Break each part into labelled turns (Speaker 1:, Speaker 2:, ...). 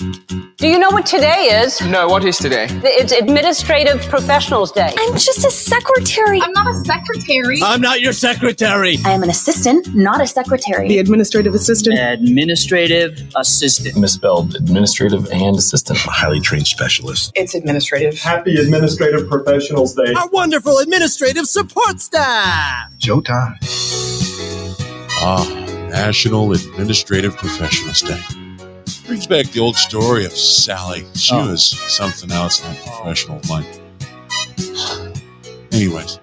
Speaker 1: Do you know what today is?
Speaker 2: No, what is today?
Speaker 1: It's Administrative Professionals Day.
Speaker 3: I'm just a secretary.
Speaker 4: I'm not a secretary.
Speaker 5: I'm not your secretary.
Speaker 3: I am an assistant, not a secretary.
Speaker 6: The administrative assistant.
Speaker 7: Administrative assistant.
Speaker 8: Misspelled administrative and assistant.
Speaker 9: I'm a highly trained specialist.
Speaker 6: It's administrative.
Speaker 10: Happy Administrative Professionals Day.
Speaker 5: Our wonderful administrative support staff.
Speaker 9: Joe Time.
Speaker 11: Ah, National Administrative Professionals Day brings back the old story of Sally. She oh. was something else in professional life. Anyways,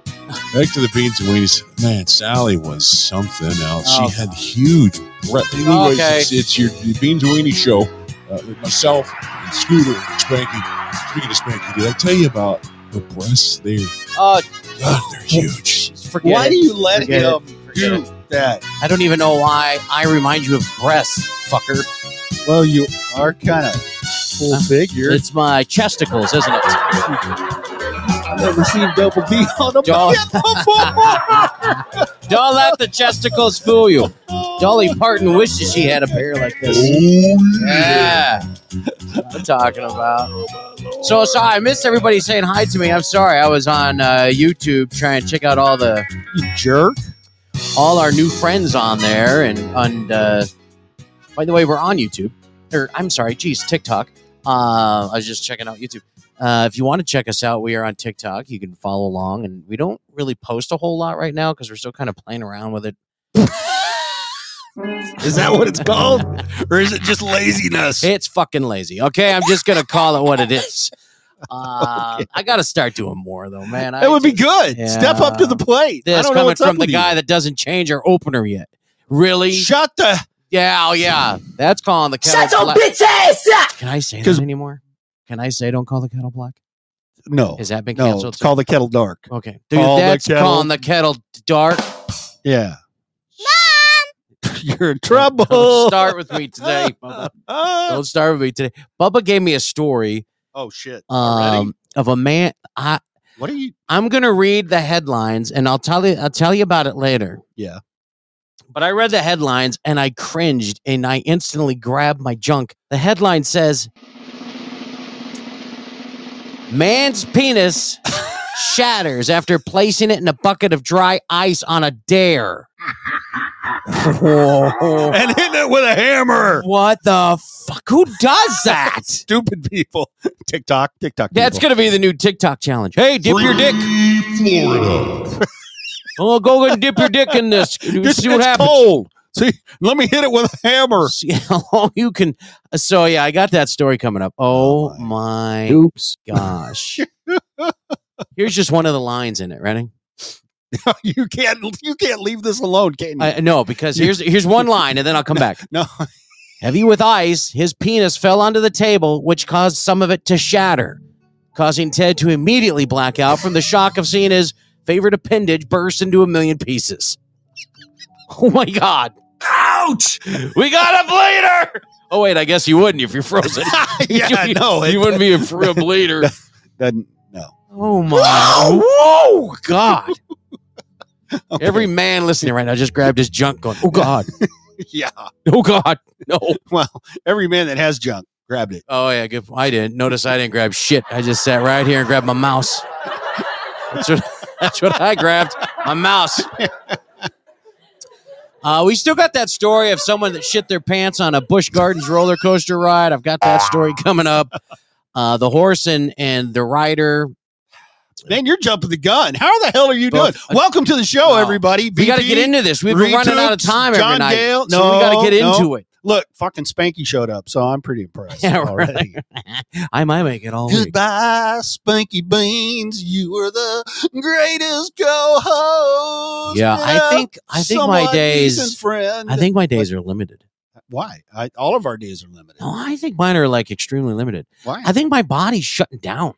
Speaker 11: back to the beans and weenies. Man, Sally was something else. Oh. She had huge breath. Anyways, okay. it's, it's, your beans and weenies show uh, with myself and Scooter and Spanky. Speaking of Spanky, did I tell you about the breasts there?
Speaker 12: Uh,
Speaker 7: Oh,
Speaker 11: God, they're huge.
Speaker 7: Forget Why it. do you let Forget him it. do it. that? I don't even know why I remind you of breasts, fucker.
Speaker 12: Well, you are kind of full figure.
Speaker 7: It's my chesticles, isn't it?
Speaker 12: I've never seen double D on a
Speaker 7: Don't, Don't let the chesticles fool you. Dolly Parton wishes she had a pair like this.
Speaker 11: Oh,
Speaker 7: yeah. I'm talking about. So sorry, I missed everybody saying hi to me. I'm sorry. I was on uh, YouTube trying to check out all the
Speaker 12: you jerk,
Speaker 7: all our new friends on there, and and. Uh, by the way, we're on YouTube. Or I'm sorry, geez, TikTok. Uh, I was just checking out YouTube. Uh, if you want to check us out, we are on TikTok. You can follow along, and we don't really post a whole lot right now because we're still kind of playing around with it.
Speaker 12: is that what it's called, or is it just laziness?
Speaker 7: It's fucking lazy. Okay, I'm just gonna call it what it is. Uh, okay. I got to start doing more though, man.
Speaker 12: That would be good. Yeah. Step up to the plate.
Speaker 7: This coming from the guy you. that doesn't change our opener yet. Really?
Speaker 12: Shut the
Speaker 7: yeah, oh yeah. That's calling the kettle
Speaker 12: Shut black. Shut bitch ass up!
Speaker 7: Can I say that anymore? Can I say don't call the kettle black?
Speaker 12: No.
Speaker 7: Is that been no, canceled?
Speaker 12: Call the kettle dark.
Speaker 7: Okay. Dude, call that's the calling the kettle dark.
Speaker 12: Yeah.
Speaker 7: Mom!
Speaker 12: You're in trouble.
Speaker 7: Don't start with me today, Bubba. don't start with me today. Bubba gave me a story.
Speaker 12: Oh shit.
Speaker 7: Um, of a man I
Speaker 12: What are you
Speaker 7: I'm gonna read the headlines and I'll tell you I'll tell you about it later.
Speaker 12: Yeah
Speaker 7: but I read the headlines and I cringed and I instantly grabbed my junk. The headline says Man's penis shatters after placing it in a bucket of dry ice on a dare.
Speaker 12: and hitting it with a hammer.
Speaker 7: What the fuck? Who does that?
Speaker 12: Stupid people. TikTok, TikTok.
Speaker 7: People. That's going to be the new TikTok challenge. Hey, dip Free your dick.
Speaker 11: Florida.
Speaker 7: Oh, go and dip your dick in this.
Speaker 12: It's,
Speaker 7: see what
Speaker 12: it's
Speaker 7: happens.
Speaker 12: Cold. See, let me hit it with a hammer.
Speaker 7: See how Oh, you can. uh, So yeah, I got that story coming up. Oh, oh my,
Speaker 12: oops,
Speaker 7: gosh. Here's just one of the lines in it. Ready?
Speaker 12: you can't. You can't leave this alone, can you?
Speaker 7: I, no, because here's here's one line, and then I'll come back.
Speaker 12: no.
Speaker 7: Heavy with ice, his penis fell onto the table, which caused some of it to shatter, causing Ted to immediately black out from the shock of seeing his favorite appendage bursts into a million pieces. Oh my God.
Speaker 12: Ouch!
Speaker 7: We got a bleeder! Oh, wait, I guess you wouldn't if you're frozen.
Speaker 12: yeah,
Speaker 7: you,
Speaker 12: no.
Speaker 7: You wouldn't be a, for a bleeder.
Speaker 12: Doesn't, no.
Speaker 7: Oh my. Whoa! Whoa God. okay. Every man listening right now just grabbed his junk going, oh God.
Speaker 12: yeah.
Speaker 7: Oh God. No.
Speaker 12: Well, every man that has junk grabbed it.
Speaker 7: Oh, yeah. Good. I didn't. Notice I didn't grab shit. I just sat right here and grabbed my mouse. That's what, that's what I grabbed. My mouse. Uh, we still got that story of someone that shit their pants on a Busch Gardens roller coaster ride. I've got that story coming up. Uh, the horse and, and the rider.
Speaker 12: Man, you're jumping the gun. How the hell are you Both. doing? Welcome to the show, wow. everybody.
Speaker 7: we got to get into this. We've been retoops, running out of time every John night. Gale. No, so we got to get no. into it.
Speaker 12: Look, fucking Spanky showed up, so I'm pretty impressed yeah, already.
Speaker 7: Right. I might make it all
Speaker 12: Goodbye, week. Spanky Beans. You were the greatest co-host.
Speaker 7: Yeah, I think I think my days. Friend. I think my days but, are limited.
Speaker 12: Why? I, all of our days are limited.
Speaker 7: No, I think mine are like extremely limited.
Speaker 12: Why?
Speaker 7: I think my body's shutting down.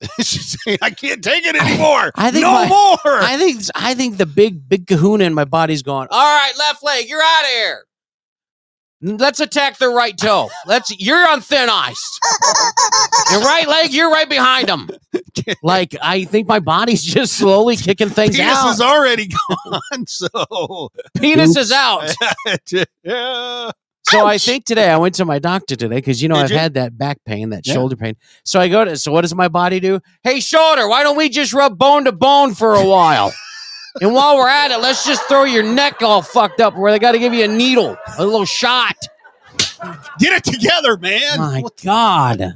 Speaker 12: I can't take it anymore.
Speaker 7: I, I think
Speaker 12: no
Speaker 7: my,
Speaker 12: more.
Speaker 7: I think I think the big big Kahuna in my body's going. All right, left leg, you're out of here. Let's attack the right toe. Let's. You're on thin ice. Your right leg, you're right behind him. Like I think my body's just slowly kicking things
Speaker 12: Penis
Speaker 7: out.
Speaker 12: Penis is already gone. So
Speaker 7: penis Oops. is out.
Speaker 12: yeah.
Speaker 7: So I think today I went to my doctor today because you know
Speaker 12: Did
Speaker 7: I've
Speaker 12: you?
Speaker 7: had that back pain, that
Speaker 12: Yeah.
Speaker 7: shoulder pain. So I go to. So what does my body do? Hey, shoulder, why don't we just rub bone to bone for a while? and while we're at it, let's just throw your neck all fucked up where they got to give you a needle, a little shot.
Speaker 12: Get it together, man.
Speaker 7: my God.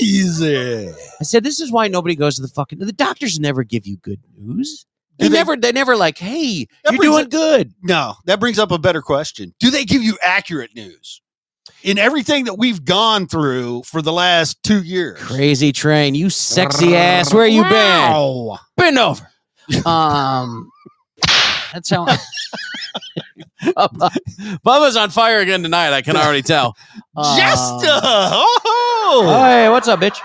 Speaker 12: Crazy.
Speaker 7: I said, this is why nobody goes to the fucking. The doctors never give you good news.
Speaker 12: Do
Speaker 7: They,
Speaker 12: they-
Speaker 7: never. They never like, hey,
Speaker 12: That
Speaker 7: you're
Speaker 12: brings
Speaker 7: doing
Speaker 12: it-
Speaker 7: good.
Speaker 12: No, that brings up a better question. Do they give you accurate news in everything that we've gone through for the last two years?
Speaker 7: Crazy train, you sexy ass. Where you been?
Speaker 12: Wow.
Speaker 7: bend over. Um, that's how. Bubba, Bubba's on fire again tonight. I can already tell. Um,
Speaker 12: Jester. uh, Oh,
Speaker 7: Hey, what's up, bitch?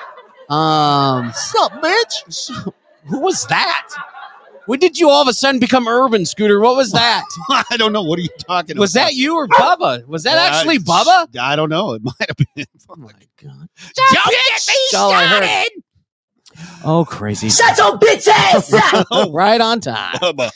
Speaker 7: Um,
Speaker 12: what's up, bitch?
Speaker 7: who was that? When did you all of a sudden become urban, Scooter? What was that?
Speaker 12: I don't know. What are you talking
Speaker 7: Was
Speaker 12: about?
Speaker 7: that you or Bubba? Was that
Speaker 12: Uh,
Speaker 7: actually Bubba?
Speaker 12: I don't know. It might have been.
Speaker 7: Oh my god!
Speaker 12: Don't get me
Speaker 7: All I heard- Oh, crazy!
Speaker 5: your bitch ass up!
Speaker 7: right on time.
Speaker 12: Oh, Bubba.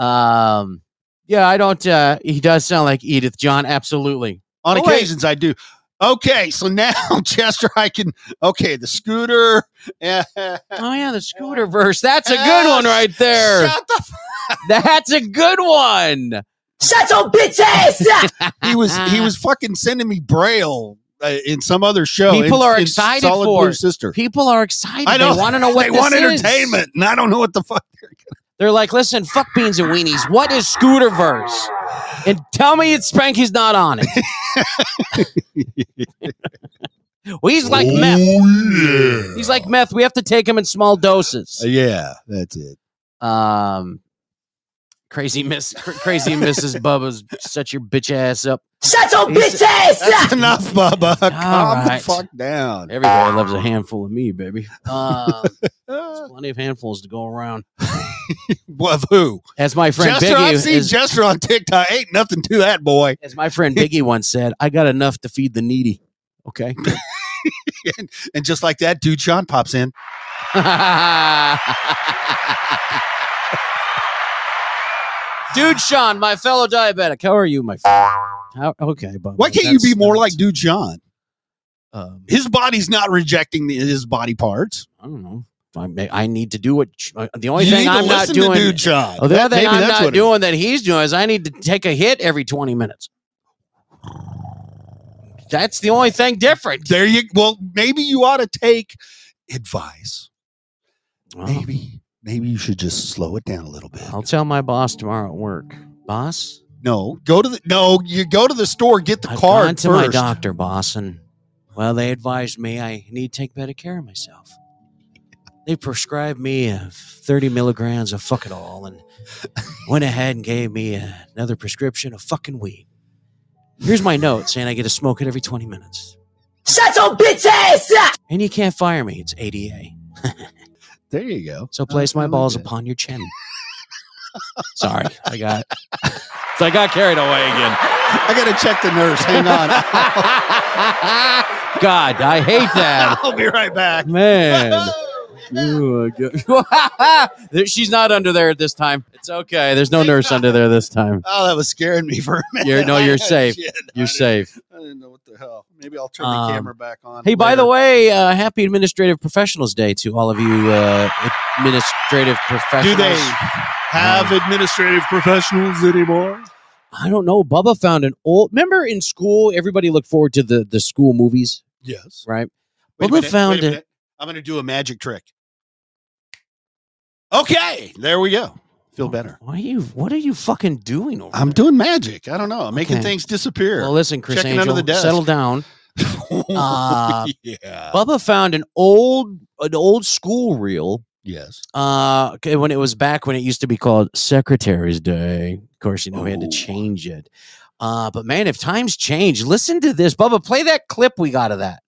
Speaker 7: Um, yeah, I don't. Uh, he does sound like Edith John. Absolutely.
Speaker 12: On
Speaker 7: Oh, wait.
Speaker 12: occasions, I do. Okay, so now Chester, I can. Okay, the scooter. eh,
Speaker 7: Oh yeah, the scooter verse. That's a good one right there.
Speaker 12: Shut the. F-
Speaker 7: That's a good one.
Speaker 5: Shut your bitch ass up!
Speaker 12: he was he was fucking sending me braille uh, in some other show.
Speaker 7: People
Speaker 12: in-
Speaker 7: are
Speaker 12: in
Speaker 7: excited
Speaker 12: Solid
Speaker 7: for
Speaker 12: Blue
Speaker 7: it.
Speaker 12: Sister.
Speaker 7: People are excited.
Speaker 12: I know.
Speaker 7: They want to know what
Speaker 12: they
Speaker 7: this
Speaker 12: want
Speaker 7: is.
Speaker 12: entertainment, and I don't know what the fuck.
Speaker 7: They're like, listen, fuck beans and weenies. What is Scooterverse? And tell me it's Spanky's not on it. well, he's like
Speaker 12: Oh.
Speaker 7: meth.
Speaker 12: yeah.
Speaker 7: He's like meth. We have to take him in small doses.
Speaker 12: Oh, yeah, that's it.
Speaker 7: Um, crazy miss, cr- crazy Mrs. Bubba's set your bitch ass up.
Speaker 5: Shut your bitch ass
Speaker 12: That's enough, Bubba. Calm
Speaker 7: right.
Speaker 12: the fuck down.
Speaker 7: Everybody loves a handful of me, baby. Um,
Speaker 12: Uh,
Speaker 7: there's plenty of handfuls to go around.
Speaker 12: What who?
Speaker 7: As my friend Biggie
Speaker 12: Jester, I've seen
Speaker 7: is-
Speaker 12: Jester on TikTok. Ain't nothing to that boy.
Speaker 7: As my friend Biggie once said, I got enough to feed the needy. Okay.
Speaker 12: and, and just like that, dude Sean pops in.
Speaker 7: Dude Sean, my fellow diabetic, how are you, my friend? How, okay, but
Speaker 12: Why can't you be more like dude Sean?
Speaker 7: Um,
Speaker 12: His body's not rejecting the, his body parts.
Speaker 7: I don't know. I, may, I need to do what uh, the only
Speaker 12: You
Speaker 7: thing
Speaker 12: need to
Speaker 7: I'm not
Speaker 12: listen to
Speaker 7: doing.
Speaker 12: dude Sean.
Speaker 7: Oh, the other thing
Speaker 12: Maybe
Speaker 7: I'm
Speaker 12: that's
Speaker 7: not
Speaker 12: what it is.
Speaker 7: doing that he's doing is I need to take a hit every 20 minutes. That's the only thing different.
Speaker 12: There you well, maybe you ought to take advice.
Speaker 7: Well,
Speaker 12: Maybe, maybe you should just slow it down a little bit.
Speaker 7: I'll tell my boss tomorrow at work. Boss,
Speaker 12: No, go to the no. You go to the store, get the
Speaker 7: I've
Speaker 12: card
Speaker 7: gone to
Speaker 12: first.
Speaker 7: my doctor, boss, and well, they advised me I need to take better care of myself. They prescribed me uh, 30 milligrams of fuck it all and went ahead and gave me uh, another prescription of fucking weed. Here's my note saying I get to smoke it every 20 minutes.
Speaker 5: Shut your bitch ass up!
Speaker 7: And you can't fire me. It's ADA.
Speaker 12: There you go.
Speaker 7: So place my
Speaker 12: I like
Speaker 7: balls
Speaker 12: it.
Speaker 7: upon your chin. Sorry, I got. so I got carried away again.
Speaker 12: I gotta check the nurse. Hang on.
Speaker 7: God, I hate that.
Speaker 12: I'll be right back.
Speaker 7: Man. Ooh, I go- There- She's not under there at this time. It's okay. There's no nurse under there this time.
Speaker 12: Oh, that was scaring me for a minute.
Speaker 7: You're- no, you're
Speaker 12: I-
Speaker 7: safe.
Speaker 12: shit, I
Speaker 7: You're
Speaker 12: didn't-
Speaker 7: safe.
Speaker 12: I didn't know what the hell. Maybe I'll turn
Speaker 7: Um,
Speaker 12: the camera back on.
Speaker 7: Hey, by the
Speaker 12: later.
Speaker 7: way, uh, happy Administrative Professionals Day to all of you uh, administrative
Speaker 12: do
Speaker 7: professionals.
Speaker 12: they have
Speaker 7: Um,
Speaker 12: administrative professionals anymore?
Speaker 7: I don't know. Bubba found an old. Remember in school, everybody looked forward to the the school movies,
Speaker 12: Yes.
Speaker 7: right?
Speaker 12: Wait a
Speaker 7: Bubba
Speaker 12: minute,
Speaker 7: found
Speaker 12: wait a
Speaker 7: it.
Speaker 12: minute. I'm going to do a magic trick. Okay, there we go. Feel better.
Speaker 7: Why are you? What are you fucking doing over
Speaker 12: I'm
Speaker 7: there?
Speaker 12: doing magic. I don't know. I'm making
Speaker 7: Okay.
Speaker 12: things disappear.
Speaker 7: Well, listen, Chris
Speaker 12: Checking under
Speaker 7: Angel,
Speaker 12: the desk.
Speaker 7: settle down. uh,
Speaker 12: yeah.
Speaker 7: Bubba found an old an old school reel
Speaker 12: yes.
Speaker 7: uh okay, when it was back when it used to be called secretary's day of course you know we had
Speaker 4: Oh.
Speaker 7: to
Speaker 12: Ooh.
Speaker 7: change it uh but man if times change listen to this bubba play that clip we got of that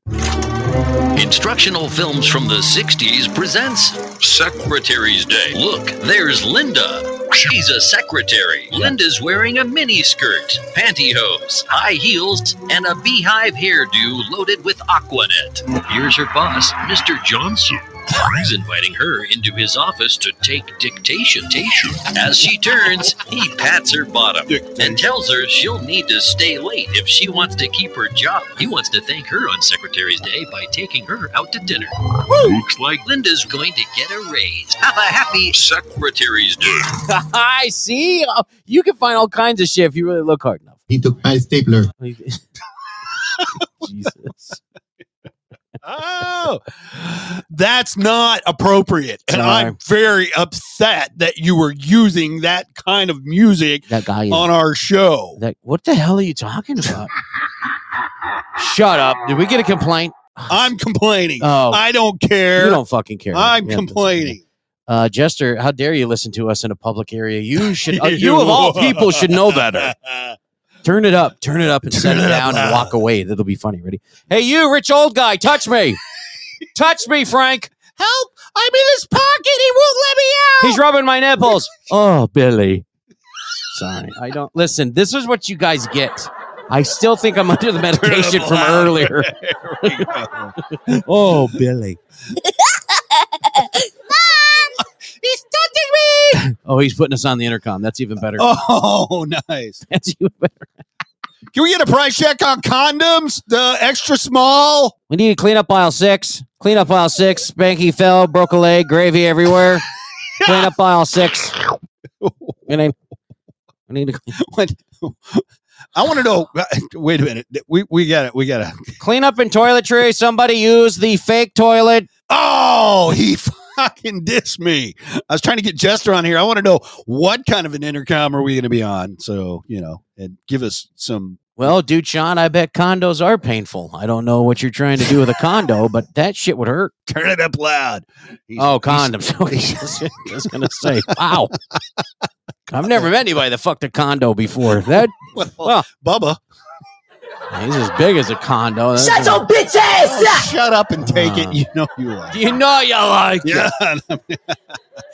Speaker 2: Instructional Films from the 60s presents Secretary's Day. Look, there's Linda. She's a secretary. Linda's wearing a mini skirt, pantyhose, high heels, and a beehive hairdo loaded with Aquanet. Here's her boss, Mr. Johnson. He's inviting her into his office to take dictation. As she turns, he pats her bottom and tells her she'll need to stay late if she wants to keep her job. He wants to thank her on Secretary's Day by taking her out to dinner. Looks like Linda's going to get a raise. Have a happy Secretary's Day.
Speaker 7: I see. Oh, You can find all kinds of shit if you really look hard enough.
Speaker 4: He took my stapler.
Speaker 7: Jesus.
Speaker 12: Oh, that's not appropriate. And
Speaker 7: Sorry.
Speaker 12: I'm very upset that you were using that kind of music
Speaker 7: That guy
Speaker 4: Oh.
Speaker 7: is.
Speaker 12: on our show.
Speaker 7: that, what the hell are you talking about? Shut up. Did we get a complaint?
Speaker 12: I'm complaining.
Speaker 7: Oh.
Speaker 12: I don't care.
Speaker 7: You don't fucking care.
Speaker 12: I'm
Speaker 7: Yeah.
Speaker 12: complaining.
Speaker 7: Uh, Jester, how dare you listen to us in a public area? You should, uh, you of all people should know better. Turn it up, turn it up, and set
Speaker 12: Turn
Speaker 7: it
Speaker 12: it up
Speaker 7: down and
Speaker 12: loud.
Speaker 7: walk away. That'll be funny. Ready? Hey, you rich old guy, touch me, touch me, Frank.
Speaker 12: Help! I'm in his pocket. He won't let me out.
Speaker 7: He's rubbing my nipples. Oh, Billy. Sorry, I don't listen. This is what you guys get. I still think I'm under the medication from earlier. oh, Billy.
Speaker 12: He's touching me.
Speaker 7: Oh, he's putting us on the intercom. That's even better.
Speaker 12: Oh, nice.
Speaker 7: That's even better.
Speaker 12: Can we get a price check on condoms? The extra small.
Speaker 7: We need to clean up aisle six. Clean up aisle six. Spanky fell, broke a leg, gravy everywhere. clean up aisle six. We need, we need to
Speaker 12: What? I want to know. Wait a minute. We we got it. We got it.
Speaker 7: clean up in toiletry. Somebody use the fake toilet.
Speaker 12: Oh, he fucking dissed me. I was trying to get Jester on here. I want to know what kind of an intercom are we going to be on? So, you know, and give us some.
Speaker 7: Well, dude, Sean, I bet condos are painful. I don't know what you're trying to do with a condo, but that shit would hurt.
Speaker 12: Turn it up loud. He's-
Speaker 7: Oh,
Speaker 12: he's-
Speaker 7: condoms. I was going to say, wow. I've never met anybody that fucked a condo before. That
Speaker 12: Well,
Speaker 7: Well.
Speaker 12: Bubba,
Speaker 7: he's as big as a condo. That's-
Speaker 5: Shut your bitch ass up!
Speaker 12: shut up and take
Speaker 7: Ah.
Speaker 12: it. You know you are.
Speaker 7: You know you like it.
Speaker 12: Yeah.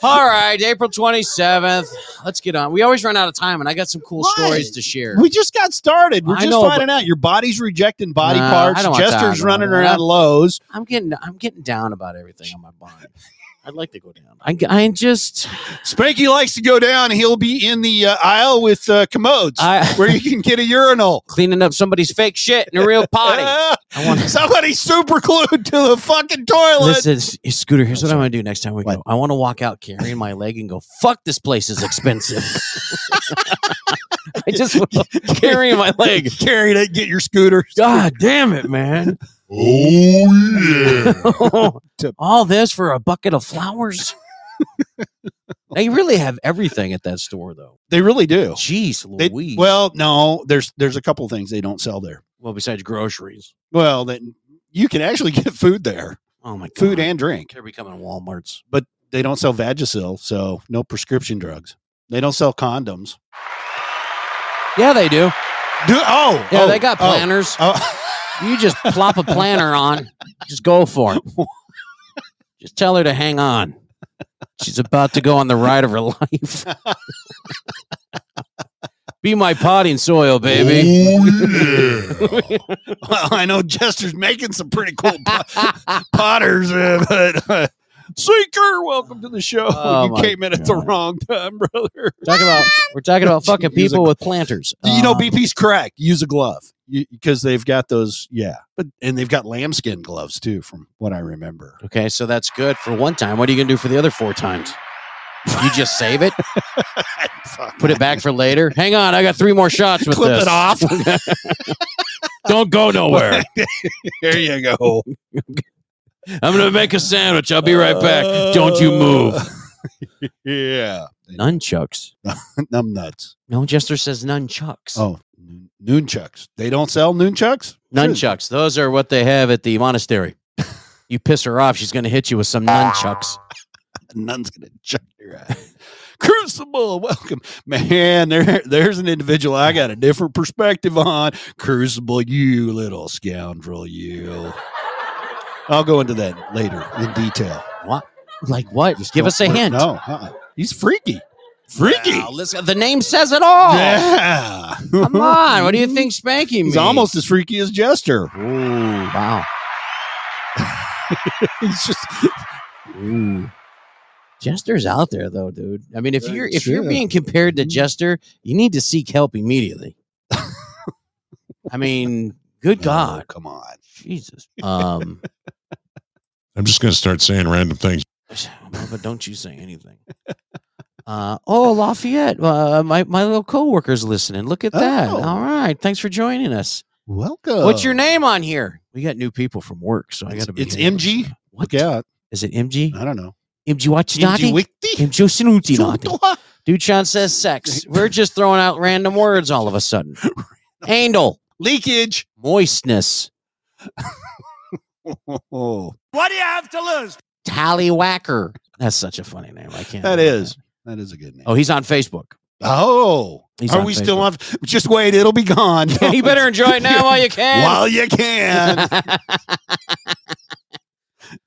Speaker 7: All right, April 27th. Let's get on. We always run out of time, and I got some cool
Speaker 12: Why?
Speaker 7: stories to share.
Speaker 12: We just got started. We're
Speaker 7: I
Speaker 12: just
Speaker 7: know, but-
Speaker 12: finding out your body's rejecting body
Speaker 7: Nah, I
Speaker 12: parts.
Speaker 7: don't want
Speaker 12: Jester's
Speaker 7: that.
Speaker 12: running
Speaker 7: No, no,
Speaker 12: around
Speaker 7: no.
Speaker 12: lows.
Speaker 7: I'm getting I'm getting down about everything on my body. I'd like to go down. I, I just
Speaker 12: Spanky likes to go down. He'll be in the uh, aisle with uh, commodes
Speaker 7: I-
Speaker 12: where you can get a urinal.
Speaker 7: cleaning up somebody's fake shit in a real potty.
Speaker 12: Ah,
Speaker 7: I want
Speaker 12: somebody super glued to the fucking toilet.
Speaker 7: Listen, S- Scooter. Here's what I want to do next time we go. I want to walk out carrying my leg and go. Fuck this place is expensive. I just want to carry my leg.
Speaker 12: carry it, get your scooter.
Speaker 7: God damn it, man!
Speaker 11: Oh, yeah.
Speaker 7: All this for a bucket of flowers. they really have everything at that store, though.
Speaker 12: They really do.
Speaker 7: Jeez
Speaker 12: They-
Speaker 7: Louise.
Speaker 12: well, no, there's there's a couple things they don't sell there.
Speaker 7: well, besides groceries.
Speaker 12: Well, then you can actually get food there,
Speaker 7: Oh my god.
Speaker 12: food and drink.
Speaker 7: they're becoming WalMarts.
Speaker 12: They don't sell Vagisil, so no prescription drugs. They don't sell condoms.
Speaker 7: Yeah, they do.
Speaker 12: Do oh
Speaker 7: Yeah,
Speaker 12: oh,
Speaker 7: they got
Speaker 12: oh,
Speaker 7: planners.
Speaker 12: oh.
Speaker 7: You just plop a planner on. Just go for it. Just tell her to hang on. She's about to go on the ride of her life. Be my potting soil, baby.
Speaker 11: Oh, yeah.
Speaker 12: well, I know Jester's making some pretty cool po- potters, uh, but uh, Seeker, welcome to the show.
Speaker 7: Oh,
Speaker 12: you
Speaker 7: my
Speaker 12: came in at the
Speaker 7: God.
Speaker 12: wrong time, brother.
Speaker 7: Talking about we're talking about fucking
Speaker 12: Use a-
Speaker 7: people with planters.
Speaker 12: you know,
Speaker 11: Uh,
Speaker 7: Um,
Speaker 12: BP's correct. Use a glove because they've got those. Yeah, but and they've got lambskin gloves too, from what I remember.
Speaker 7: Okay, so that's good for one time. What are you gonna do for the other four times? You just save it,
Speaker 12: Fuck.
Speaker 7: put it back for later. Hang on, I got three more shots with
Speaker 12: Clip
Speaker 7: this.
Speaker 12: it off.
Speaker 7: Don't go nowhere.
Speaker 12: there you go.
Speaker 7: I'm gonna make a sandwich. I'll be
Speaker 12: yeah,
Speaker 7: Nunchucks.
Speaker 12: numb nuts.
Speaker 7: No, Jester says nunchucks.
Speaker 12: Oh, n- nunchucks. They don't sell nunchucks.
Speaker 7: Nunchucks. Those are what they have at the monastery. you piss her off, she's going to hit you with some nunchucks.
Speaker 12: None's gonna chuck your ass. Crucible, welcome, man. There, there's an individual I got a different perspective on. Crucible, you little scoundrel, you. I'll go into that later in detail.
Speaker 7: What? Like what?
Speaker 12: Just
Speaker 7: Give
Speaker 12: don't-
Speaker 7: us a hint.
Speaker 12: No, uh-uh. he's freaky, freaky.
Speaker 7: Wow, listen, the name says it all.
Speaker 12: Yeah,
Speaker 7: Come on. What do you think Spanky means?
Speaker 12: He's almost as freaky as Jester.
Speaker 7: Ooh, wow.
Speaker 12: He's just
Speaker 7: Ooh. Jester's out there though, dude. I mean, if
Speaker 11: That's
Speaker 7: you're if you're
Speaker 11: true.
Speaker 7: being compared to
Speaker 12: Mm-hmm.
Speaker 11: Mhm.
Speaker 7: Jester, you need to seek help immediately. I mean, good
Speaker 12: Oh,
Speaker 7: God,
Speaker 12: come on.
Speaker 7: Jesus. Um,
Speaker 11: I'm just going to start saying random things.
Speaker 7: but don't you say anything. Uh, oh, Lafayette, uh, my my little coworker's listening. Look at that.
Speaker 12: Oh.
Speaker 7: All right, thanks for joining us.
Speaker 12: Welcome.
Speaker 7: What's your name on here? We got new people from work, so I got to.
Speaker 12: It's, it's MG.
Speaker 7: What?
Speaker 12: Look out. Uh,
Speaker 7: Is it MG?
Speaker 12: I don't know.
Speaker 7: MG Watchnati?
Speaker 12: MG
Speaker 7: MG
Speaker 12: Wikti?
Speaker 7: Sinunti
Speaker 12: Chutua.
Speaker 7: Dude, Sean says sex. We're just throwing out random words all of a sudden. Handle,
Speaker 12: Leakage.
Speaker 7: moistness,
Speaker 12: Oh,
Speaker 7: tallywhacker. That's such a funny name. I can't.
Speaker 12: That
Speaker 7: remember
Speaker 12: is. that is a good name.
Speaker 7: Oh, he's on Facebook.
Speaker 12: Oh,
Speaker 7: He's
Speaker 12: are
Speaker 7: on
Speaker 12: we still on? Just wait, it'll be gone.
Speaker 7: you better enjoy it now while you can.
Speaker 12: while you can.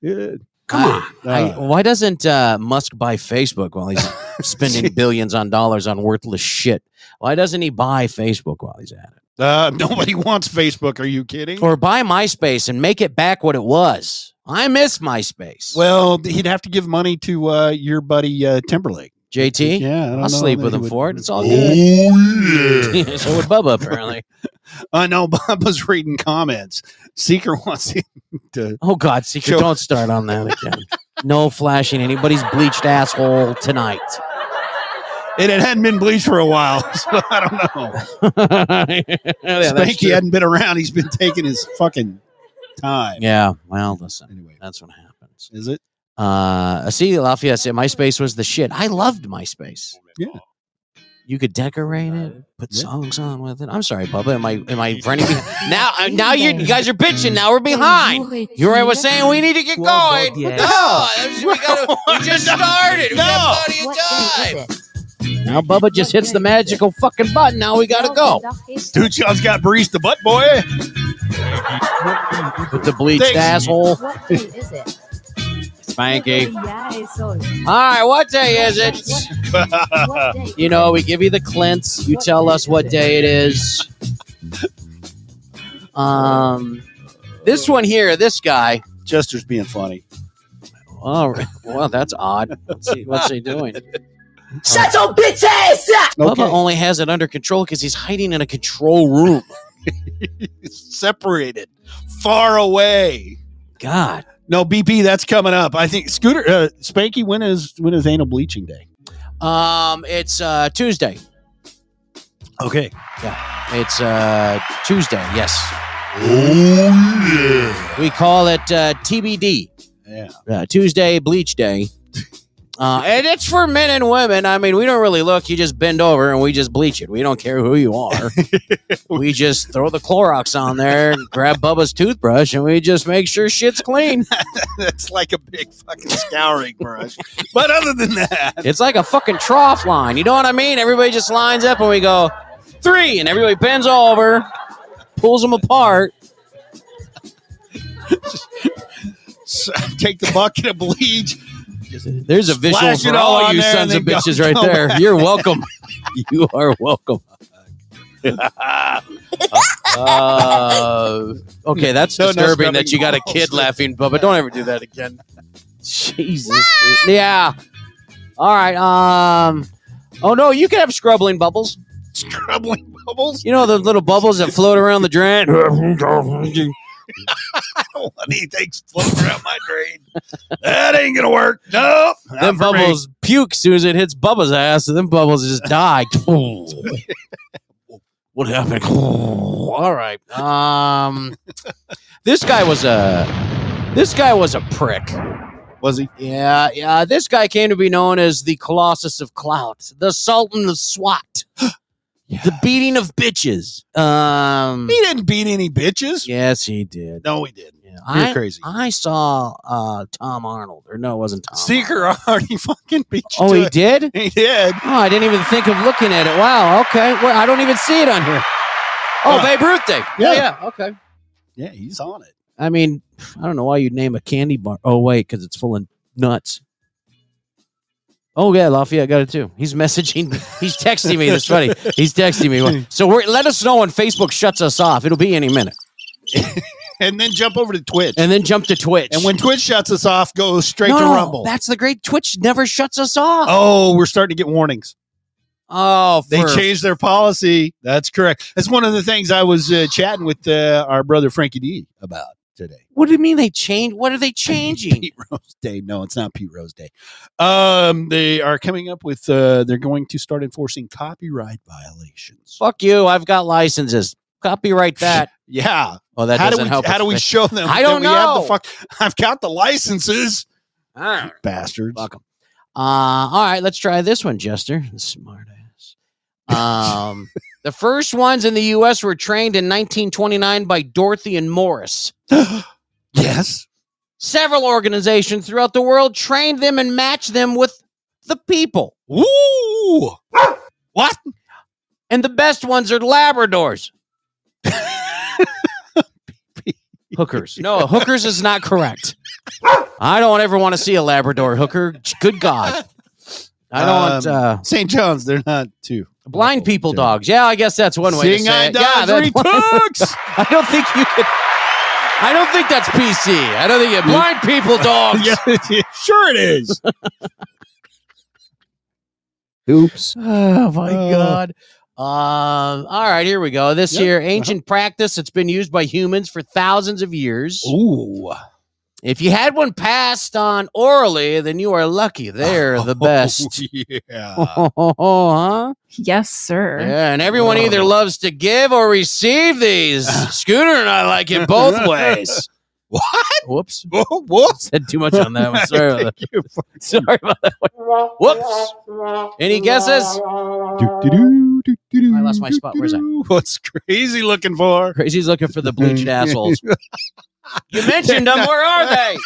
Speaker 12: Come on.
Speaker 7: Ah, I,
Speaker 12: Uh,
Speaker 7: why doesn't uh, Musk buy Facebook while he's spending billions on dollars on worthless shit? Why doesn't he buy Facebook while he's at it?
Speaker 12: uh, nobody wants Facebook. Are you kidding?
Speaker 7: Or buy MySpace and make it back what it was? I miss MySpace.
Speaker 12: well, he'd have to give money to uh, your buddy uh, Timberlake.
Speaker 7: JT,
Speaker 12: Yeah, I don't
Speaker 7: I'll
Speaker 12: know
Speaker 7: sleep
Speaker 12: that
Speaker 7: with
Speaker 12: he
Speaker 7: him
Speaker 12: would-
Speaker 7: for it. It's all
Speaker 11: Oh,
Speaker 7: good.
Speaker 11: yeah.
Speaker 7: so would Bubba apparently.
Speaker 12: I know Bob was reading comments. Seeker wants him to.
Speaker 7: Oh God, secret!
Speaker 12: Sure.
Speaker 7: Don't start on that again. no flashing anybody's bleached asshole tonight.
Speaker 12: And it hadn't been bleached for a while, so I don't know.
Speaker 7: Oh, yeah, that's
Speaker 12: Spanky
Speaker 7: true.
Speaker 12: hadn't been around. He's been taking his fucking time.
Speaker 7: yeah. Well, listen,
Speaker 12: Anyway,
Speaker 7: that's what happens.
Speaker 12: is it?
Speaker 7: Uh, see, Lafayette said MySpace was the shit. I loved MySpace.
Speaker 12: Yeah.
Speaker 7: You could decorate it, put
Speaker 12: Yeah.
Speaker 7: songs on with it. I'm sorry, Bubba. Am I am I running behind? now? uh, Now you're, you guys are bitching. Now we're behind. You were was saying we need to get going. No, we, gotta, we just started. We got plenty of time. Now Bubba just hits the magical fucking button. Now we gotta go.
Speaker 12: Dude, Sean's got breeze the butt, boy.
Speaker 7: With the bleached
Speaker 12: Thanks.
Speaker 7: asshole.
Speaker 4: What day is it?
Speaker 7: Spanky.
Speaker 4: Yeah, it's all.
Speaker 7: Alright, what day is it?
Speaker 4: What day?
Speaker 7: You know, we give you the clints, you tell us what day it is. Um this one here, this guy.
Speaker 12: Jester's being funny.
Speaker 7: All right. Well, that's odd. Let's see, what's he doing?
Speaker 5: Shut your bitch ass up!
Speaker 7: Bubba only has it under control because he's hiding in a control room.
Speaker 12: separated, far away.
Speaker 7: God.
Speaker 12: No, BP, that's coming up. I think Scooter uh, Spanky. When is when is anal bleaching day?
Speaker 7: Um, it's uh Tuesday.
Speaker 12: Okay,
Speaker 7: It's uh Tuesday, yes.
Speaker 11: Oh, yeah.
Speaker 7: We call it uh, TBD.
Speaker 12: yeah,
Speaker 7: uh, Tuesday Bleach Day. Uh, and it's for men and women. I mean, we don't really look. You just bend over and we just bleach it. We don't care who you are. we just throw the Clorox on there, grab Bubba's toothbrush, and we just make sure shit's clean.
Speaker 12: that's like a big fucking scouring brush. But other than that,
Speaker 7: It's like a fucking trough line. You know what I mean? Everybody just lines up and we go three, and everybody bends over, pulls them apart.
Speaker 12: s- take the bucket of bleach.
Speaker 7: There's a visual
Speaker 12: Splash it
Speaker 7: for
Speaker 12: all
Speaker 7: all
Speaker 12: on
Speaker 7: you
Speaker 12: there
Speaker 7: sons of
Speaker 12: and then
Speaker 7: bitches
Speaker 12: go-
Speaker 7: right
Speaker 12: go
Speaker 7: there.
Speaker 12: back.
Speaker 7: You're welcome. you are welcome. Uh, okay, that's
Speaker 12: No, no
Speaker 7: disturbing
Speaker 12: scrubbing
Speaker 7: that you got a
Speaker 12: balls.
Speaker 7: kid laughing, Bubba. Don't ever do that again. Jesus. yeah. All right. Um. Oh no, you can have scrubbling bubbles.
Speaker 12: Scrubbing bubbles.
Speaker 7: You know those little bubbles that float around the drain.
Speaker 12: I don't want anything floating around my drain. that ain't gonna work. Nope. not
Speaker 7: them
Speaker 12: for me.
Speaker 7: bubbles puke soon as it hits Bubba's ass, and them bubbles just die. what happened? All right. Um, this guy was a this guy was a prick.
Speaker 12: Was he?
Speaker 7: Yeah, yeah. This guy came to be known as the Colossus of Clout, the Sultan of SWAT, the beating of bitches. Um,
Speaker 12: He didn't beat any bitches.
Speaker 7: yes, he did.
Speaker 12: No, he didn't.
Speaker 7: Yeah.
Speaker 12: You're
Speaker 7: I,
Speaker 12: crazy.
Speaker 7: I saw uh, Tom Arnold, or no, it wasn't Tom.
Speaker 12: Seeker already fucking beat you.
Speaker 7: Arnold. Uh-huh. Oh,
Speaker 12: to
Speaker 7: he
Speaker 12: it.
Speaker 7: did.
Speaker 12: He did.
Speaker 7: Oh, I didn't even think of looking at it. Wow. Okay. Well, I don't even see it on here. Oh,
Speaker 12: Huh.
Speaker 7: Babe Ruth Day.
Speaker 12: Yeah.
Speaker 7: Okay.
Speaker 12: Yeah, he's on it.
Speaker 7: I mean, I don't know why you'd name a candy bar. Oh, wait, because it's full of nuts. Oh yeah, Lafayette got it too. He's messaging. He's texting me. That's funny. He's texting me. So we're, let us know when Facebook shuts us off. It'll be any minute.
Speaker 12: and then jump over to Twitch.
Speaker 7: and then jump to Twitch.
Speaker 12: And when Twitch shuts us off, go straight
Speaker 7: No,
Speaker 12: to
Speaker 7: no,
Speaker 12: Rumble.
Speaker 7: That's the great Twitch never shuts us off.
Speaker 12: Oh, we're starting to get warnings.
Speaker 7: Oh,
Speaker 12: They
Speaker 7: for-
Speaker 12: changed their policy. That's correct. That's one of the things I was uh, chatting with uh, our brother Frankie D about today.
Speaker 7: What do you mean they changed? What are they changing?
Speaker 12: Pete Rose Day. No, it's not Pete Rose Day. Um, they are coming up with. Uh, they're going to start enforcing copyright violations.
Speaker 7: Fuck you! I've got licenses. Copyright that.
Speaker 12: Yeah.
Speaker 7: Oh, that
Speaker 12: how
Speaker 7: doesn't
Speaker 12: do we
Speaker 7: help.
Speaker 12: how
Speaker 7: us
Speaker 12: do we
Speaker 7: fix-
Speaker 12: show them?
Speaker 7: I don't
Speaker 12: that we have the
Speaker 7: know.
Speaker 12: fuck- I've got the licenses,
Speaker 7: Ah.
Speaker 12: bastards.
Speaker 7: Fuck 'em. Uh, all right, let's try this one, Jester. Smart ass. Um, the first ones in the U.S. were trained in 1929 by Dorothy and Morris.
Speaker 12: yes.
Speaker 7: Several organizations throughout the world trained them and matched them with the people.
Speaker 12: Woo. what?
Speaker 7: And the best ones are Labradors. hookers. No, hookers is not correct. I don't ever want to see a Labrador hooker. Good God. I don't want.
Speaker 12: Um,
Speaker 7: Uh,
Speaker 12: St. John's, they're not too.
Speaker 7: Blind people dogs. Yeah, I guess that's one way to
Speaker 12: Sing
Speaker 7: say
Speaker 12: I
Speaker 7: it. Yeah,
Speaker 12: Dodge
Speaker 7: that's one-
Speaker 12: Retux.
Speaker 7: I don't think you could. I don't think that's PC. I don't think you blind people dogs.
Speaker 12: yeah, it- sure it is.
Speaker 7: Oops. Oh my
Speaker 12: Oh.
Speaker 7: god. Um, all right, here we go. This
Speaker 12: Yeah,
Speaker 7: here ancient practice that's been used by humans for thousands of years.
Speaker 12: Ooh.
Speaker 7: If you had one passed on orally, then you are lucky. They're the best.
Speaker 12: Oh,
Speaker 7: Oh,
Speaker 12: yeah.
Speaker 7: huh?
Speaker 9: Yes, sir.
Speaker 7: Yeah, and everyone either loves to give or receive these. Scooter and I like it both ways.
Speaker 12: What?
Speaker 7: Whoops.
Speaker 12: Whoa, what?
Speaker 7: Said too much on that one. Sorry about that.
Speaker 12: Thank you.
Speaker 7: Sorry about that. one. Whoops. Any guesses? I lost my spot. Where's that?
Speaker 12: What's crazy looking for?
Speaker 7: Crazy's looking for the bleached assholes. You mentioned them. Where are they?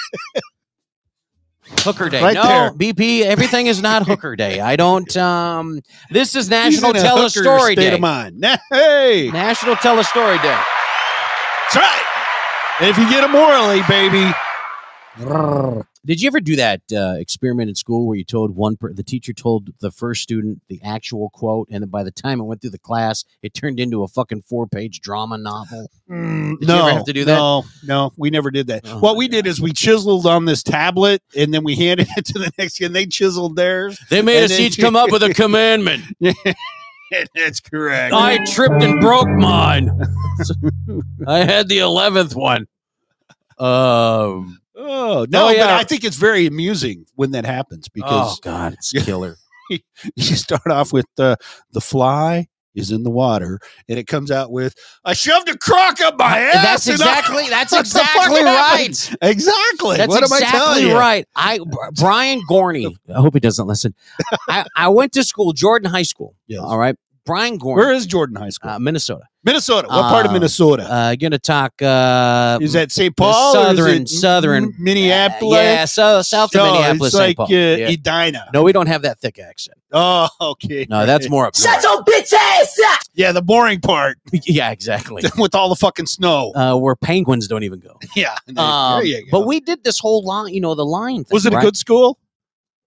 Speaker 7: Hooker Day.
Speaker 12: Right
Speaker 7: no,
Speaker 12: there.
Speaker 7: BP, everything is not Hooker Day. I don't. Um, this is
Speaker 12: He's
Speaker 7: National
Speaker 12: in a
Speaker 7: Tell a
Speaker 12: hooker
Speaker 7: Story
Speaker 12: state
Speaker 7: Day.
Speaker 12: of mind. Nah, Hey,
Speaker 7: National Tell a Story Day.
Speaker 12: that's right. And if you get them orally, baby.
Speaker 7: Did you ever do that uh, experiment in school where you told one per- the teacher told the first student the actual quote, and then by the time it went through the class, it turned into a fucking four page drama novel? Did you
Speaker 12: Mm, no,
Speaker 7: ever have to do that?
Speaker 12: No, no, we never did that.
Speaker 7: Oh
Speaker 12: what
Speaker 7: my
Speaker 12: we did
Speaker 7: God.
Speaker 12: is we chiseled on this tablet and then we handed it to the next kid and they chiseled theirs.
Speaker 7: They made
Speaker 12: And
Speaker 7: us
Speaker 12: then-
Speaker 7: each come up with a commandment.
Speaker 12: That's correct.
Speaker 7: Oh, I tripped and broke mine. I had the eleventh one. Um,
Speaker 12: oh, no,
Speaker 7: Oh, yeah.
Speaker 12: but I think it's very amusing when that happens because
Speaker 7: oh God, it's killer.
Speaker 12: you start off with uh, the fly is in the water and it comes out with I shoved a crock up my ass.
Speaker 7: that's
Speaker 12: and I-"
Speaker 7: exactly. That's
Speaker 12: What the fuck
Speaker 7: exactly
Speaker 12: happened?
Speaker 7: right.
Speaker 12: Exactly.
Speaker 7: That's
Speaker 12: what am I telling
Speaker 7: exactly
Speaker 12: you?
Speaker 7: right. I Br- Brian Gorney. I hope he doesn't listen. I, I went to school, Jordan High School.
Speaker 12: Yes.
Speaker 7: All right, Brian Gorney,
Speaker 12: Where is Jordan High School?
Speaker 7: uh, Minnesota.
Speaker 12: Minnesota. What part of
Speaker 7: uh,
Speaker 12: Minnesota?
Speaker 7: Uh, gonna talk. Uh,
Speaker 12: is that St. Paul? or is
Speaker 7: Southern-
Speaker 12: it
Speaker 7: Southern- uh,
Speaker 12: M- Minneapolis.
Speaker 7: Yeah, so south of
Speaker 12: No,
Speaker 7: Minneapolis,
Speaker 12: It's like
Speaker 7: St. Paul.
Speaker 12: Uh,
Speaker 7: Yeah.
Speaker 12: Edina.
Speaker 7: No, we don't have that thick accent.
Speaker 12: Oh, okay.
Speaker 7: No, that's more up.
Speaker 5: Shut your bitch ass up!
Speaker 12: yeah, the boring part
Speaker 7: north. yeah, exactly.
Speaker 12: with all the fucking snow.
Speaker 7: uh, where penguins don't even go.
Speaker 12: yeah. There
Speaker 7: Um,
Speaker 12: you go.
Speaker 7: but we did this whole line, you know, the line. Thing,
Speaker 12: was it a
Speaker 7: right?
Speaker 12: good school?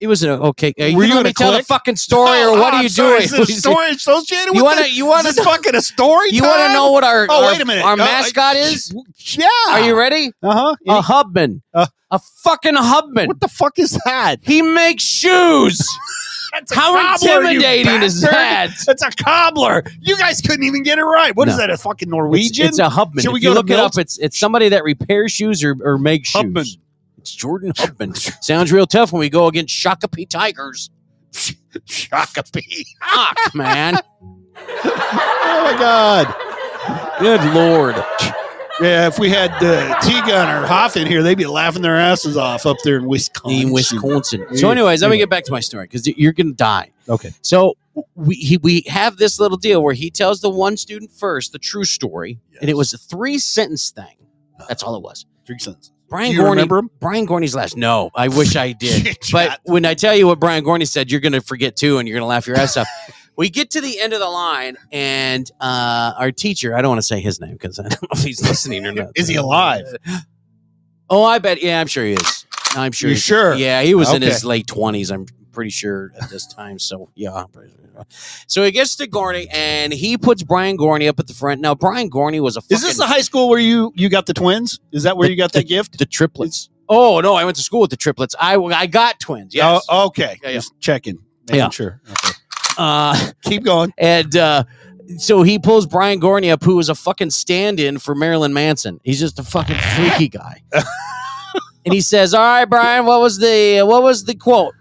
Speaker 7: It was an okay. Uh,
Speaker 12: Were
Speaker 7: you
Speaker 12: you
Speaker 7: let
Speaker 12: in
Speaker 7: me
Speaker 12: a
Speaker 7: tell the
Speaker 12: clique?
Speaker 7: fucking story, or
Speaker 12: Oh,
Speaker 7: what
Speaker 12: I'm
Speaker 7: are you
Speaker 12: sorry,
Speaker 7: doing?
Speaker 12: Is it a story associated
Speaker 7: You
Speaker 12: with
Speaker 7: want
Speaker 12: want
Speaker 7: to? You want
Speaker 12: Is
Speaker 7: to?
Speaker 12: this fucking a story?
Speaker 7: You want to
Speaker 12: time?
Speaker 7: know what our?
Speaker 12: Oh,
Speaker 7: our-
Speaker 12: wait a minute.
Speaker 7: Our
Speaker 12: Oh, I-
Speaker 7: mascot is.
Speaker 12: Yeah.
Speaker 7: Are you ready?
Speaker 12: Uh
Speaker 7: A
Speaker 12: huh.
Speaker 7: hubman.
Speaker 12: Uh,
Speaker 7: a fucking hubman.
Speaker 12: What the fuck is that?
Speaker 7: He makes shoes.
Speaker 12: That's
Speaker 7: How intimidating is that?
Speaker 12: That's a cobbler. You guys couldn't even get it right. What is
Speaker 7: No.
Speaker 12: that? A fucking Norwegian?
Speaker 7: It's, it's a hubman.
Speaker 12: Should we
Speaker 7: if you
Speaker 12: go to
Speaker 7: look it up?
Speaker 12: Milt?
Speaker 7: It's it's somebody that repairs shoes or, or makes
Speaker 12: Hubman.
Speaker 7: shoes. It's Jordan Hubman. Sounds real tough when we go against Shakopee Tigers.
Speaker 12: Shakopee.
Speaker 7: Fuck, man.
Speaker 12: Oh my god.
Speaker 7: Good lord.
Speaker 12: Yeah, if we had uh, T Gun or Hoff in here, they'd be laughing their asses off up there in Wisconsin.
Speaker 7: in Wisconsin. So, anyways, let me get back to my story because you're gonna die.
Speaker 12: Okay.
Speaker 7: So we he, we have this little deal where he tells the one student first the true story, and it was a three sentence thing. That's all it was.
Speaker 12: Three cents.
Speaker 7: Brian
Speaker 12: Do you
Speaker 7: Gorney.
Speaker 12: remember him?
Speaker 7: Brian Gorney's last. No, I wish I did.
Speaker 12: Shit,
Speaker 7: but when I tell you what Brian Gorney said, you're gonna forget too, and you're gonna laugh your ass off. We get to the end of the line, and uh, our teacher, I don't want to say his name because I don't know if he's listening or not.
Speaker 12: Is he alive?
Speaker 7: Oh, I bet. Yeah, I'm sure he is. I'm sure
Speaker 12: You
Speaker 7: he's
Speaker 12: sure?
Speaker 7: yeah, he was in
Speaker 12: Okay.
Speaker 7: his late twenties. I'm pretty sure at this time. So yeah, I'm pretty sure. so he gets to Gorney and he puts Brian Gorney up at the front. Now Brian Gorney was a fucking,
Speaker 12: Is this the high school where you you got the twins? Is that where you got that gift?
Speaker 7: the triplets? Oh no, I went to school with the triplets. I I got twins. Yes.
Speaker 12: Oh, okay.
Speaker 7: Yeah, yeah.
Speaker 12: Just checking. Making
Speaker 7: Yeah.
Speaker 12: Sure. Okay.
Speaker 7: Uh,
Speaker 12: Keep going.
Speaker 7: And uh, so he pulls Brian Gorney up, who was a fucking stand-in for Marilyn Manson. He's just a fucking freaky guy. and he says, "All right, Brian, what was the what was the quote?"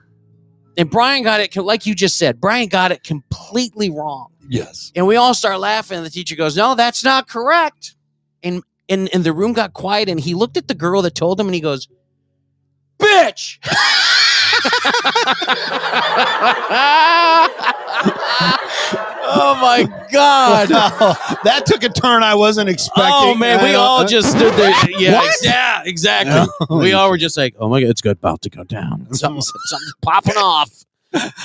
Speaker 7: And Brian got it, co- like you just said. Brian got it completely wrong,
Speaker 12: Yes.
Speaker 7: and we all start laughing. And the teacher goes, "No, that's not correct." And and and the room got quiet. And he looked at the girl that told him, and he goes, "Bitch." oh my god.
Speaker 12: that took a turn I wasn't expecting.
Speaker 7: Oh man, we
Speaker 12: I-
Speaker 7: all
Speaker 12: I-
Speaker 7: just stood there. Yeah,
Speaker 12: What?
Speaker 7: ex- yeah, exactly. We all were just like, "Oh my god, it's about to go down. Something's, something's popping off."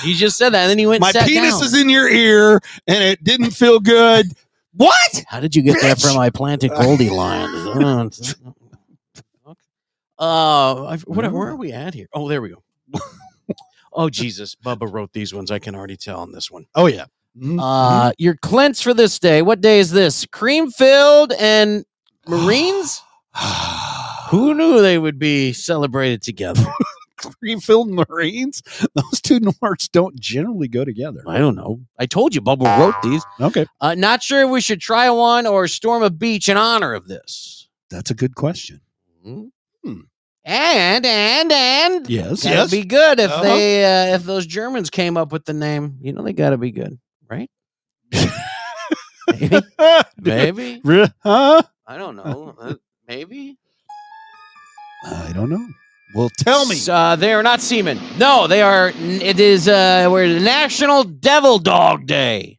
Speaker 7: He just said that, and then he went.
Speaker 12: my
Speaker 7: and sat
Speaker 12: penis
Speaker 7: down.
Speaker 12: is in your ear and it didn't feel good. What?
Speaker 7: How did you get that
Speaker 12: Bitch!
Speaker 7: from my planted goldie line? uh, I've- what, where are we at here? Oh, there we go. oh Jesus, Bubba wrote these ones. I can already tell on this one.
Speaker 12: Oh yeah. Mhm.
Speaker 7: Uh, your cleanse for this day. What day is this? Cream filled and Marines.
Speaker 12: Uh,
Speaker 7: Who knew they would be celebrated together?
Speaker 12: Greenfield Marines. Those two words don't generally go together.
Speaker 7: I don't know. I told you Bubba wrote these.
Speaker 12: Okay.
Speaker 7: Uh, not sure if we should try one or storm a beach in honor of this.
Speaker 12: That's a good question.
Speaker 7: And and and
Speaker 12: Yes.
Speaker 7: that'd
Speaker 12: Yes.
Speaker 7: be good if
Speaker 12: Uh-huh.
Speaker 7: they uh, if those Germans came up with the name. You know they gotta be good, right? maybe, maybe
Speaker 12: Re- huh?
Speaker 7: I don't know. Uh, maybe
Speaker 12: I don't know. Well, tell me.
Speaker 7: S- Uh, they are not seamen. No, they are. n- It is uh, we're the National Devil Dog Day.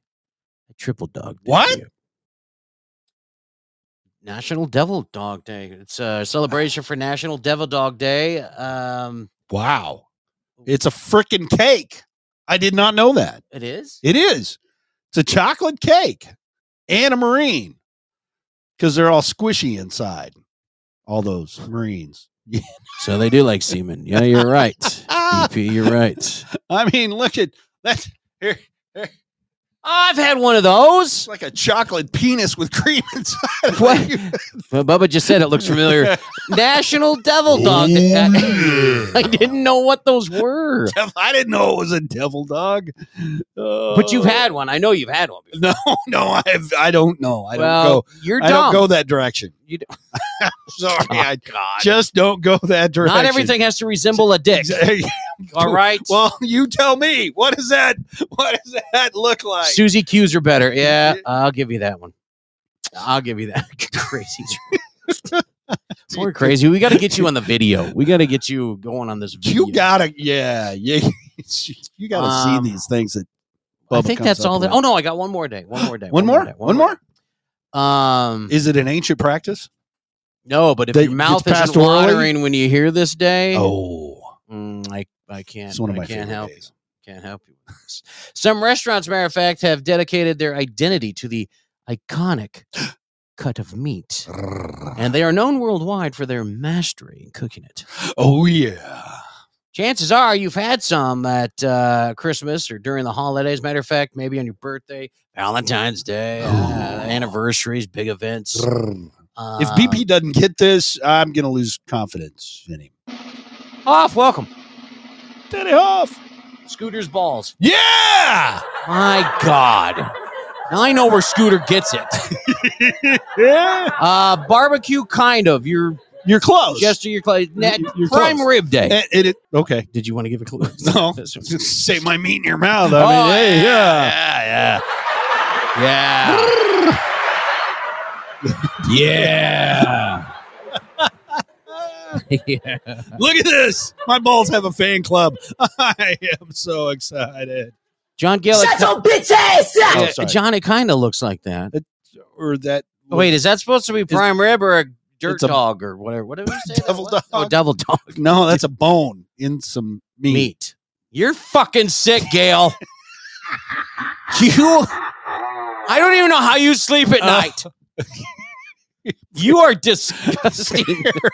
Speaker 7: Triple Dog. Day
Speaker 12: What?
Speaker 7: yeah. National Devil Dog Day. It's a celebration for National Devil Dog Day. Um,
Speaker 12: wow. It's a freaking cake. I did not know that.
Speaker 7: it is.
Speaker 12: It is. It's a chocolate cake and a marine because they're all squishy inside. All those marines.
Speaker 7: So they do like seamen. Yeah, you're right. BP, you're right.
Speaker 12: I mean, look at that's here,
Speaker 7: I've had one of those.
Speaker 12: it's like a chocolate penis with cream inside.
Speaker 7: What? Well, Bubba just said it looks familiar. National Devil Dog Day. I didn't know what those were.
Speaker 12: I didn't know it was a devil dog.
Speaker 7: But you've
Speaker 12: Uh,
Speaker 7: had one. I know you've had one. Before.
Speaker 12: no, no. I I don't know. I
Speaker 7: well,
Speaker 12: don't go.
Speaker 7: you're dumb.
Speaker 12: I don't go that direction.
Speaker 7: You d-
Speaker 12: Sorry, I
Speaker 7: God.
Speaker 12: just don't go that direction.
Speaker 7: Not everything has to resemble a dick.
Speaker 12: Exa-
Speaker 7: All right.
Speaker 12: Well, you tell me. What does that? What does that look like?
Speaker 7: Susie Q's are better. Yeah, I'll give you that one. I'll give you that. crazy. We're crazy. We got to get you on the video. We got to get you going on this video.
Speaker 12: You gotta, yeah, yeah. You gotta
Speaker 7: Um,
Speaker 12: see these things that.
Speaker 7: I
Speaker 12: Bubba
Speaker 7: think
Speaker 12: comes
Speaker 7: that's
Speaker 12: up
Speaker 7: all. That.
Speaker 12: with.
Speaker 7: Oh no, I got one more day. One more day.
Speaker 12: one more,
Speaker 7: day,
Speaker 12: one more.
Speaker 7: Um,
Speaker 12: Is it an ancient practice?
Speaker 7: no, but if
Speaker 12: That
Speaker 7: your mouth
Speaker 12: gets
Speaker 7: isn't
Speaker 12: passed orally?
Speaker 7: watering when you hear this day,
Speaker 12: Oh,
Speaker 7: mm, I I can't.
Speaker 12: it's one of
Speaker 7: I
Speaker 12: my
Speaker 7: can't
Speaker 12: favorite
Speaker 7: help.
Speaker 12: days.
Speaker 7: Can't help you. With this. Some restaurants, matter of fact, have dedicated their identity to the iconic cut of meat, and they are known worldwide for their mastery in cooking it.
Speaker 12: Oh yeah.
Speaker 7: Chances are you've had some at uh, Christmas or during the holidays. Matter of fact, maybe on your birthday, Valentine's Day, uh,
Speaker 12: Oh.
Speaker 7: anniversaries, big events. Uh,
Speaker 12: If BP doesn't get this, I'm gonna lose confidence in him.
Speaker 7: off, welcome
Speaker 12: Daddy Hoff.
Speaker 7: Scooter's balls.
Speaker 12: Yeah.
Speaker 7: My God, now I know where Scooter gets it.
Speaker 12: Yeah.
Speaker 7: Uh, barbecue, kind of. You're
Speaker 12: You're close.
Speaker 7: Gesture your clay. Net,
Speaker 12: y- you're
Speaker 7: prime
Speaker 12: close.
Speaker 7: rib day.
Speaker 12: Eh, it, it- okay.
Speaker 7: Did you want to give a clue?
Speaker 12: No.
Speaker 7: That's what-
Speaker 12: Say my meat in your mouth. I
Speaker 7: Oh,
Speaker 12: mean, hey, yeah.
Speaker 7: yeah, yeah,
Speaker 8: Yeah.
Speaker 7: yeah. yeah.
Speaker 12: Look at this. My balls have a fan club. I am so excited.
Speaker 7: John Gill.
Speaker 5: Shut your bitch ass up!
Speaker 12: Oh,
Speaker 7: Uh,
Speaker 12: sorry.
Speaker 7: John, it kind of looks like that.
Speaker 12: Or that.
Speaker 7: Wait, is that supposed to be prime rib or a dirt
Speaker 12: it's a-
Speaker 7: dog or whatever? Whatever you say. that
Speaker 12: Devil
Speaker 7: was? Oh,
Speaker 12: dog.
Speaker 7: devil dog
Speaker 12: No, that's a bone in some meat.
Speaker 7: meat. You're fucking sick, Gail. you. I don't even know how you sleep at
Speaker 12: Uh.
Speaker 7: night. you are disgusting.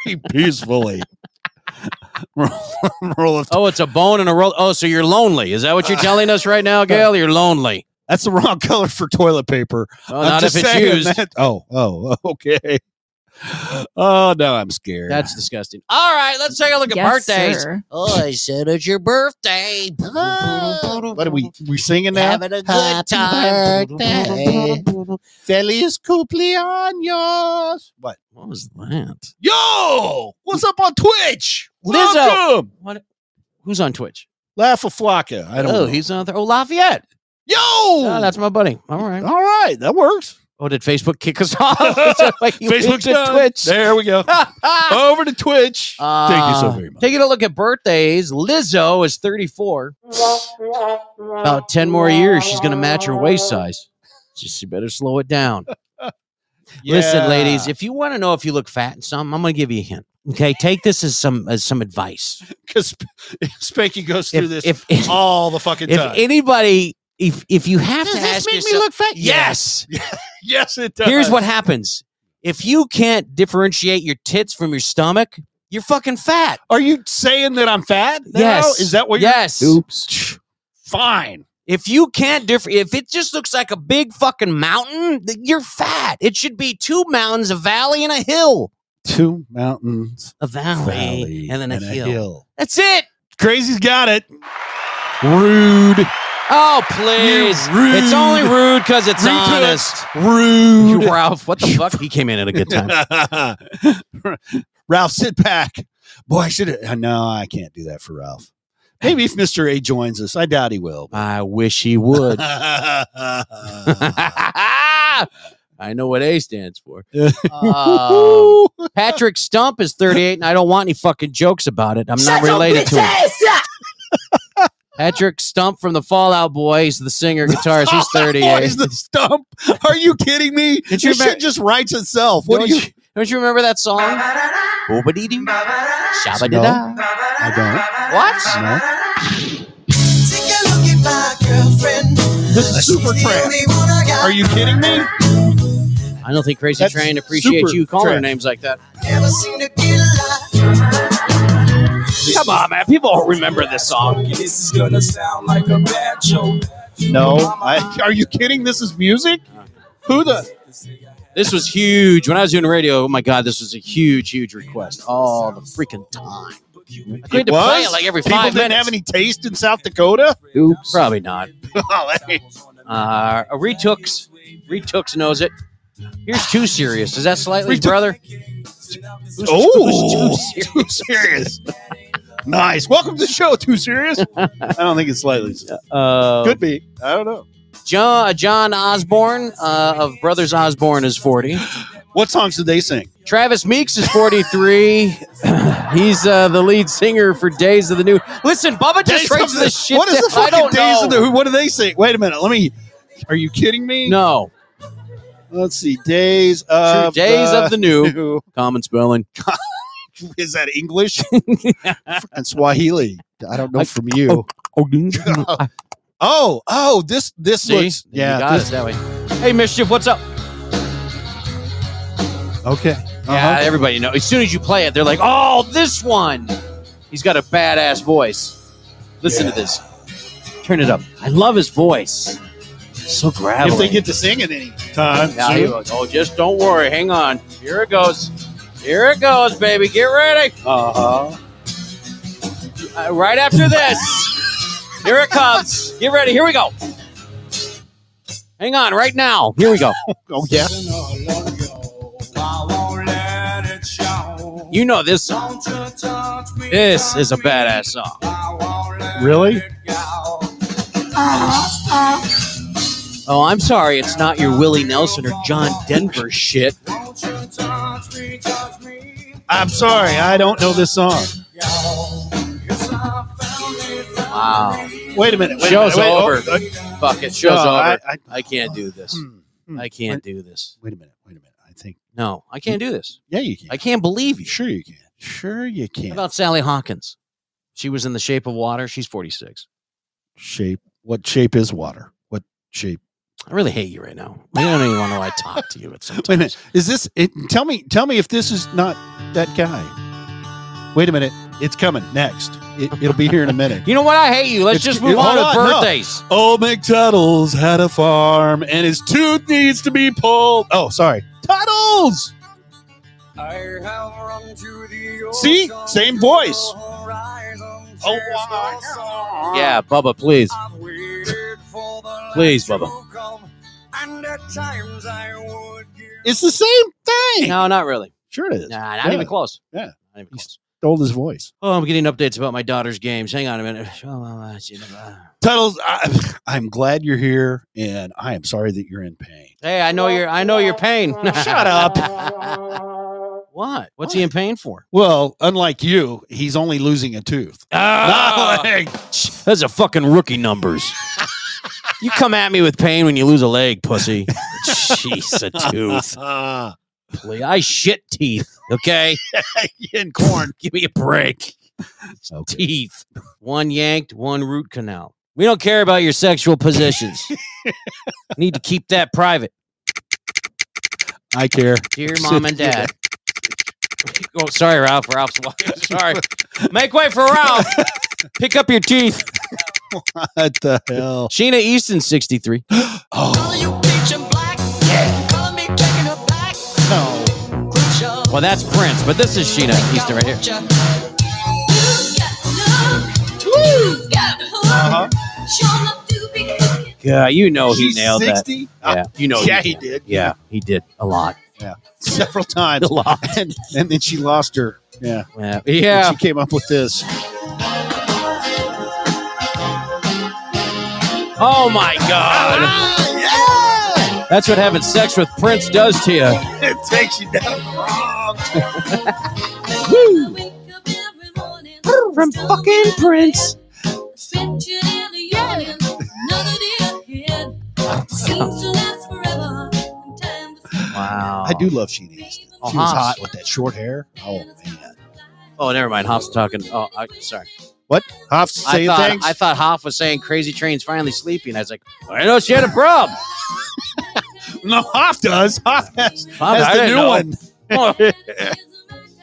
Speaker 12: Very peacefully. roll of
Speaker 7: Oh, it's a bone and a roll. Oh, so you're lonely. Is that what you're telling us right now, Gail? You're lonely.
Speaker 12: That's the wrong color for toilet paper.
Speaker 7: Well,
Speaker 12: I'm
Speaker 7: Oh, not if
Speaker 12: just
Speaker 7: it's
Speaker 12: saying
Speaker 7: used.
Speaker 12: that- Oh, oh, okay. Oh, no, I'm scared.
Speaker 7: That's disgusting. All right, let's take a look at
Speaker 9: Yes,
Speaker 7: birthdays.
Speaker 9: sir.
Speaker 7: Oh, I said it's your birthday.
Speaker 12: what are we we singing that?
Speaker 7: Having a good time.
Speaker 12: birthday. Feliz cumpleaños. What?
Speaker 7: What was that?
Speaker 12: Yo, what's up on Twitch?
Speaker 7: Lizzo.
Speaker 12: Welcome.
Speaker 7: What? Who's on Twitch?
Speaker 12: Laugh a flocka. I don't
Speaker 7: oh,
Speaker 12: know.
Speaker 7: he's on there. Oh, Lafayette.
Speaker 12: Yo,
Speaker 7: Oh, that's my buddy. All right.
Speaker 12: all right. That works.
Speaker 7: Oh, did Facebook kick us off? Is that why you
Speaker 12: Facebook's
Speaker 7: went
Speaker 12: done. There we go. Over to Twitch. Thank you so
Speaker 7: Uh,
Speaker 12: very much.
Speaker 7: Taking a look at birthdays, Lizzo is 34. About 10 more years, she's going to match her waist size. Just you better slow it down.
Speaker 12: Yeah.
Speaker 7: Listen, ladies, if you want to know if you look fat and something, I'm going to give you a hint. Okay, take this as some as some advice.
Speaker 12: because Spanky goes through
Speaker 7: If
Speaker 12: this
Speaker 7: if, if,
Speaker 12: all the fucking
Speaker 7: if
Speaker 12: time.
Speaker 7: anybody if if you have to ask yourself,
Speaker 12: fat?
Speaker 7: yes.
Speaker 12: yes, it does.
Speaker 7: Here's what happens: if you can't differentiate your tits from your stomach, you're fucking fat.
Speaker 12: Are you saying that I'm fat? now?
Speaker 7: Yes.
Speaker 12: Is that what? you're
Speaker 7: Yes.
Speaker 12: Oops. Fine.
Speaker 7: If you can't differ, if it just looks like a big fucking mountain, th- you're fat. It should be two mountains, a valley and a hill.
Speaker 12: Two mountains,
Speaker 7: A valley, and then a, hill. That's it.
Speaker 12: Crazy's got it. Rude.
Speaker 7: Oh, please.
Speaker 12: rude-
Speaker 7: It's only rude because it's
Speaker 12: Rude to
Speaker 7: honest. You
Speaker 12: Rude.
Speaker 7: Ralph, what the fuck? He came in at a good time.
Speaker 12: Ralph, sit back. Boy, I should have. No, I can't do that for Ralph. Maybe if Mr. A joins us, I doubt he will.
Speaker 7: I wish he would. Um,
Speaker 12: Patrick
Speaker 7: I know what A stands for. Um, Patrick Stump is 38, and I don't want any fucking jokes about it. I'm
Speaker 5: Shut
Speaker 7: not
Speaker 5: your
Speaker 7: related
Speaker 5: bitch
Speaker 7: to him.
Speaker 5: ass up!
Speaker 7: Patrick Stump from the Fallout Boys, the singer guitarist. He's
Speaker 12: Boys,
Speaker 7: 38.
Speaker 12: the stump. Are you kidding me?
Speaker 7: Did you
Speaker 12: Your shit
Speaker 7: remember-
Speaker 12: just writes itself. What do
Speaker 7: Don't
Speaker 12: you?
Speaker 7: Don't you remember that song? Boobadee-doo, shabba-da-da.
Speaker 12: I don't.
Speaker 7: What?
Speaker 12: This is super tramp. Are you kidding me?
Speaker 7: I don't think Crazy
Speaker 12: That's
Speaker 7: Train appreciates
Speaker 12: super
Speaker 7: you calling her
Speaker 12: trash.
Speaker 7: names like that.
Speaker 12: Come on, man. People don't remember this song.
Speaker 13: This is gonna sound like a bad joke.
Speaker 12: No. I, are you kidding? This is music? Who the?
Speaker 7: This was huge. When I was doing radio, oh my God, this was a huge, huge request all the freaking time. I tried to play it like every
Speaker 12: People
Speaker 7: five
Speaker 12: didn't
Speaker 7: minutes.
Speaker 12: have any taste in South Dakota? Oh,
Speaker 7: Oops. Probably not.
Speaker 12: Golly.
Speaker 7: Uh, Retooks. Retooks knows it. Here's Too Serious. Is that slightly,
Speaker 12: Retook-
Speaker 7: brother? Who's-
Speaker 12: Oh,
Speaker 7: who's Too
Speaker 12: too serious. nice. Welcome to the show, Too Serious. I don't think it's slightly.
Speaker 7: Uh,
Speaker 12: Could be. I don't know.
Speaker 7: John, uh, John Osborne uh, of Brothers Osborne is 40.
Speaker 12: What songs did they sing?
Speaker 7: Travis Meeks is 43. He's uh, the lead singer for Days of the New. Listen, Bubba just
Speaker 12: Days of
Speaker 7: writes
Speaker 12: the-
Speaker 7: this shit.
Speaker 12: What is the
Speaker 7: down. I
Speaker 12: fucking
Speaker 7: don't
Speaker 12: days
Speaker 7: know.
Speaker 12: of the who? What do they say? Wait a minute. Let me. Are you kidding me?
Speaker 7: No.
Speaker 12: Let's see. Days of
Speaker 7: Days
Speaker 12: the
Speaker 7: of the New.
Speaker 12: new.
Speaker 7: Common spelling.
Speaker 12: Is that English? and Swahili. I don't know
Speaker 7: I-
Speaker 12: from you. Oh, oh, this this
Speaker 7: See?
Speaker 12: looks.
Speaker 7: You
Speaker 12: Yeah.
Speaker 7: got
Speaker 12: This,
Speaker 7: us that way. Hey, Mischief, what's up?
Speaker 12: okay.
Speaker 7: Yeah,
Speaker 12: Uh-huh.
Speaker 7: everybody know. As soon as you play it, they're like, "Oh, this one." He's got a badass voice. Listen to this. Turn it up. I love his voice. So gravelly.
Speaker 12: If they get to sing at any time.
Speaker 7: Yeah,
Speaker 12: soon.
Speaker 7: he goes, oh, just don't worry. Hang on. Here it goes. Here it goes, baby. Get ready.
Speaker 12: Uh-huh.
Speaker 7: Uh, right after this. Here it comes. Get ready. Here we go. Hang on. Right now. Here we go.
Speaker 12: Oh yeah.
Speaker 7: You know this song. This is a badass song.
Speaker 12: Really?
Speaker 7: Oh, I'm sorry. It's not your Willie Nelson or John Denver shit.
Speaker 12: I'm sorry. I don't know this song.
Speaker 7: Wow.
Speaker 12: Wait a minute. Wait
Speaker 7: Show's
Speaker 12: a minute, wait, oh,
Speaker 7: over.
Speaker 12: uh,
Speaker 7: Fuck it. Show's
Speaker 12: No,
Speaker 7: over.
Speaker 12: I-
Speaker 7: I,
Speaker 12: I-
Speaker 7: can't do this.
Speaker 12: hmm, hmm.
Speaker 7: I can't do this.
Speaker 12: Wait a minute. Wait a minute. I think.
Speaker 7: No, I can't do this.
Speaker 12: Yeah, you can.
Speaker 7: I can't believe you.
Speaker 12: Sure, you can. Sure, you
Speaker 7: How
Speaker 12: can.
Speaker 7: about Sally Hawkins? She was in The Shape of Water. She's 46.
Speaker 12: shape. What shape is water? What shape?
Speaker 7: I really hate you right now. I don't even want to know I talk to you at some
Speaker 12: Wait a minute. Is this? It, tell me. Tell me if this is not that guy. Wait a minute. It's coming next. It, will be here in a minute.
Speaker 7: You know what? I hate you. Let's just move on to birthdays.
Speaker 12: No. Old McTuddles had a farm and his tooth needs to be pulled. Oh, sorry. Tuttles! See? Same voice. Oh, wow.
Speaker 7: Yeah, Bubba, please. please, Bubba.
Speaker 12: It's the same thing.
Speaker 7: No, not really.
Speaker 12: Sure it is.
Speaker 7: Nah, not
Speaker 12: Yeah.
Speaker 7: even close.
Speaker 12: Yeah.
Speaker 7: Not even
Speaker 12: He's-
Speaker 7: close.
Speaker 12: Stole his voice.
Speaker 7: Oh, I'm getting updates about my daughter's games. Hang on a Oh, minute.
Speaker 12: Tuttles, I, I'm glad you're here and I am sorry that you're in pain.
Speaker 7: Hey, I know your I know your pain.
Speaker 12: Shut up.
Speaker 7: What? What's he in pain for?
Speaker 12: Well, unlike you, he's only losing a tooth.
Speaker 7: Ah, that's a fucking rookie numbers. you come at me with pain when you lose a leg, pussy. Jeez, a tooth.
Speaker 12: Ah.
Speaker 7: Please, I shit teeth. Okay,
Speaker 12: in corn.
Speaker 7: give me a break. Teeth. One yanked, one root canal. We don't care about your sexual positions. Need to keep that private,
Speaker 12: I care.
Speaker 7: dear mom and dad. Oh, sorry, Ralph. Ralph's wife. Sorry. Make way for Ralph. Pick up your teeth.
Speaker 12: What the hell?
Speaker 7: Sheena Easton, 63.
Speaker 12: Oh, no.
Speaker 7: Well, that's Prince, but this is Sheena Easton right here.
Speaker 12: Uh-huh.
Speaker 7: Yeah, you know
Speaker 12: She's
Speaker 7: he nailed
Speaker 12: 60?
Speaker 7: that. Yeah, you know.
Speaker 12: Yeah, he did.
Speaker 7: Yeah, he did a lot.
Speaker 12: Several times.
Speaker 7: A lot.
Speaker 12: And, and then she lost her. Yeah.
Speaker 7: Yeah.
Speaker 12: And she came up with this.
Speaker 7: Oh my God.
Speaker 12: Ah,
Speaker 7: That's what having sex with Prince does to you.
Speaker 12: yeah! It takes you down wrong.
Speaker 7: From fucking Prince. Wow.
Speaker 12: I do love Sheena Easton. She
Speaker 7: Oh,
Speaker 12: was
Speaker 7: Hops.
Speaker 12: hot with that short hair. Oh, man.
Speaker 7: Oh, never mind. Hoff's talking. Oh, I, sorry.
Speaker 12: What? Hoff's saying
Speaker 7: I thought
Speaker 12: things?
Speaker 7: I thought Hoff was saying Crazy Train's finally sleeping. I was like, I know she had a problem.
Speaker 12: no, Hoff does. Hoff has,
Speaker 7: Hoff,
Speaker 12: has
Speaker 7: I
Speaker 12: the
Speaker 7: didn't
Speaker 12: new
Speaker 7: know.
Speaker 12: one.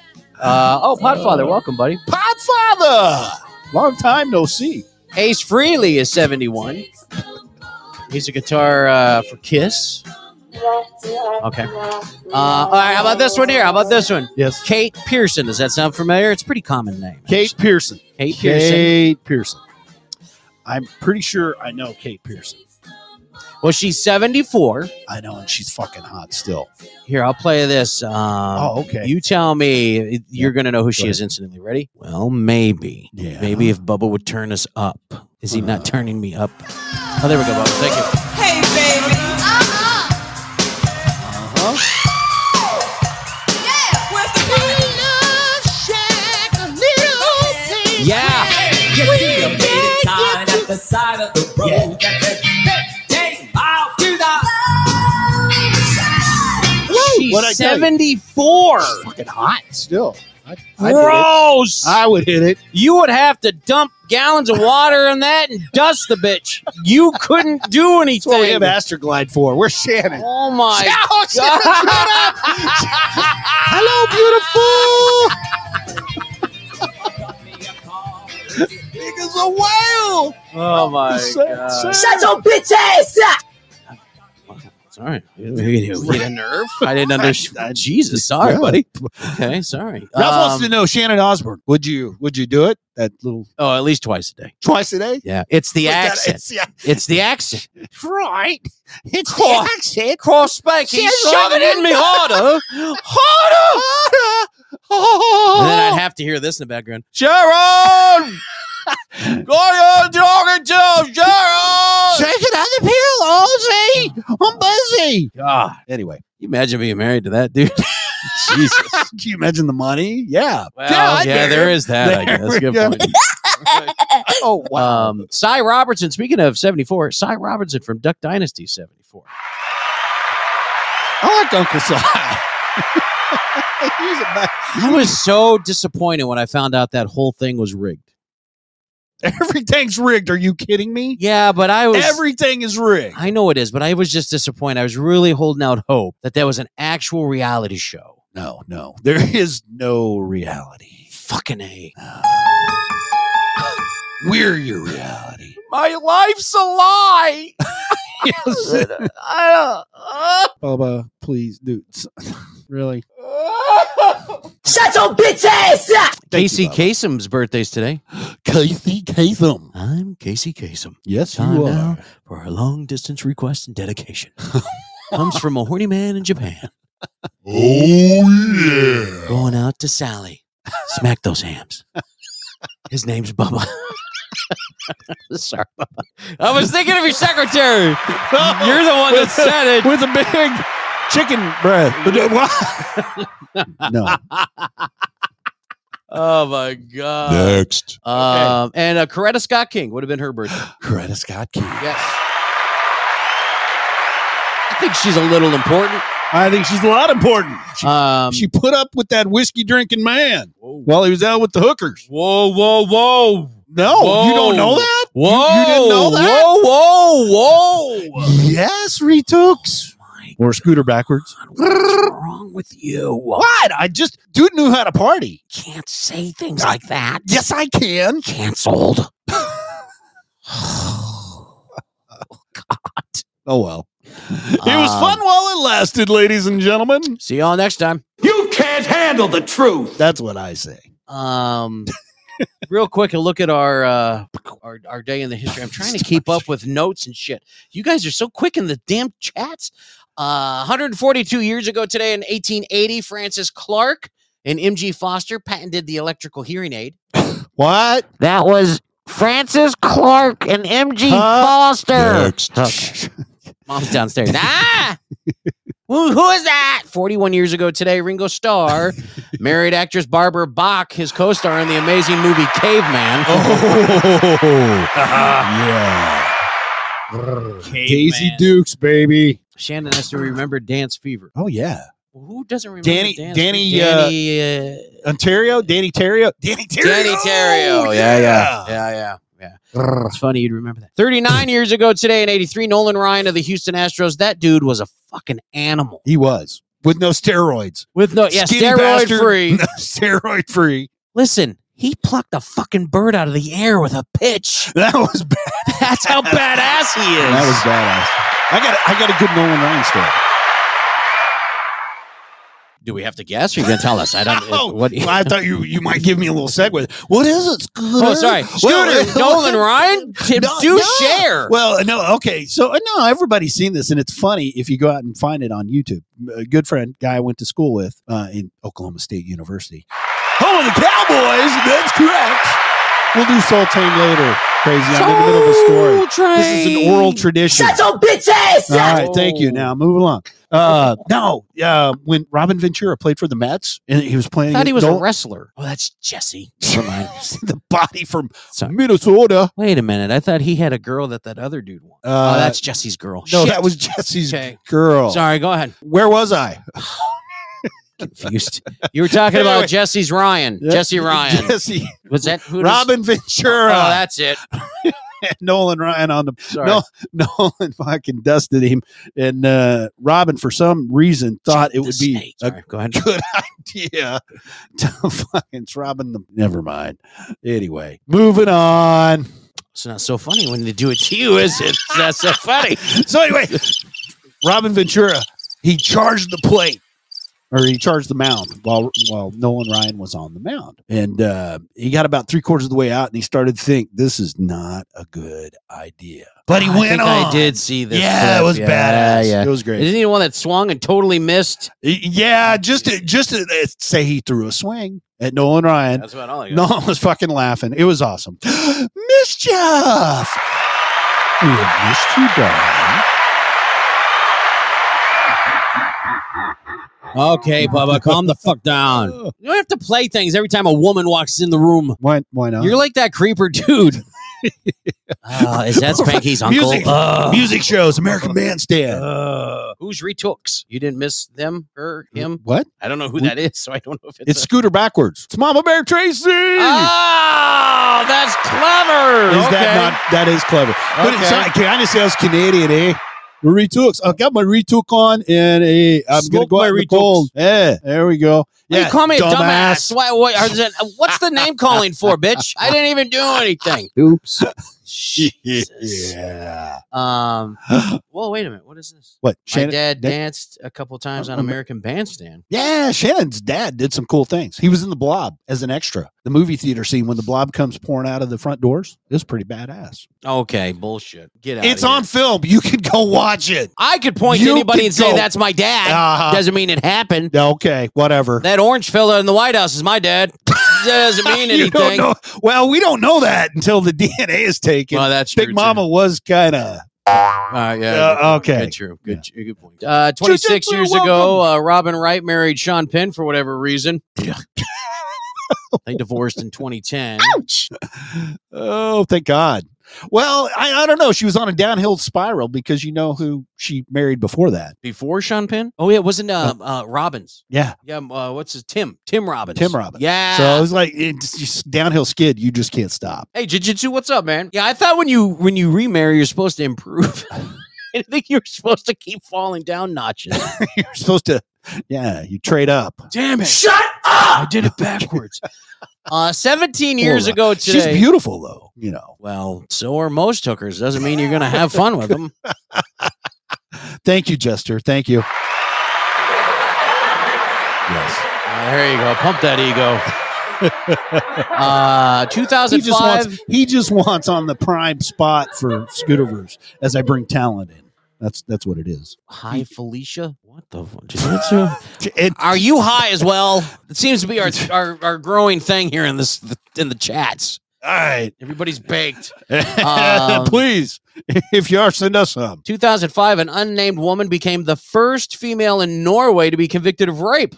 Speaker 7: uh, oh, Podfather, welcome, buddy.
Speaker 12: Podfather. Long time no see.
Speaker 7: Ace Freely is 71. He's a guitar uh, for Kiss. Okay. Uh, all right. How about this one here? How about this one?
Speaker 12: Yes.
Speaker 7: Kate Pearson. Does that sound familiar? It's a pretty common name.
Speaker 12: Kate Pearson.
Speaker 7: actually. Kate Pearson.
Speaker 12: Kate Pearson. I'm pretty sure I know Kate Pearson.
Speaker 7: Well, she's 74.
Speaker 12: I know, and she's fucking hot still.
Speaker 7: Here, I'll play this. Um,
Speaker 12: Oh, okay.
Speaker 7: You tell me. You're going to know who she
Speaker 12: Go
Speaker 7: is instantly. Ready? Well, maybe.
Speaker 12: Yeah.
Speaker 7: Maybe if Bubba would turn us up. Is he not turning me up? Oh, there we go, Bubba. Thank you. Uh-huh. Yeah. She's
Speaker 12: What'd I tell you?
Speaker 7: 74.
Speaker 12: Fucking hot still. I, I did it.
Speaker 7: Gross.
Speaker 12: I would hit it.
Speaker 7: You would have to dump gallons of water in that and dust the bitch. You couldn't do
Speaker 12: That's what we
Speaker 7: anything.
Speaker 12: have Astroglide for. We're Shannon.
Speaker 7: Oh my
Speaker 12: Oh, Shannon, shut up. Hello, beautiful. Niggas a whale.
Speaker 7: Oh my
Speaker 12: Shut-
Speaker 7: god.
Speaker 12: shut-
Speaker 5: Shut your bitch ass up!
Speaker 7: Sorry. We hit a nerve. I didn't understand. Jesus, sorry,
Speaker 12: Yeah.
Speaker 7: buddy. Okay, sorry.
Speaker 12: Um, Ralph
Speaker 7: Um,
Speaker 12: wants to know Shannon Osborne. Would you would you do it? That little
Speaker 7: oh, at least twice a day.
Speaker 12: twice a day?
Speaker 7: Yeah. It's the
Speaker 12: With that-
Speaker 7: accent.
Speaker 12: it's- yeah,
Speaker 7: It's the accent.
Speaker 12: right. It's
Speaker 7: Cross-
Speaker 12: accent.
Speaker 7: Cross back.
Speaker 12: She's
Speaker 7: shoving
Speaker 12: shoving
Speaker 7: in me harder. Harder. And then I'd have to hear this in the background. Sharon! What are you talking to? Sharon!
Speaker 12: Take another pill, Ozzy. I'm busy.
Speaker 7: God.
Speaker 12: Anyway,
Speaker 7: You imagine being married to that dude? Jesus.
Speaker 12: can you imagine the money? Yeah.
Speaker 7: Well, Oh, yeah, there is that, I
Speaker 12: There
Speaker 7: guess.
Speaker 12: we
Speaker 7: Good
Speaker 12: go.
Speaker 7: point.
Speaker 12: Oh wow.
Speaker 7: Um, Cy Robertson, speaking of 74, Cy Robertson from Duck Dynasty 74.
Speaker 12: I like Uncle Si. He's a bad-
Speaker 7: I was so disappointed when I found out that whole thing was rigged.
Speaker 12: Everything's rigged. Are you kidding me?
Speaker 7: Yeah, but I was.
Speaker 12: Everything is rigged.
Speaker 7: I know it is, but I was just disappointed. I was really holding out hope that that was an actual reality show.
Speaker 12: No, no. There is no reality.
Speaker 7: Fucking A.
Speaker 12: We're your reality.
Speaker 7: My life's a lie.
Speaker 12: Yes. uh. Bubba, please, dude. really?
Speaker 5: Shut your bitch ass up!
Speaker 7: Casey Kasem's birthday's today.
Speaker 12: Casey Kasem.
Speaker 7: I'm Casey Kasem.
Speaker 12: Yes,
Speaker 7: Time
Speaker 12: you
Speaker 7: now
Speaker 12: are.
Speaker 7: for our long distance request and dedication. Comes from a horny man in Japan.
Speaker 11: Oh, yeah.
Speaker 7: Going out to Sally. Smack those hams. His name's Bubba. Sorry, Bubba. I was thinking of your secretary. You're the one that said it.
Speaker 12: With a big chicken breath. no.
Speaker 7: Oh my god.
Speaker 11: Next.
Speaker 7: Um, and uh, Coretta Scott King would have been her birthday.
Speaker 12: Coretta Scott King.
Speaker 7: Yes. I think she's a little important.
Speaker 12: I think she's a lot important. She,
Speaker 7: Um,
Speaker 12: she put up with that whiskey drinking man while he was out with the hookers.
Speaker 7: whoa, whoa, whoa.
Speaker 12: No, you don't know
Speaker 7: Whoa.
Speaker 12: that?
Speaker 7: Whoa.
Speaker 12: you didn't know that?
Speaker 7: Whoa, whoa, whoa. Oh
Speaker 12: Yes, retooks.
Speaker 7: My
Speaker 12: Or scooter backwards.
Speaker 7: What's wrong with you?
Speaker 12: What? I just, dude knew how to party.
Speaker 7: Can't say things like that.
Speaker 12: Yes, I can.
Speaker 7: Canceled.
Speaker 12: Oh, well. It was
Speaker 7: Um,
Speaker 12: fun while it lasted, ladies and gentlemen.
Speaker 7: See y'all next time.
Speaker 13: You can't handle the truth.
Speaker 12: That's what I say.
Speaker 7: Um, real quick, a look at our, uh, our our day in the history. I'm trying to keep up with notes and shit. You guys are so quick in the damn chats. Uh, 142 years ago today, in 1880, Francis Clark and M.G. Foster patented the electrical hearing aid.
Speaker 12: What?
Speaker 7: That was Francis Clark and M.G.
Speaker 12: Huh?
Speaker 7: Foster.
Speaker 11: Next.
Speaker 7: Mom's downstairs. ah! Who, who is that? 41 years ago today, Ringo Starr married actress Barbara Bach, his co star in the amazing movie Caveman.
Speaker 12: Oh, yeah. Daisy Dukes, baby.
Speaker 7: Shannon has to remember Dance Fever.
Speaker 12: Oh, yeah.
Speaker 7: Who doesn't remember
Speaker 12: Danny-
Speaker 7: Dance
Speaker 12: Danny,
Speaker 7: Fever?
Speaker 12: uh,
Speaker 7: Danny, uh,
Speaker 12: Ontario, Danny Terrio. Danny Terrio. oh,
Speaker 7: Danny Terrio. Yeah, yeah, yeah, yeah. yeah. It's funny you'd remember that. 39 years ago today in 83, Nolan Ryan of the Houston Astros. That dude was a fucking animal.
Speaker 12: He was with no steroids.
Speaker 7: With no, Oh, yeah,
Speaker 12: Skinny
Speaker 7: steroid
Speaker 12: bastard,
Speaker 7: free.
Speaker 12: No, steroid free.
Speaker 7: Listen, he plucked a fucking bird out of the air with a pitch.
Speaker 12: That was bad.
Speaker 7: That's how badass he is.
Speaker 12: That was badass. I got I got a good Nolan Ryan story.
Speaker 7: Do we have to guess? Or are you going to tell us? I don't
Speaker 12: Oh,
Speaker 7: what.
Speaker 12: I thought you you might give me a little segue. What is it, Scooter?
Speaker 7: Oh, sorry.
Speaker 12: Well,
Speaker 7: Scooter, Nolan Ryan, Tim,
Speaker 12: No,
Speaker 7: do
Speaker 12: no.
Speaker 7: share.
Speaker 12: Well, no, okay. So uh, no, everybody's seen this, and it's funny if you go out and find it on YouTube. A good friend, guy I went to school with uh, in Oklahoma State University. Home of the Cowboys. That's correct. We'll do Soul Train later. Crazy. I'm in the middle of a story. This is an oral tradition.
Speaker 5: Shut your bitch ass
Speaker 12: All
Speaker 5: up!
Speaker 12: right, thank you. Now move along. Uh, no, uh, when Robin Ventura played for the Mets, and he was
Speaker 7: I
Speaker 12: playing.
Speaker 7: thought he was a
Speaker 12: Nolan-
Speaker 7: wrestler. Oh, that's Jesse. Never mind.
Speaker 12: the body from
Speaker 7: Sorry.
Speaker 12: Minnesota.
Speaker 7: Wait a minute. I thought he had a girl that that other dude wanted.
Speaker 12: Uh,
Speaker 7: oh, that's Jesse's girl.
Speaker 12: no,
Speaker 7: Shit.
Speaker 12: that was Jesse's
Speaker 7: Okay.
Speaker 12: girl.
Speaker 7: Sorry, go ahead.
Speaker 12: Where was I?
Speaker 7: Confused. you were talking about
Speaker 12: Anyway.
Speaker 7: Jesse's Ryan. Jesse Ryan.
Speaker 12: Jesse.
Speaker 7: Was that who? does-
Speaker 12: Robin Ventura.
Speaker 7: Oh, that's it.
Speaker 12: Nolan Ryan on the
Speaker 7: Sorry.
Speaker 12: No. Nolan fucking dusted him, and uh, Robin for some reason thought it
Speaker 7: The
Speaker 12: would be
Speaker 7: snake.
Speaker 12: a
Speaker 7: Sorry, go ahead.
Speaker 12: good idea to fucking Robin them. Never mind. Anyway, moving on.
Speaker 7: It's not so funny when they do it to you, is it? It's not so funny.
Speaker 12: So anyway, Robin Ventura, he charged the plate. Or he charged the mound while while Nolan Ryan was on the mound, and uh, he got about three quarters of the way out, and he started to think this is not a good idea. But he
Speaker 7: I
Speaker 12: went
Speaker 7: think
Speaker 12: on.
Speaker 7: I did see this.
Speaker 12: Yeah, it
Speaker 7: clip.
Speaker 12: was
Speaker 7: Yeah,
Speaker 12: badass.
Speaker 7: yeah.
Speaker 12: It was great.
Speaker 7: Isn't he the one that swung and totally missed?
Speaker 12: Y- Yeah, just to, just to uh, say he threw a swing at Nolan Ryan.
Speaker 7: That's about all I got.
Speaker 12: Nolan was fucking laughing. It was awesome. Mischief. We have missed you, darling.
Speaker 7: Okay, Bubba, calm the fuck down. You don't have to play things every time a woman walks in the room.
Speaker 12: Why? Why not?
Speaker 7: You're like that creeper dude. uh, is that Spanky's uncle?
Speaker 12: Music,
Speaker 7: Uh,
Speaker 12: music shows, American Bandstand.
Speaker 7: uh, who's retooks? You didn't miss them, her, him.
Speaker 12: What?
Speaker 7: I don't know who that is, so I don't know if um, it's.
Speaker 12: It's
Speaker 7: a-
Speaker 12: Scooter backwards. It's Mama Bear Tracy.
Speaker 7: oh, that's clever.
Speaker 12: Is
Speaker 7: okay.
Speaker 12: that not? That is clever. But it
Speaker 7: Okay.
Speaker 12: kind of sounds Canadian, eh? My retooks. I got my retook on and a. I'm
Speaker 7: Smoke
Speaker 12: gonna go
Speaker 7: my
Speaker 12: out in the
Speaker 7: retooks.
Speaker 12: cold. Yeah, there we go.
Speaker 7: Why
Speaker 12: Yeah,
Speaker 7: you call me a dumbass? Why, what, are there- what's the name calling for, bitch? I didn't even do anything.
Speaker 12: Oops. yeah.
Speaker 7: Um. Well, wait a minute. What is this?
Speaker 12: What?
Speaker 7: My
Speaker 12: Shannon-
Speaker 7: dad
Speaker 12: that-
Speaker 7: danced a couple times on American Bandstand.
Speaker 12: Yeah, Shannon's dad did some cool things. He was in the Blob as an extra. The movie theater scene when the Blob comes pouring out of the front doors is pretty badass.
Speaker 7: Okay, bullshit. Get out.
Speaker 12: It's on film. You can go watch it.
Speaker 7: I could point
Speaker 12: You
Speaker 7: to anybody
Speaker 12: can
Speaker 7: and say
Speaker 12: go-
Speaker 7: that's my dad.
Speaker 12: Uh-huh.
Speaker 7: Ah, Doesn't mean it happened.
Speaker 12: Okay, whatever.
Speaker 7: That orange fella in the White House is my dad. That doesn't mean
Speaker 12: You don't
Speaker 7: anything.
Speaker 12: know- Well, we don't know that until the DNA is taken.
Speaker 7: Well, that's
Speaker 12: Big
Speaker 7: true, too.
Speaker 12: Mama was kind of
Speaker 7: All right, yeah. good-
Speaker 12: Uh, okay.
Speaker 7: Good, true. Good, good point. Uh, 26 years ago, uh, Robin Wright married Sean Penn for whatever reason. they divorced in 2010.
Speaker 3: Ouch.
Speaker 12: oh, thank God. Well, I, I don't know. She was on a downhill spiral because you know who she married before that.
Speaker 7: Before Sean Penn? Oh, yeah. It wasn't uh, uh, Robbins.
Speaker 12: Yeah,
Speaker 7: Yeah. um, Uh, what's his Tim? Tim Robbins.
Speaker 12: Tim Robbins.
Speaker 7: Yeah.
Speaker 12: So it was like it's just downhill skid. You just can't stop.
Speaker 7: hey, Jujitsu, what's up, man? Yeah, I thought when you when you remarry, you're supposed to improve. I think you're supposed to keep falling down notches.
Speaker 12: You're supposed to. Yeah, you trade up.
Speaker 7: Damn it.
Speaker 5: Shut up!
Speaker 7: I did it backwards. Uh, 17 years
Speaker 12: Laura.
Speaker 7: ago today.
Speaker 12: She's beautiful though. You know.
Speaker 7: Well, so are most hookers. Doesn't mean you're going to have fun with them.
Speaker 12: Thank you, Jester. Thank you. Yes.
Speaker 7: Uh, there you go. Pump that ego. Uh,
Speaker 12: He just
Speaker 7: 2005.
Speaker 12: wants. He just wants on the prime spot for Scooterverse as I bring talent in. That's that's what it is.
Speaker 7: Hi, Felicia. What the fuck?
Speaker 12: And
Speaker 7: Are you high as well? It seems to be our, our our growing thing here in this in the chats.
Speaker 12: all right.
Speaker 7: Everybody's baked. Um,
Speaker 12: Please, if you are, send us some.
Speaker 7: 2005, an unnamed woman became the first female in Norway to be convicted of rape.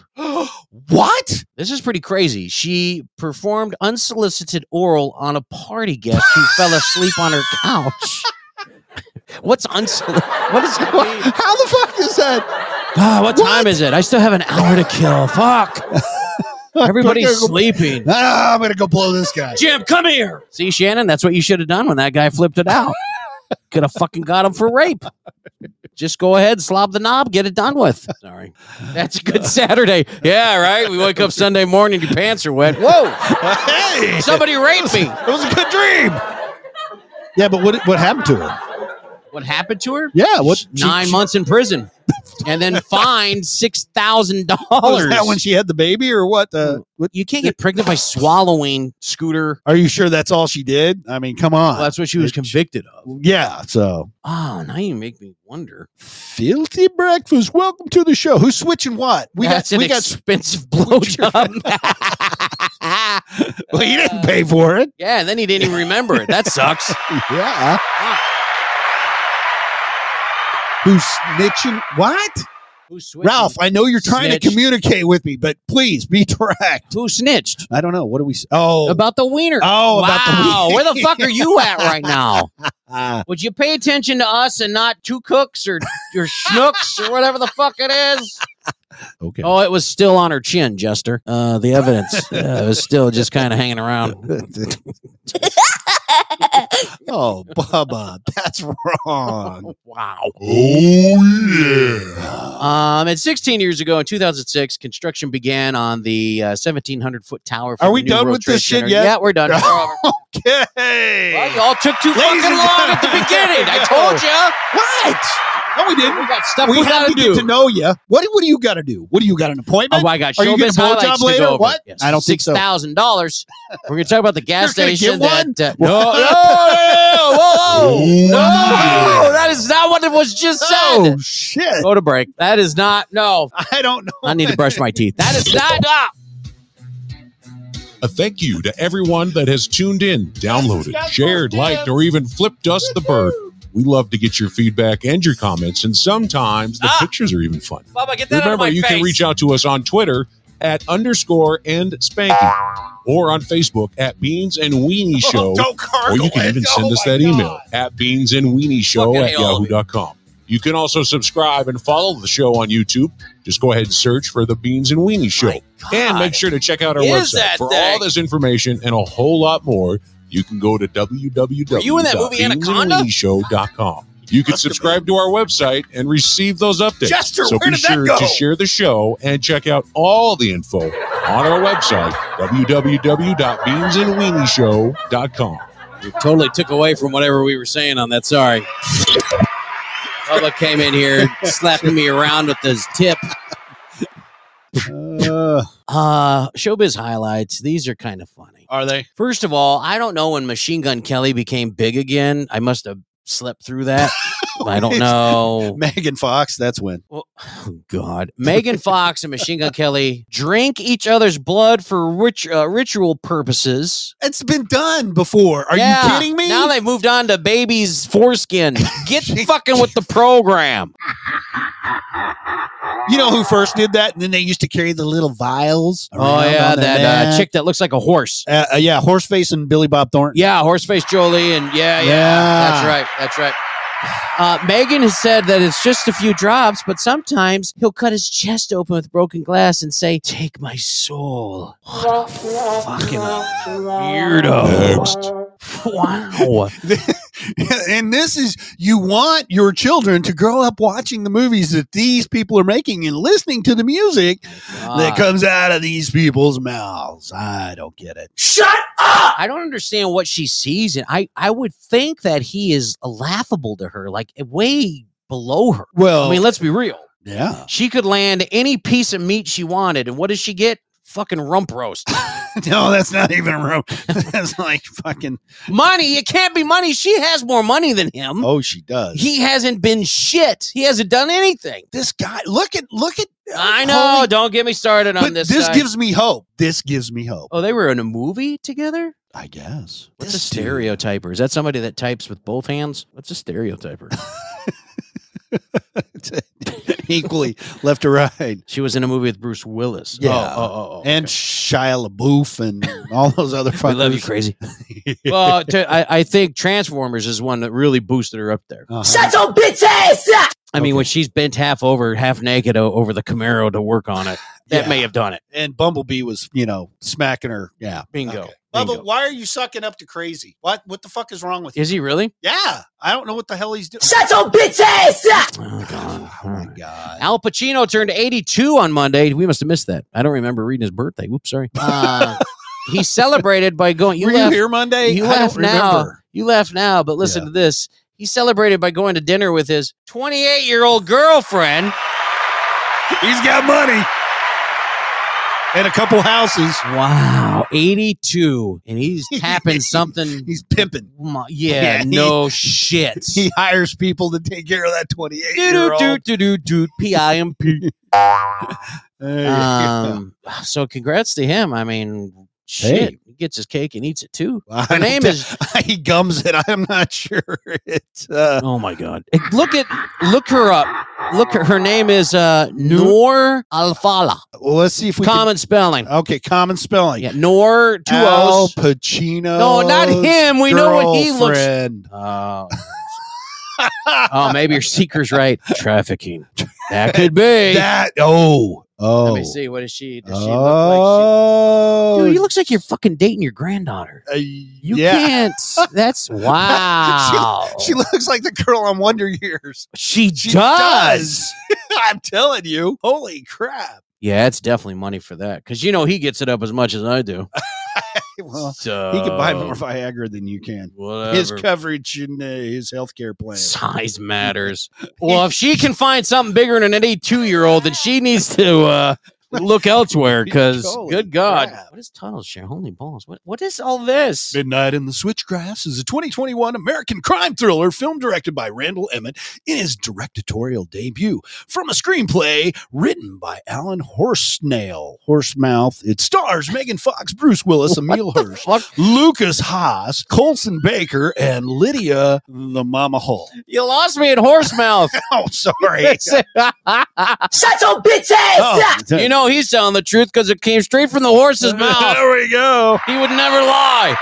Speaker 12: what?
Speaker 7: This is pretty crazy. She performed unsolicited oral on a party guest who fell asleep on her couch. What's unsolicited? What is
Speaker 12: How the fuck is that?
Speaker 7: Ah, what, time is it? I still have an hour to kill. Fuck. Everybody's
Speaker 12: Fucking-
Speaker 7: sleeping.
Speaker 12: Ah, I'm gonna go blow this guy.
Speaker 7: Jim, come here. See, Shannon, that's what you should have done when that guy flipped it out. Could have fucking got him for rape. Just go ahead, slob the knob, get it done with. Sorry. That's a good Saturday. Yeah, right? We wake up Sunday morning, your pants are wet. Whoa,
Speaker 12: hey,
Speaker 7: somebody raped me.
Speaker 12: it was a good dream. Yeah, but what what happened to her?
Speaker 7: What happened to her?
Speaker 12: Yeah, what she-
Speaker 7: Nine
Speaker 12: she-
Speaker 7: months in prison and then fined $6,000.
Speaker 12: Was Oh, that when she had the baby, or what? Uh, what?
Speaker 7: you can't get pregnant by swallowing scooter.
Speaker 12: Are you sure that's all she did? I mean, come on.
Speaker 7: Well, that's what she was
Speaker 12: Ah, Bitch.
Speaker 7: convicted of.
Speaker 12: yeah. So
Speaker 7: Oh, now you make me wonder.
Speaker 12: filthy breakfast. Welcome to the show. Who's switching what? We
Speaker 7: That's
Speaker 12: got.
Speaker 7: an
Speaker 12: We got.
Speaker 7: expensive blowjob.
Speaker 12: Well, you didn't pay for it.
Speaker 7: yeah, and then he didn't even remember it. That sucks.
Speaker 12: Yeah. Who's snitching? What?
Speaker 7: Who switched?
Speaker 12: Ralph, I know you're trying to
Speaker 7: Snitch.
Speaker 12: communicate with me, but please be direct.
Speaker 7: Who snitched?
Speaker 12: I don't know. What do we? s- Oh,
Speaker 7: About the wiener.
Speaker 12: Oh, about the
Speaker 7: wow.
Speaker 12: wiener.
Speaker 7: Where the fuck are you at right now?
Speaker 12: ah.
Speaker 7: Would you pay attention to us and not two cooks or your schnooks or whatever the fuck it is?
Speaker 12: okay.
Speaker 7: Oh, it was still on her chin, Jester. Uh, the evidence uh, was still just kind of hanging around.
Speaker 12: oh, Bubba, that's wrong.
Speaker 7: Wow.
Speaker 11: Oh, yeah.
Speaker 7: Um, and 16 years ago, in 2006, construction began on the uh, 1,700 foot tower. for
Speaker 12: Are
Speaker 7: the
Speaker 12: we
Speaker 7: new
Speaker 12: done
Speaker 7: World
Speaker 12: with
Speaker 7: Trade
Speaker 12: this shit
Speaker 7: Center.
Speaker 12: yet?
Speaker 7: Yeah, we're done. We're over. Well,
Speaker 12: okay.
Speaker 7: y'all took too
Speaker 12: Ladies
Speaker 7: fucking
Speaker 12: and
Speaker 7: long at the
Speaker 12: gentlemen.
Speaker 7: beginning. I told you.
Speaker 12: What? No, we
Speaker 7: We
Speaker 12: didn't.
Speaker 7: got stuff we,
Speaker 12: We have
Speaker 7: gotta
Speaker 12: to
Speaker 7: do.
Speaker 12: get to know you. What? What do you got to do? What do you got an
Speaker 7: Oh
Speaker 12: appointment?
Speaker 7: my God!
Speaker 12: Are you getting
Speaker 7: Showbiz
Speaker 12: a blowjob
Speaker 7: highlights to
Speaker 12: later?
Speaker 7: go over.
Speaker 12: What?
Speaker 7: Yes.
Speaker 12: I don't think
Speaker 7: six
Speaker 12: so.
Speaker 7: thousand dollars. We're gonna talk about the gas
Speaker 12: You're gonna
Speaker 7: station.
Speaker 12: get one?
Speaker 7: That, uh, no, no, no, whoa, whoa. no!
Speaker 11: yeah.
Speaker 7: That is not what it was just
Speaker 12: oh
Speaker 7: said.
Speaker 12: shit!
Speaker 7: Go to break. That is not. No,
Speaker 12: I don't know.
Speaker 7: I need to brush my teeth. That is not. ah.
Speaker 11: A thank you to everyone that has tuned in, downloaded, shared, liked, or even flipped us the bird. We love to get your feedback and your comments, and sometimes the
Speaker 7: Ah.
Speaker 11: pictures are even fun.
Speaker 7: Bubba, get that out of
Speaker 11: Remember,
Speaker 7: my
Speaker 11: you
Speaker 7: face.
Speaker 11: can reach out to us on Twitter at underscore and spanky or on Facebook at Beans and Weenie
Speaker 7: Oh,
Speaker 11: Show. or you can even send us that email at Beans and Weenie Show
Speaker 7: Fucking
Speaker 11: at
Speaker 7: hate all of
Speaker 11: yahoo.com. You can also subscribe and follow the show on YouTube. Just go ahead and search for the Beans and Weenie Show. And make sure to check out our
Speaker 7: Is
Speaker 11: website
Speaker 7: that
Speaker 11: for
Speaker 7: thing?
Speaker 11: all this information and a whole lot more. You can go to
Speaker 7: Were you in that movie Anaconda?
Speaker 11: www.beansandweenieshow.com. You can subscribe to our website and receive those updates.
Speaker 12: Jester,
Speaker 11: so
Speaker 12: where
Speaker 11: be
Speaker 12: did that
Speaker 11: sure
Speaker 12: go?
Speaker 11: to share the show and check out all the info on our website, www.beansandweenieshow.com.
Speaker 7: It totally took away from whatever we were saying on that. Sorry. Bubba came in here slapping me around with his tip.
Speaker 12: Uh,
Speaker 7: Uh, showbiz highlights. These are kind of funny.
Speaker 12: are they?
Speaker 7: First of all, I don't know when Machine Gun Kelly became big again. I must have slept through that. I don't know.
Speaker 12: Megan Fox, that's when.
Speaker 7: Well, oh God, Megan Fox and Machine Gun Kelly drink each other's blood for rich, uh, ritual purposes.
Speaker 12: It's been done before. Are you
Speaker 7: Yeah,
Speaker 12: kidding me?
Speaker 7: Now they've moved on to baby's foreskin. Get fucking with the program.
Speaker 12: you know who first did that? And then they used to carry the little vials.
Speaker 7: Oh
Speaker 12: around
Speaker 7: yeah,
Speaker 12: on their
Speaker 7: that uh,
Speaker 12: neck.
Speaker 7: chick that looks like a horse.
Speaker 12: Uh, uh, yeah, Horseface and Billy Bob Thornton.
Speaker 7: Yeah, Horseface Jolie, and yeah, yeah,
Speaker 12: Yeah.
Speaker 7: that's right, that's right. Uh, Megan has said that it's just a few drops, but sometimes he'll cut his chest open with broken glass and say, "Take my soul." What a fucking weirdo! Wow.
Speaker 12: and this is you want your children to grow up watching the movies that these people are making and listening to the music that
Speaker 7: God.
Speaker 12: comes out of these people's mouths. I don't get it.
Speaker 5: Shut up!
Speaker 7: I don't understand what she sees, and I I would think that he is laughable to her, like way below her.
Speaker 12: Well,
Speaker 7: I mean, let's be real.
Speaker 12: yeah,
Speaker 7: She could land any piece of meat she wanted, and what does she get? Fucking rump roast.
Speaker 12: no, that's not even room. that's like fucking.
Speaker 7: money. It can't be money. She has more money than him.
Speaker 12: Oh, she does.
Speaker 7: He hasn't been shit. He hasn't done anything.
Speaker 12: this guy, look at look at. uh,
Speaker 7: I know.
Speaker 12: Holy-
Speaker 7: don't get me started on
Speaker 12: but
Speaker 7: this.
Speaker 12: this,
Speaker 7: guy.
Speaker 12: gives me hope. This gives me hope.
Speaker 7: Oh, they were in a movie together.
Speaker 12: I guess.
Speaker 7: What's
Speaker 12: This
Speaker 7: a stereotyper? Is that somebody that types with both hands? What's a stereotyper?
Speaker 12: dude- equally left to right.
Speaker 7: she was in a movie with Bruce Willis.
Speaker 12: Yeah.
Speaker 7: Oh, oh, oh, oh,
Speaker 12: And
Speaker 7: okay.
Speaker 12: Shia LaBeouf and all those other
Speaker 7: we
Speaker 12: fuckers.
Speaker 7: love you, crazy. well, t- I, I think Transformers is one that really boosted her up there.
Speaker 12: Uh-huh.
Speaker 5: Shut your bitch ass up!
Speaker 7: I mean,
Speaker 12: Okay.
Speaker 7: when she's bent half over, half naked o- over the Camaro to work on it, that
Speaker 12: Yeah.
Speaker 7: may have done it.
Speaker 12: and Bumblebee was, you know, smacking her. Yeah.
Speaker 7: Bingo.
Speaker 12: Bubba,
Speaker 7: Bingo.
Speaker 12: why are you sucking up to crazy? What what the fuck is wrong with you?
Speaker 7: Is he really?
Speaker 12: Yeah. I don't know what the hell he's doing.
Speaker 5: Shut your bitch ass up!
Speaker 7: Oh, God.
Speaker 12: Oh my god.
Speaker 7: Al Pacino turned 82 on Monday. We must have missed that. I don't remember reading his birthday. Whoops, sorry. Uh, he celebrated by going. You
Speaker 12: Were
Speaker 7: left,
Speaker 12: you here Monday?
Speaker 7: you
Speaker 12: I
Speaker 7: left
Speaker 12: don't
Speaker 7: now.
Speaker 12: remember.
Speaker 7: You laugh now, but listen
Speaker 12: Yeah.
Speaker 7: to this. He celebrated by going to dinner with his 28 year old girlfriend.
Speaker 12: He's got money. And a couple houses.
Speaker 7: Wow, 82, and he's tapping something.
Speaker 12: He's pimping.
Speaker 7: My- yeah,
Speaker 12: Yeah, he-
Speaker 7: no shit.
Speaker 12: He hires people to take care of that 28
Speaker 7: Do
Speaker 12: year
Speaker 7: do
Speaker 12: old.
Speaker 7: do do do P I M P. Um, so congrats to him. I mean, shit, he gets his cake and eats it too. Her name is.
Speaker 12: he gums it. I'm not sure. It's uh,
Speaker 7: Oh my god! Hey, Look at look her up. Look her. Her name is uh, Noor Alfala.
Speaker 12: well, let's see if we
Speaker 7: Common spelling.
Speaker 12: can, okay. Common spelling.
Speaker 7: Yeah, Noor two
Speaker 12: Al
Speaker 7: O's.
Speaker 12: Pacino.
Speaker 7: No, not him. We know what he looks- Oh, oh, maybe your seeker's right. Trafficking. That could be.
Speaker 12: that. Oh, oh.
Speaker 7: Let me see. What is she? Does she look
Speaker 12: oh,
Speaker 7: like? She, dude, you looks like you're fucking dating your granddaughter.
Speaker 12: uh,
Speaker 7: You
Speaker 12: yeah.
Speaker 7: can't. That's wow.
Speaker 12: She looks like the girl on Wonder Years.
Speaker 7: She,
Speaker 12: She
Speaker 7: does.
Speaker 12: does. I'm telling you. Holy crap.
Speaker 7: Yeah, it's definitely money for that because you know he gets it up as much as I do.
Speaker 12: Well,
Speaker 7: so
Speaker 12: he can buy more Viagra than you can.
Speaker 7: Whatever.
Speaker 12: His coverage and uh, his healthcare plan.
Speaker 7: size matters. well, if she can find something bigger than an 82 year old, then she needs to uh, look elsewhere because
Speaker 12: Holy
Speaker 7: good God.
Speaker 12: crap.
Speaker 7: What is title share? Holy balls. What, what is all this?
Speaker 12: Midnight in the Switchgrass is a 2021 American crime thriller film directed by Randall Emmett in his directorial debut from a screenplay written by Alan Horsnail. Horsemouth. It stars Megan Fox, Bruce Willis, Emil Hirsch,
Speaker 7: Fuck.
Speaker 12: Lucas Haas, Colson Baker, and Lydia the Mama Hole.
Speaker 7: You lost me at horse mouth.
Speaker 12: Oh, sorry.
Speaker 5: Shut your bitch ass
Speaker 12: Oh,
Speaker 5: up!
Speaker 7: you know he's telling the truth because it came straight from the horse's mouth.
Speaker 12: There we go.
Speaker 7: He would never lie.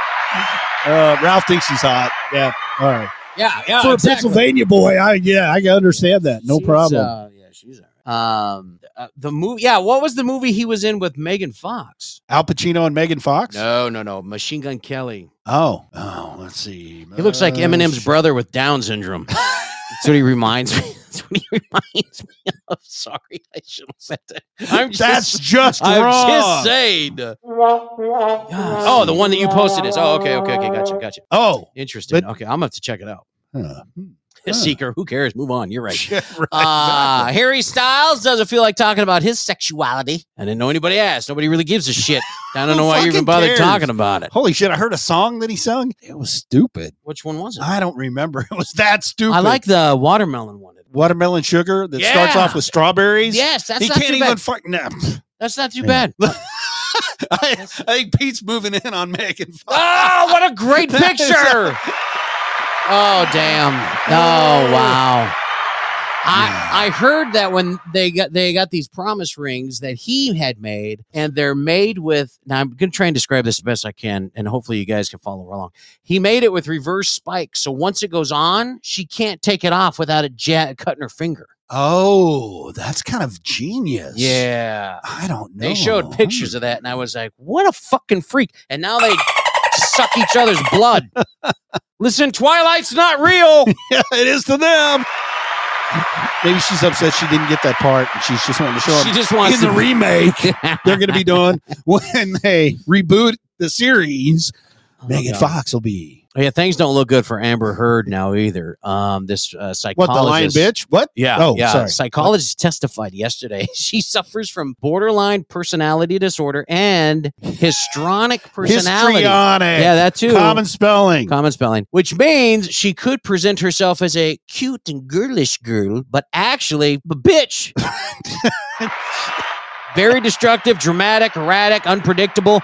Speaker 12: Uh, Ralph thinks he's hot. Yeah. All right.
Speaker 7: Yeah, yeah. exactly.
Speaker 12: For a Pennsylvania boy, I yeah, I can understand that. No
Speaker 7: She's,
Speaker 12: problem.
Speaker 7: uh, yeah, she's all right. Um, uh, the movie. Yeah, what was the movie he was in with Megan Fox?
Speaker 12: Al Pacino and Megan Fox.
Speaker 7: No, no, no. Machine Gun Kelly. Oh,
Speaker 12: Oh, oh, let's see. Uh,
Speaker 7: He looks like Eminem's brother with Down syndrome. That's what he reminds me. That's what he reminds me of. Sorry, I shouldn't have said that. I'm just,
Speaker 12: That's just
Speaker 7: I'm
Speaker 12: wrong.
Speaker 7: just saying. Oh, the one that you posted is. Oh, okay, okay, okay. Gotcha, gotcha.
Speaker 12: Oh,
Speaker 7: interesting. okay, I'm gonna have to check it out.
Speaker 12: Huh.
Speaker 7: Seeker, who cares? Move on. You're right. uh, Harry Styles doesn't feel like talking about his sexuality. I didn't know anybody asked. Nobody really gives a shit. I don't
Speaker 12: Who
Speaker 7: know why you even
Speaker 12: fucking
Speaker 7: bothered
Speaker 12: cares?
Speaker 7: talking about it.
Speaker 12: Holy shit! I heard a song that he sung. It was stupid.
Speaker 7: Which one was it?
Speaker 12: I don't remember. It was that stupid.
Speaker 7: I like the watermelon one.
Speaker 12: watermelon sugar that
Speaker 7: Yeah.
Speaker 12: starts off with strawberries.
Speaker 7: Yes, that's
Speaker 12: he
Speaker 7: not
Speaker 12: can't
Speaker 7: too
Speaker 12: even
Speaker 7: bad.
Speaker 12: fuck. Nah.
Speaker 7: That's not too bad.
Speaker 12: I, I think Pete's moving in on Megan.
Speaker 7: Oh, what a great
Speaker 12: That's-
Speaker 7: picture! oh, damn! Oh, wow! I I heard that when they got they got these promise rings that he had made, and they're made with. Now I'm gonna try and describe this the best I can, and hopefully you guys can follow along. He made it with reverse spikes, so once it goes on, she can't take it off without it ja- cutting her finger.
Speaker 12: Oh, that's kind of genius.
Speaker 7: Yeah,
Speaker 12: I don't know.
Speaker 7: they showed pictures of that, and I was like, "What a fucking freak!" And now they suck each other's blood. Listen, Twilight's not real.
Speaker 12: Yeah, it is to them. Maybe she's upset she didn't get that part, and she's just wanting to show up.
Speaker 7: She just wants
Speaker 12: in the
Speaker 7: to-
Speaker 12: remake. they're going to be doing when they reboot the series. Megan
Speaker 7: God.
Speaker 12: Fox will be
Speaker 7: Oh, Yeah, things don't look good for Amber Heard now either. Um, this uh,
Speaker 12: what
Speaker 7: psychologist.
Speaker 12: the lion bitch? What?
Speaker 7: Yeah.
Speaker 12: Oh,
Speaker 7: yeah.
Speaker 12: sorry.
Speaker 7: Psychologist testified yesterday. She suffers from borderline personality disorder and histrionic personality.
Speaker 12: Histrionic.
Speaker 7: Yeah, that too.
Speaker 12: Common spelling.
Speaker 7: Common spelling, which means she could present herself as a cute and girlish girl, but actually, b- bitch. Very destructive, dramatic, erratic, unpredictable.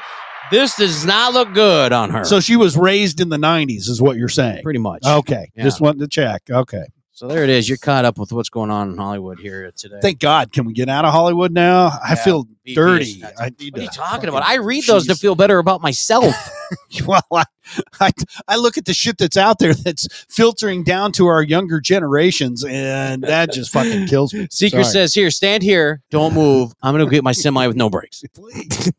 Speaker 7: This does not look good on her.
Speaker 12: So she Oh. was raised in the '90s, is what you're saying?
Speaker 7: pretty much.
Speaker 12: Okay,
Speaker 7: Yeah.
Speaker 12: just wanted to check. Okay,
Speaker 7: So there it is. You're caught up with what's going on in Hollywood here today.
Speaker 12: thank God. Can we get out of Hollywood now? I
Speaker 7: Yeah.
Speaker 12: feel
Speaker 7: BPS.
Speaker 12: dirty. I need
Speaker 7: What are you talking
Speaker 12: to fucking-
Speaker 7: about? I read those to
Speaker 12: Jeez.
Speaker 7: feel better about myself.
Speaker 12: well, I, I, I look at the shit that's out there that's filtering down to our younger generations, and that just fucking kills me.
Speaker 7: Seeker
Speaker 12: Sorry.
Speaker 7: says, "Here, stand here. Don't move. I'm going to get my semi with no brakes."
Speaker 12: Please.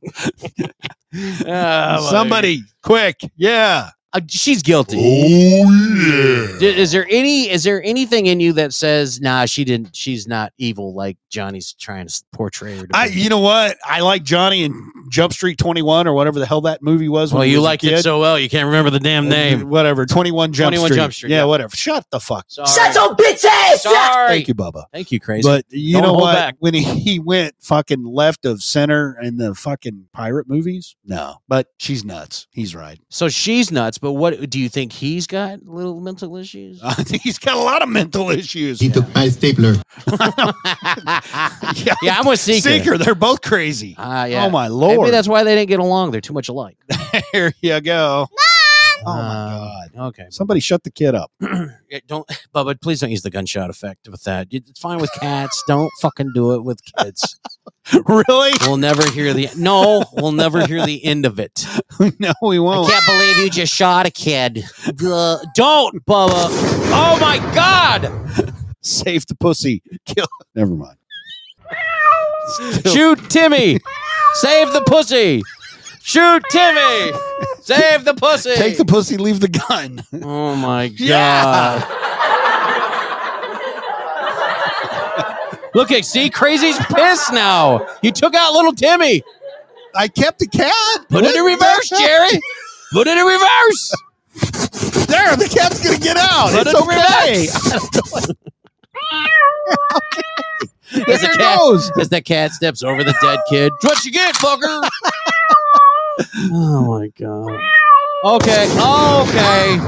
Speaker 12: Oh,
Speaker 7: Ah, well,
Speaker 12: somebody quick, yeah.
Speaker 7: uh, she's guilty.
Speaker 11: Oh
Speaker 7: D- Is there any? Is there anything in you that says, "Nah, she didn't. She's not evil like Johnny's trying to portray her"? To
Speaker 12: I,
Speaker 7: be?
Speaker 12: you know what? I like Johnny and Jump Street 21 or whatever the hell that movie was. when
Speaker 7: well,
Speaker 12: he
Speaker 7: you
Speaker 12: was a
Speaker 7: liked
Speaker 12: kid. Uh,
Speaker 7: it so well, you can't remember the damn name.
Speaker 12: Whatever. 21 Jump
Speaker 7: 21
Speaker 12: Street.
Speaker 7: Jump Street,
Speaker 12: Yeah,
Speaker 7: yeah.
Speaker 12: whatever. Shut the fuck.
Speaker 7: Sorry.
Speaker 5: Shut your bitch ass up!
Speaker 7: Sorry.
Speaker 12: Thank you, Bubba.
Speaker 7: Thank you, crazy.
Speaker 12: But you
Speaker 7: Don't
Speaker 12: know
Speaker 7: hold
Speaker 12: what?
Speaker 7: back.
Speaker 12: When he, he went fucking left of center in the fucking pirate movies, no. But she's nuts. He's right.
Speaker 7: so she's nuts. But what do you think he's got? Little mental issues.
Speaker 12: I think he's got a lot of mental issues.
Speaker 9: took my stapler.
Speaker 7: yeah, I'm with Seeker.
Speaker 12: Seeker, they're both crazy.
Speaker 7: Ah, yeah.
Speaker 12: Oh my
Speaker 7: Maybe
Speaker 12: lord!
Speaker 7: that's why they didn't get along. They're too much alike.
Speaker 12: there you go.
Speaker 7: Oh
Speaker 12: my God.
Speaker 7: Okay.
Speaker 12: Somebody shut the kid up.
Speaker 7: Yeah, don't, Bubba, please don't use the gunshot effect with that. You- It's fine with cats. don't fucking do it with kids.
Speaker 12: really?
Speaker 7: We'll never hear the no. We'll never hear the end of it.
Speaker 12: no, we
Speaker 7: I
Speaker 12: won't.
Speaker 7: can't believe you just shot a kid. Duh. don't, Bubba. Oh my God!
Speaker 12: Save the pussy. Kill. Never mind.
Speaker 7: Shoot Timmy. Save the pussy. Shoot Timmy. Save the pussy.
Speaker 12: Take the pussy, leave the gun.
Speaker 7: Oh my god.
Speaker 12: Yeah.
Speaker 7: Look at see, crazy's pissed now. You took out little Timmy.
Speaker 12: I kept the cat.
Speaker 7: Put it in reverse, Jerry. Put it in reverse.
Speaker 12: There, the cat's gonna get out.
Speaker 7: Put
Speaker 12: it's
Speaker 7: it in
Speaker 12: okay.
Speaker 7: reverse.
Speaker 12: There's
Speaker 7: As the
Speaker 12: your
Speaker 7: cat-
Speaker 12: nose.
Speaker 7: As the cat steps over the dead kid. What you get, fucker? oh my god. Okay. Okay.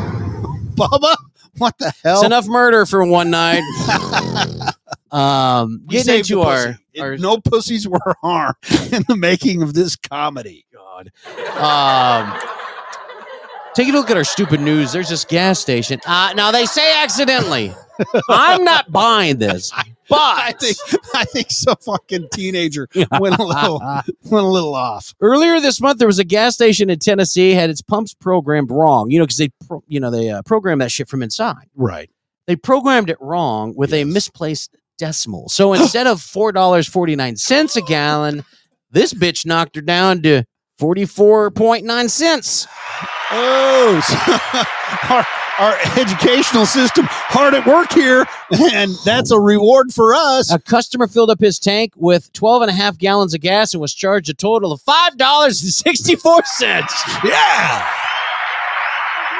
Speaker 12: Bubba, what the hell?
Speaker 7: It's enough murder for one night. um
Speaker 12: We
Speaker 7: getting
Speaker 12: saved the
Speaker 7: into our,
Speaker 12: pussy.
Speaker 7: our
Speaker 12: no pussies were harmed in the making of this comedy.
Speaker 7: God. Um, take a look at our stupid news. There's this gas station. Uh, now they say accidentally. I'm not buying this, but
Speaker 12: I think I think some fucking teenager went a little went a little off.
Speaker 7: earlier this month there was a gas station in Tennessee had its pumps programmed wrong. You know, because they pro- you know they uh, programmed that shit from inside.
Speaker 12: Right.
Speaker 7: They programmed it wrong with a misplaced decimal. So instead of four dollars forty nine cents a gallon, this bitch knocked her down to forty four point nine cents.
Speaker 12: Oh, so- our, our educational system hard at work here, and that's a reward for us.
Speaker 7: A customer filled up his tank with 12 and a half gallons of gas and was charged a total of $5.64.
Speaker 12: Yeah.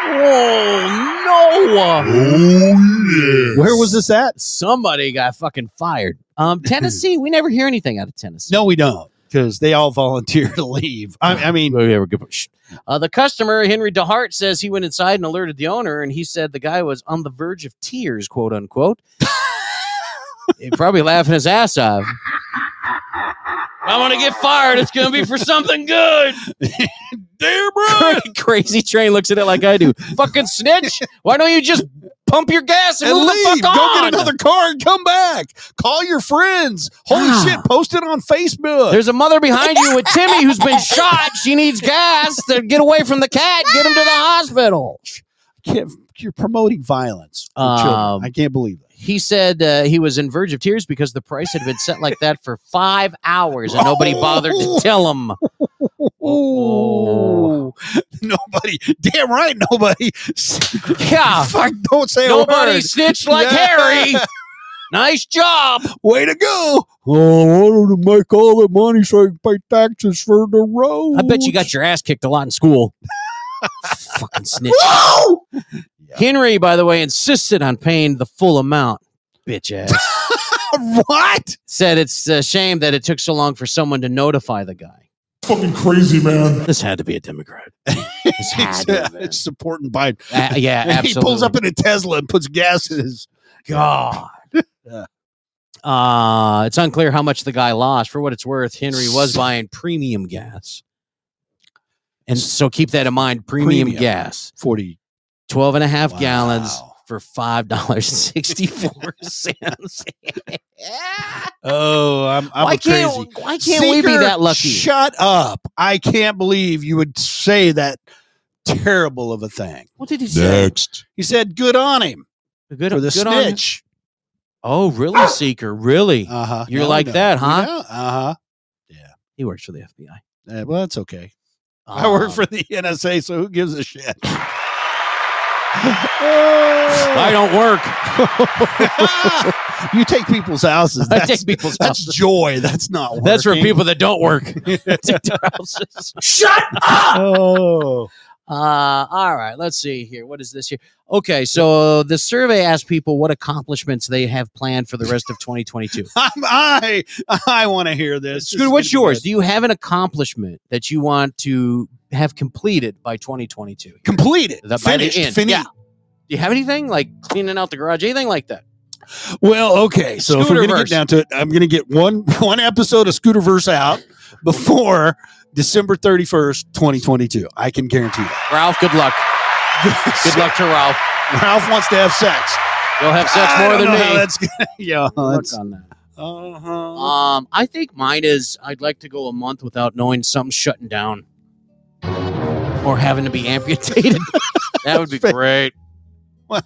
Speaker 7: Oh, no.
Speaker 11: Oh, yes.
Speaker 12: Where was this at?
Speaker 7: Somebody got fucking fired. Um, Tennessee, we never hear anything out of Tennessee.
Speaker 12: No, we don't, because they all volunteer to leave. I, I mean,
Speaker 7: Well, yeah, we're good. Shh. Uh, the customer, Henry DeHart, says he went inside and alerted the owner, and he said the guy was on the verge of tears, quote unquote. He probably laughing his ass off. I'm gonna get fired. It's gonna be for something good.
Speaker 12: damn right.
Speaker 7: Crazy train looks at it like I do. Fucking snitch. Why don't you just pump your gas and,
Speaker 12: And
Speaker 7: move
Speaker 12: leave.
Speaker 7: the fuck
Speaker 12: Go
Speaker 7: on?
Speaker 12: get another car and come back. Call your friends. Holy
Speaker 7: Ah.
Speaker 12: shit! Post it on Facebook.
Speaker 7: There's a mother behind you with Timmy who's been shot. She needs gas to get away from the cat. Get him to the hospital.
Speaker 12: can't, you're promoting violence. for children.
Speaker 7: Um,
Speaker 12: I can't believe that.
Speaker 7: he said uh, he was in verge of tears because the price had been set like that for five hours and nobody
Speaker 12: Oh.
Speaker 7: bothered to tell him. Oh.
Speaker 12: Nobody, damn right, nobody.
Speaker 7: Yeah,
Speaker 12: Fuck, don't say a
Speaker 7: Ah. nobody
Speaker 12: word.
Speaker 7: snitched like
Speaker 12: Yeah.
Speaker 7: Harry. Nice job.
Speaker 12: Way to go! Oh, I wanted to make all the money so I can pay taxes for the road.
Speaker 7: I bet you got your ass kicked a lot in school. Fucking snitch.
Speaker 5: Whoa!
Speaker 7: Henry, by the way, insisted on paying the full amount. Bitch ass.
Speaker 12: what?
Speaker 7: Said it's a shame that it took so long for someone to notify the guy.
Speaker 11: Fucking crazy, man.
Speaker 7: This had to be a Democrat. This had
Speaker 12: It's,
Speaker 7: to have
Speaker 12: uh,
Speaker 7: been.
Speaker 12: it's supporting Biden.
Speaker 7: Uh, yeah, absolutely.
Speaker 12: he pulls up in a Tesla and puts gas in his.
Speaker 7: God. Uh, it's unclear how much the guy lost. For what it's worth, Henry was buying premium gas. And so keep that in mind premium,
Speaker 12: Premium.
Speaker 7: gas,
Speaker 12: 40.
Speaker 7: 12 and a half
Speaker 12: Wow.
Speaker 7: gallons for $5.64.
Speaker 12: Oh, I'm, I'm
Speaker 7: why,
Speaker 12: a crazy.
Speaker 7: can't, why can't we be
Speaker 12: Seeger,
Speaker 7: that lucky?
Speaker 12: Shut up. I can't believe you would say that terrible of a thing.
Speaker 7: what did he say?
Speaker 11: Next.
Speaker 12: He said, good on him
Speaker 7: Good,
Speaker 12: for the
Speaker 7: good on-
Speaker 12: snitch.
Speaker 7: oh, really, Seeker? Really?
Speaker 12: Uh huh.
Speaker 7: You're like that, huh?
Speaker 12: Uh huh.
Speaker 7: he works for the FBI.
Speaker 12: well, that's okay. I work
Speaker 7: Um,
Speaker 12: for the NSA, so who gives a shit? Oh.
Speaker 7: I don't work.
Speaker 12: you take people's houses.
Speaker 7: I
Speaker 12: That's,
Speaker 7: take people's
Speaker 12: that's
Speaker 7: houses.
Speaker 12: joy. That's not.
Speaker 7: That's for
Speaker 12: working.
Speaker 7: people that don't work. Take their houses.
Speaker 5: Shut up!
Speaker 12: Oh,
Speaker 7: Uh, all right, let's see here. What is this here? Okay, so the survey asked people what accomplishments they have planned for the rest of 2022.
Speaker 12: I'm, I I want to hear this. This
Speaker 7: Scooter,
Speaker 12: is
Speaker 7: what's
Speaker 12: gonna be
Speaker 7: yours?
Speaker 12: good.
Speaker 7: Do you have an accomplishment that you want to have completed by 2022?
Speaker 12: Complete it.
Speaker 7: That by the
Speaker 12: Finished.
Speaker 7: end,
Speaker 12: Fini-
Speaker 7: yeah. Do you have anything like cleaning out the garage, anything like that?
Speaker 12: Well, okay. So if we're gonna
Speaker 7: Scooterverse.
Speaker 12: get down to it, I'm gonna get one one episode of Scooterverse out before December 31st, 2022. I can guarantee that.
Speaker 7: Ralph, good luck. Good luck to Ralph.
Speaker 12: Ralph wants to have sex.
Speaker 7: You'll have sex
Speaker 12: I
Speaker 7: more
Speaker 12: don't
Speaker 7: than
Speaker 12: know
Speaker 7: me.
Speaker 12: how That's gonna- yeah.
Speaker 7: Good luck
Speaker 12: That's,
Speaker 7: on that.
Speaker 12: uh-huh.
Speaker 7: Um, I think mine is I'd like to go a month without knowing something shutting down or having to be amputated. that would be great.
Speaker 12: What?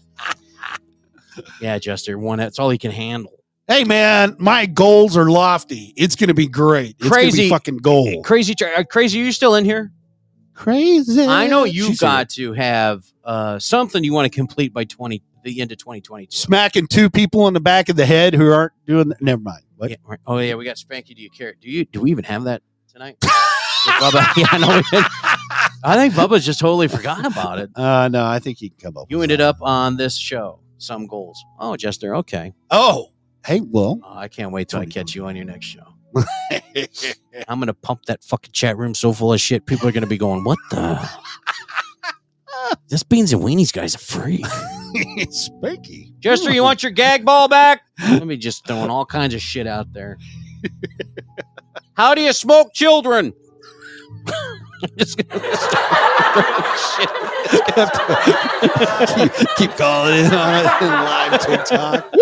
Speaker 7: yeah, Jester, one that's all he can handle.
Speaker 12: Hey man, my goals are lofty. It's gonna be great. It's gonna be
Speaker 7: Crazy.
Speaker 12: fucking goal.
Speaker 7: Crazy, tra- uh, crazy, are you still in here?
Speaker 12: Crazy.
Speaker 7: I know you've
Speaker 12: She's here.
Speaker 7: got to have uh, something you want to complete by twenty the end of twenty twenty two.
Speaker 12: smacking two people in the back of the head who aren't doing. That. Never mind. What?
Speaker 7: Yeah, right. Oh yeah, we got Spanky. Do you care? Do you? Do we even have that tonight? Yeah, Bubba. Yeah, I know. we did. I think Bubba's just totally forgot about it.
Speaker 12: Uh, no, I think you can come up.
Speaker 7: You
Speaker 12: with
Speaker 7: ended
Speaker 12: that.
Speaker 7: up on this show. Some goals. Oh, Jester. Okay.
Speaker 12: Oh, hey, well,
Speaker 7: Oh, I can't wait till I catch you on your next show. I'm gonna pump that fucking chat room so full of shit. People are gonna be going, "What the? this beans and weenies guy's a freak."
Speaker 12: Spanky.
Speaker 7: Jester, you want your gag ball back? Let me just throwing all kinds of shit out there. How do you smoke children? I'm just gonna start throwing shit.
Speaker 12: keep, keep calling in on it in live TikTok.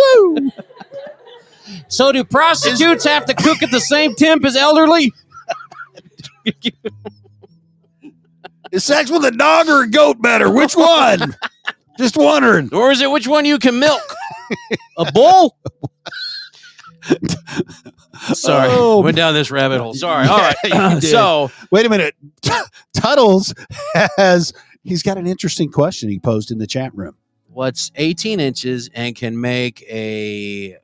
Speaker 7: So do prostitutes have to cook at the same temp as elderly?
Speaker 12: Is sex with a dog or a goat better? Which one? Just wondering.
Speaker 7: Or is it which one you can milk? A bull? Sorry,
Speaker 12: Oh.
Speaker 7: went down this rabbit hole. Sorry. All
Speaker 12: Yeah, you
Speaker 7: right.
Speaker 12: did.
Speaker 7: so
Speaker 12: Wait a minute. Tuttles has He's got an interesting question he posed in the chat room.
Speaker 7: What's 18 inches and can make a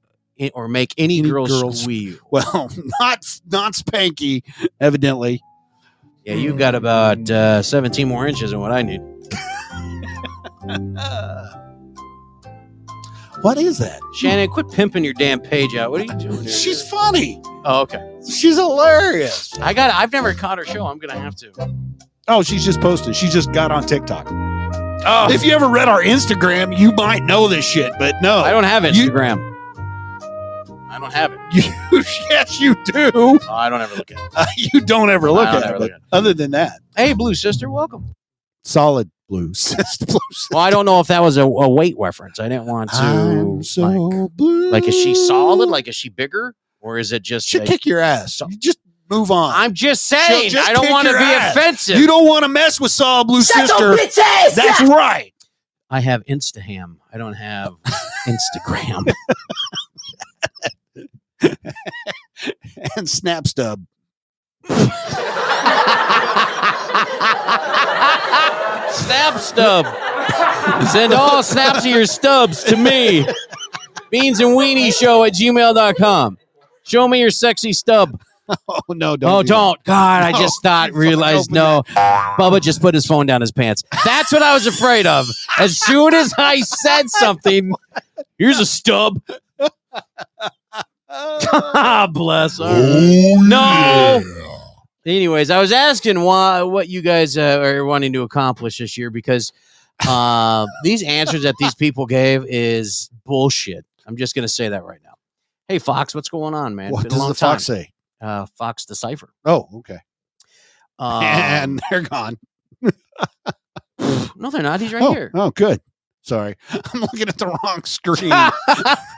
Speaker 7: or make any,
Speaker 12: Any
Speaker 7: girl,
Speaker 12: girl
Speaker 7: squeal?
Speaker 12: Well, not not Spanky, evidently.
Speaker 7: Yeah, you've
Speaker 12: Mm.
Speaker 7: got about uh, 17 more inches than what I need.
Speaker 12: What is that?
Speaker 7: Shannon, quit pimping your damn page out. What are you doing? Here?
Speaker 12: She's funny.
Speaker 7: Oh, okay.
Speaker 12: She's hilarious.
Speaker 7: I got. I've never caught her show. I'm gonna have to.
Speaker 12: Oh, she's just posted. She just got on TikTok.
Speaker 7: Oh,
Speaker 12: If you ever read our Instagram, you might know this shit, but no.
Speaker 7: I don't have
Speaker 12: You-
Speaker 7: Instagram. I don't have it.
Speaker 12: yes, you do.
Speaker 7: Oh, I don't ever look at it.
Speaker 12: Uh, you don't ever look
Speaker 7: I don't
Speaker 12: at
Speaker 7: ever
Speaker 12: it.
Speaker 7: look
Speaker 12: but
Speaker 7: at
Speaker 12: Other than that,
Speaker 7: Hey, blue sister, welcome.
Speaker 12: solid blue. Sister blue.
Speaker 7: Well, I don't know if that was a, a weight reference. I didn't want to.
Speaker 12: I'm so
Speaker 7: like,
Speaker 12: blue.
Speaker 7: like, is she solid? Like, is she bigger, or is it just?
Speaker 12: She'll
Speaker 7: a-
Speaker 12: kick your ass. You just move on.
Speaker 7: I'm just saying.
Speaker 12: just
Speaker 7: I don't
Speaker 12: kick
Speaker 7: want to
Speaker 12: your
Speaker 7: be
Speaker 12: ass.
Speaker 7: offensive.
Speaker 12: you don't want to mess with solid blue
Speaker 5: Shut
Speaker 12: sister.
Speaker 5: your bitch ass
Speaker 12: That's
Speaker 5: up!
Speaker 12: right.
Speaker 7: I have Instaham. I don't have Instagram.
Speaker 12: And snap stub.
Speaker 7: Snap stub. Send all snaps of your stubs to me. Beans and Weenie Show at gmail.com. Show me your sexy stub.
Speaker 12: Oh no, don't.
Speaker 7: oh,
Speaker 12: do that.
Speaker 7: don't. God, I
Speaker 12: No,
Speaker 7: just thought,
Speaker 12: you fucking
Speaker 7: realized,
Speaker 12: open
Speaker 7: no. Bubba just put his phone down his pants. That's what I was afraid of. As soon as I said something, here's a stub.
Speaker 12: Uh,
Speaker 7: God Ah, bless. All right. No. Anyways, I was asking why what you guys uh, are wanting to accomplish this year because uh, these answers that these people gave is bullshit. I'm just gonna say that right now. Hey Fox, what's going on, man?
Speaker 12: What
Speaker 7: Been a
Speaker 12: does
Speaker 7: long
Speaker 12: the fox say?
Speaker 7: time. Uh, Fox decipher.
Speaker 12: Oh, okay.
Speaker 7: Um,
Speaker 12: and they're gone.
Speaker 7: Um, no, they're not. He's right
Speaker 12: oh,
Speaker 7: here.
Speaker 12: oh, good. Sorry, I'm looking at the wrong screen.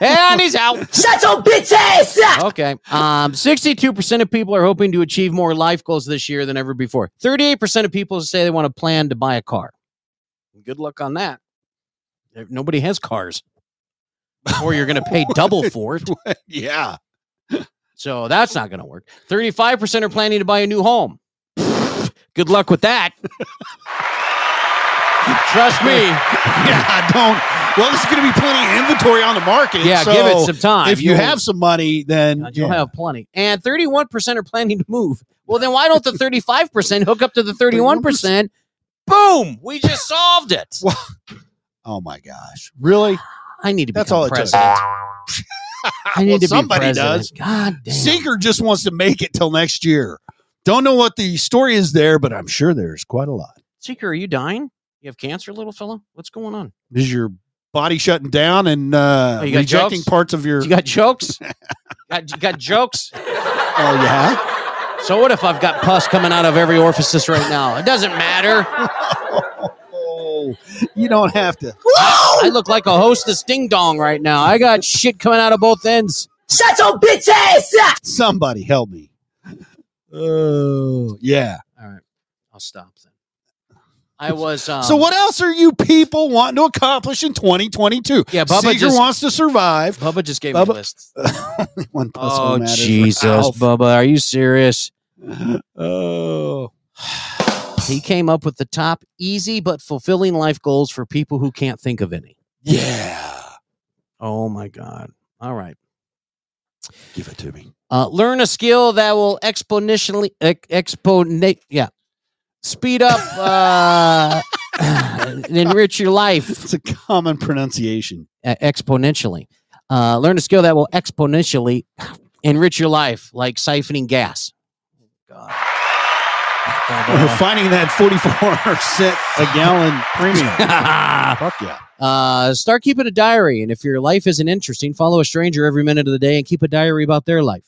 Speaker 7: and he's out.
Speaker 5: Shut your bitch ass up!
Speaker 7: Okay. Um, 62% of people are hoping to achieve more life goals this year than ever before. 38% of people say they want to plan to buy a car. Good luck on that. Uh, Nobody has cars. Or you're going to pay double for it.
Speaker 12: yeah.
Speaker 7: So that's not going to work. 35% are planning to buy a new home. Good luck with that. Trust me.
Speaker 12: Yeah, don't. Well, there's going to be plenty of inventory on the market.
Speaker 7: Yeah,
Speaker 12: so
Speaker 7: give it some time.
Speaker 12: If you
Speaker 7: You'll-
Speaker 12: have some money, then
Speaker 7: You'll
Speaker 12: yeah.
Speaker 7: have plenty. And 31% are planning to move. Well, then why don't the 35% hook up to the 31%? Boom! We just solved it.
Speaker 12: Well- Oh my gosh, really?
Speaker 7: I need to
Speaker 12: That's
Speaker 7: become
Speaker 12: all it took.
Speaker 7: president. I need
Speaker 12: Well,
Speaker 7: to be
Speaker 12: somebody
Speaker 7: president.
Speaker 12: does.
Speaker 7: God damn.
Speaker 12: Seeker just wants to make it till next year. Don't know what the story is there, but I'm sure there's quite a lot.
Speaker 7: Seeker, are you dying? You have cancer, little fella? What's going on?
Speaker 12: Is your body shutting down and uh,
Speaker 7: Oh, you got
Speaker 12: rejecting
Speaker 7: jokes?
Speaker 12: parts of your?
Speaker 7: You got jokes? got, you got jokes?
Speaker 12: oh yeah.
Speaker 7: So what if I've got pus coming out of every orifice right now? It doesn't matter.
Speaker 12: Oh, you don't have to.
Speaker 7: I look like a hostess ding dong right now. I got shit coming out of both ends.
Speaker 5: Shut your bitch ass up!
Speaker 12: Somebody help me. Oh yeah.
Speaker 7: All right. I'll stop then. I was um,
Speaker 12: so what else are you people wanting to accomplish in 2022?
Speaker 7: Yeah, Bubba
Speaker 12: Seeger
Speaker 7: just-
Speaker 12: wants to survive.
Speaker 7: Bubba just gave me
Speaker 12: Bubba-
Speaker 7: a list.
Speaker 12: Only one plus
Speaker 7: Oh
Speaker 12: one matters for
Speaker 7: Jesus,
Speaker 12: Alf.
Speaker 7: Bubba, are you serious?
Speaker 12: Oh,
Speaker 7: He came up with the top easy but fulfilling life goals for people who can't think of any.
Speaker 12: yeah.
Speaker 7: Oh my god. All right.
Speaker 12: Give it to me.
Speaker 7: Uh, learn a skill that will exponentially ex- exponate yeah. Speed up uh and enrich your life
Speaker 12: It's a common pronunciation.
Speaker 7: uh, exponentially. Uh, learn a skill that will exponentially enrich your life like siphoning gas. God.
Speaker 12: We're finding that 44 cent a gallon premium. Fuck yeah.
Speaker 7: Uh, start keeping a diary, and if your life isn't interesting, follow a stranger every minute of the day and keep a diary about their life.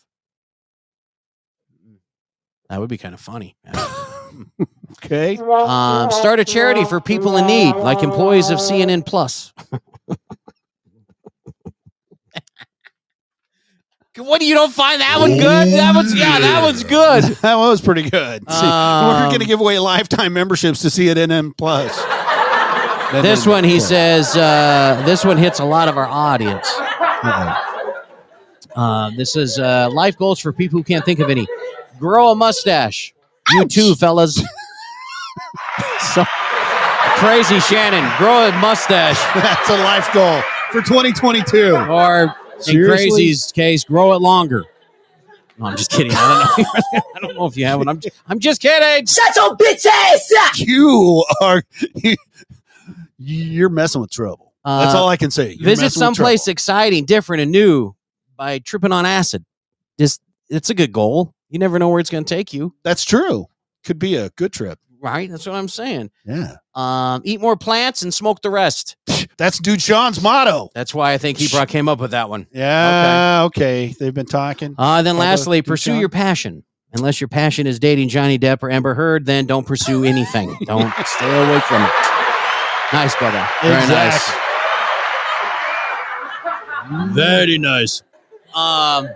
Speaker 7: That would be kind of funny.
Speaker 12: Okay.
Speaker 7: um, start a charity for people in need, like employees of CNN Plus. what do you don't find that one good? That one's yeah, that one's good.
Speaker 12: That was pretty good. See, we're
Speaker 7: Um,
Speaker 12: going to give away lifetime memberships to see it in M plus. That
Speaker 7: This
Speaker 12: doesn't-
Speaker 7: one, he
Speaker 12: yeah.
Speaker 7: says, uh, this one hits a lot of our audience.
Speaker 12: Uh-oh.
Speaker 7: Uh, this is uh, life goals for people who can't think of any. Grow a mustache. You too, fellas. so, Crazy Shannon, grow a mustache.
Speaker 12: That's a life goal for 2022.
Speaker 7: Or in
Speaker 12: Seriously?
Speaker 7: Crazy's case, grow it longer. No, I'm just kidding. I don't know. I don't know if you have one. I'm just, I'm just kidding.
Speaker 5: Shut your bitch ass up!
Speaker 12: You are you're messing with trouble. That's
Speaker 7: Uh,
Speaker 12: all I can say. You're
Speaker 7: Visit
Speaker 12: messing with trouble.
Speaker 7: someplace exciting, different, and new by tripping on acid. Just it's a good goal. You never know where it's going to take you,
Speaker 12: That's true. Could be a good trip.
Speaker 7: right? That's what I'm saying.
Speaker 12: Yeah.
Speaker 7: Um, eat more plants and smoke the rest.
Speaker 12: That's dude Sean's motto.
Speaker 7: That's why I think he brought came up with that one.
Speaker 12: Yeah. Okay. They've been talking.
Speaker 7: Uh, then
Speaker 12: Although,
Speaker 7: lastly,
Speaker 12: dude
Speaker 7: pursue
Speaker 12: Sean-
Speaker 7: your passion. Unless your passion is dating Johnny Depp or Amber Heard, then don't pursue anything. don't stay away from it. Nice, brother. Very nice.
Speaker 12: Exact. Very nice.
Speaker 7: Um,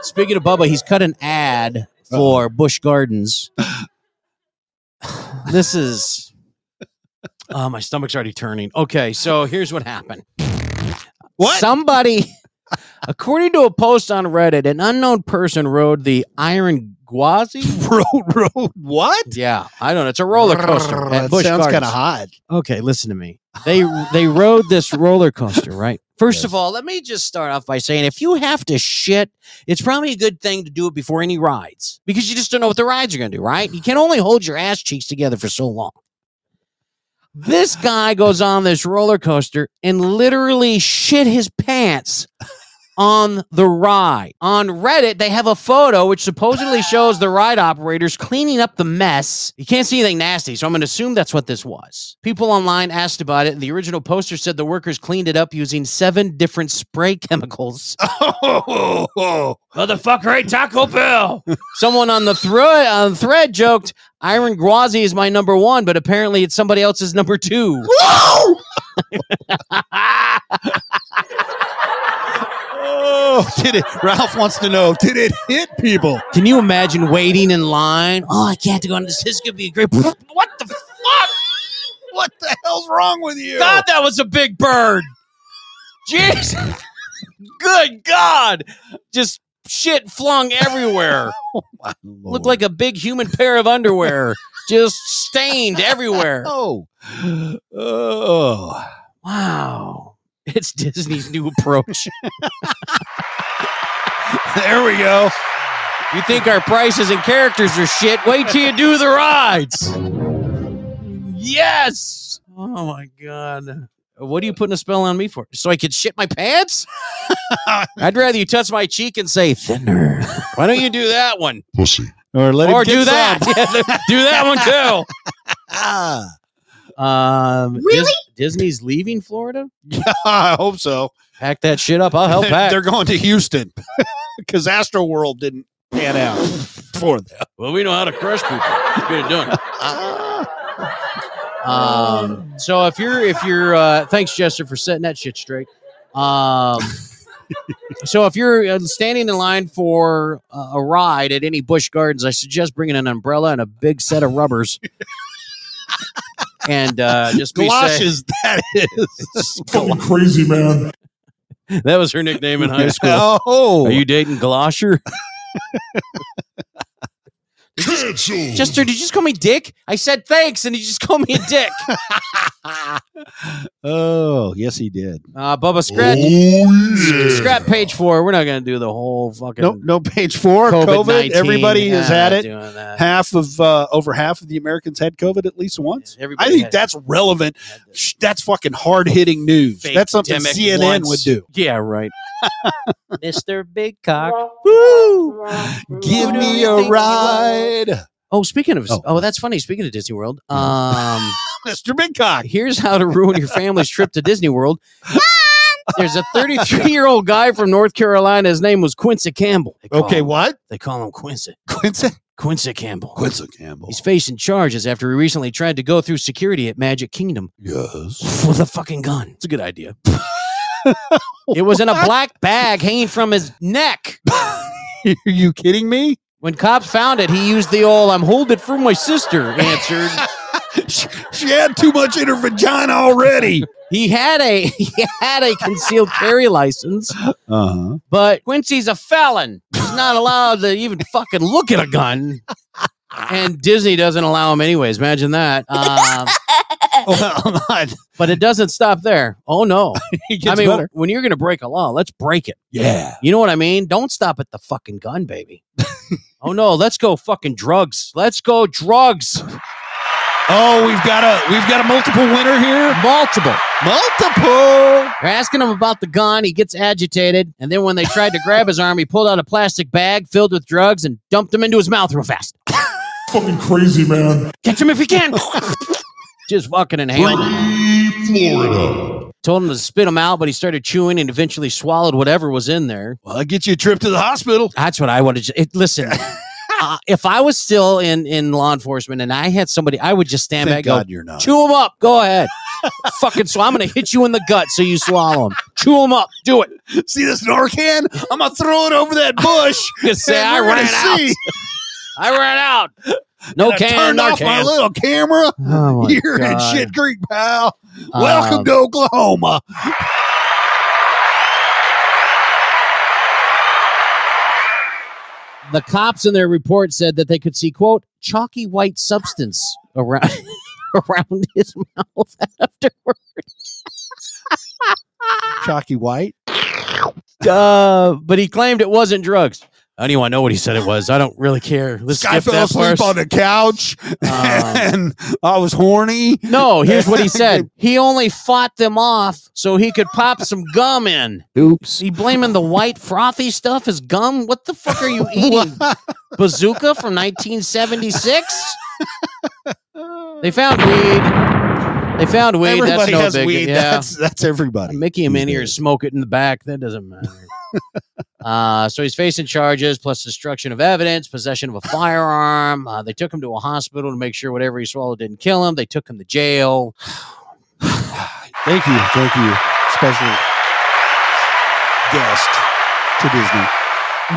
Speaker 7: speaking of Bubba, he's cut an ad for Bush Gardens. this is. Oh, my stomach's already turning. Okay, so here's what happened.
Speaker 12: What?
Speaker 7: Somebody, according to a post on Reddit, an unknown person rode the Iron Gwazi.
Speaker 12: road, road. What?
Speaker 7: Yeah, I don't know. It's a roller coaster. at
Speaker 12: That
Speaker 7: Busch
Speaker 12: sounds
Speaker 7: Gardens.
Speaker 12: kind of hot.
Speaker 7: Okay, listen to me. They they rode this roller coaster, right? First of all, let me just start off by saying if you have to shit, it's probably a good thing to do it before any rides because you just don't know what the rides are going to do, right? You can only hold your ass cheeks together for so long. This guy goes on this roller coaster and literally shit his pants on the ride. On Reddit, they have a photo which supposedly shows the ride operators cleaning up the mess. You can't see anything nasty, so I'm going to assume that's what this was. People online asked about it, and the original poster said the workers cleaned it up using seven different spray chemicals.
Speaker 12: Oh,
Speaker 13: Motherfucker ate Taco Bell.
Speaker 7: Someone on the thre- on thread joked, Iron Gwazi is my number one, but apparently it's somebody else's number two.
Speaker 5: Whoa!
Speaker 12: oh, did it? Ralph wants to know. Did it hit people?
Speaker 7: Can you imagine waiting in line? Oh, I can't go on this. This could be a great. What the fuck?
Speaker 12: What the hell's wrong with you?
Speaker 7: God, that was a big bird. Jesus. Good God. Just shit flung everywhere.
Speaker 12: My
Speaker 7: Looked
Speaker 12: Lord.
Speaker 7: like a big human pair of underwear. Just stained everywhere.
Speaker 12: oh, oh.
Speaker 7: Wow. It's Disney's new approach.
Speaker 12: There we go.
Speaker 7: You think our prices and characters are shit? Wait till you do the rides. Yes. Oh my god. What are you putting a spell on me for? So I could shit my pants? I'd rather you touch my cheek and say thinner. Why don't you do that one?
Speaker 11: Pussy.
Speaker 12: Or let
Speaker 7: or do that. Yeah, do that one too.
Speaker 12: Ah,
Speaker 7: Um, really? Disney's leaving Florida?
Speaker 12: I hope so.
Speaker 7: Pack that shit up. I'll help pack.
Speaker 12: They're going to Houston because Astro World didn't pan out for them.
Speaker 7: well, we know how to crush people. Good done. Um, so if you're if you're uh, thanks Jester for setting that shit straight. Um, so if you're uh, standing in line for uh, a ride at any Bush Gardens, I suggest bringing an umbrella and a big set of rubbers. And uh, just be safe.
Speaker 12: Galoshes, that is.
Speaker 11: Fucking crazy, man.
Speaker 7: That was her nickname in high school.
Speaker 12: Oh,
Speaker 7: Are you dating Galosher?
Speaker 11: Cancel.
Speaker 7: Jester, did you just call me Dick? I said thanks, and you just called me a dick.
Speaker 12: oh, yes, he did.
Speaker 7: Uh, Bubba
Speaker 11: oh,
Speaker 7: Scrat,
Speaker 11: yeah.
Speaker 7: scrap page four. We're not gonna do the whole fucking
Speaker 12: No, no. Page four, COVID.
Speaker 7: COVID-19.
Speaker 12: Everybody has
Speaker 7: Ah,
Speaker 12: had it.
Speaker 7: doing that.
Speaker 12: Half of uh, over half of the Americans had COVID at least once.
Speaker 7: Everybody
Speaker 12: I think
Speaker 7: had-
Speaker 12: that's relevant.
Speaker 7: had the
Speaker 12: Sh- That's fucking hard hitting news.
Speaker 7: fake
Speaker 12: That's something
Speaker 7: pandemic
Speaker 12: CNN
Speaker 7: once.
Speaker 12: would do.
Speaker 7: Yeah, right. Mr. Big Cock.
Speaker 12: Woo! Give me a ride,
Speaker 7: Oh, speaking of, oh.
Speaker 12: Oh. Uh-huh.
Speaker 7: that's funny. Speaking of Disney World, um,
Speaker 12: Mister Big Cock.
Speaker 7: here's how to ruin your family's trip to Disney World. There's a 33 year old guy from North Carolina. His name was Quincy Campbell. They call
Speaker 12: Okay,
Speaker 7: him,
Speaker 12: what?
Speaker 7: they call him Quincy.
Speaker 12: Quincy.
Speaker 7: Quincy Campbell.
Speaker 12: Quincy Campbell.
Speaker 7: He's facing charges after he recently tried to go through security at Magic Kingdom
Speaker 12: Yes.
Speaker 7: with a fucking gun. It's a good idea. it was in a black bag hanging from his neck.
Speaker 12: Are you kidding me?
Speaker 7: When cops found it, he used the old "I'm holding it for my sister" answered.
Speaker 12: she, she had too much in her vagina already.
Speaker 7: he had a he had a concealed carry license,
Speaker 12: Uh-huh.
Speaker 7: but Quincy's a felon. He's not allowed to even fucking look at a gun. And Disney doesn't allow him anyways. Imagine that. Um,
Speaker 12: Well, I-
Speaker 7: But it doesn't stop there. Oh no!
Speaker 12: it gets
Speaker 7: I mean,
Speaker 12: better.
Speaker 7: when you're going to break a law, let's break it.
Speaker 12: Yeah.
Speaker 7: You know what I mean? Don't stop at the fucking gun, baby. oh no! Let's go fucking drugs. Let's go drugs.
Speaker 12: Oh, we've got a we've got a multiple winner here.
Speaker 7: Multiple.
Speaker 12: Multiple.
Speaker 7: We're asking him about the gun. He gets agitated, and then when they tried to grab his arm, he pulled out a plastic bag filled with drugs and dumped them into his mouth real fast.
Speaker 10: Fucking crazy, man.
Speaker 7: Catch him if you can. Just fucking inhaling.
Speaker 10: Florida.
Speaker 7: Told him to spit them out, but he started chewing and eventually swallowed whatever was in there.
Speaker 12: Well, I'll get you a trip to the hospital.
Speaker 7: That's what I wanted. to- It, listen, uh, if I was still in in law enforcement and I had somebody, I would just stand
Speaker 12: Thank
Speaker 7: back.
Speaker 12: God
Speaker 7: and
Speaker 12: you're
Speaker 7: go,
Speaker 12: not.
Speaker 7: Chew them up. Go ahead. fucking. So I'm gonna hit you in the gut so you swallow them. Chew them up. Do it.
Speaker 12: See this Narcan? I'm gonna throw it over that bush.
Speaker 7: You say
Speaker 12: and
Speaker 7: I
Speaker 12: we're gonna
Speaker 7: ran out.
Speaker 12: see.
Speaker 7: I ran out. No
Speaker 12: And I
Speaker 7: can.
Speaker 12: turned
Speaker 7: No
Speaker 12: off my
Speaker 7: can.
Speaker 12: little camera.
Speaker 7: Oh my
Speaker 12: You're
Speaker 7: God.
Speaker 12: in shit creek, pal.
Speaker 7: Um,
Speaker 12: Welcome to Oklahoma.
Speaker 7: The cops in their report said that they could see quote chalky white substance around around his mouth afterward.
Speaker 12: Chalky White.
Speaker 7: Uh, but he claimed it wasn't drugs. I don't even know what he said it was. I don't really care. Let's
Speaker 12: Guy
Speaker 7: skip
Speaker 12: fell
Speaker 7: that
Speaker 12: asleep
Speaker 7: part.
Speaker 12: on the couch,
Speaker 7: Um,
Speaker 12: and I was horny.
Speaker 7: No, here's what he said. He only fought them off so he could pop some gum in.
Speaker 12: Oops.
Speaker 7: He blaming the white frothy stuff as gum. What the fuck are you eating? Bazooka from 1976. They found weed. They found weed.
Speaker 12: everybody
Speaker 7: That's no
Speaker 12: has
Speaker 7: big.
Speaker 12: weed.
Speaker 7: Yeah.
Speaker 12: That's that's everybody.
Speaker 7: Mickey and
Speaker 12: these
Speaker 7: Minnie are
Speaker 12: days.
Speaker 7: smoke it in the back. That doesn't matter. uh, so he's facing charges plus destruction of evidence, possession of a firearm. Uh, they took him to a hospital to make sure whatever he swallowed didn't kill him. They took him to jail.
Speaker 12: Thank you, thank you, special guest to Disney.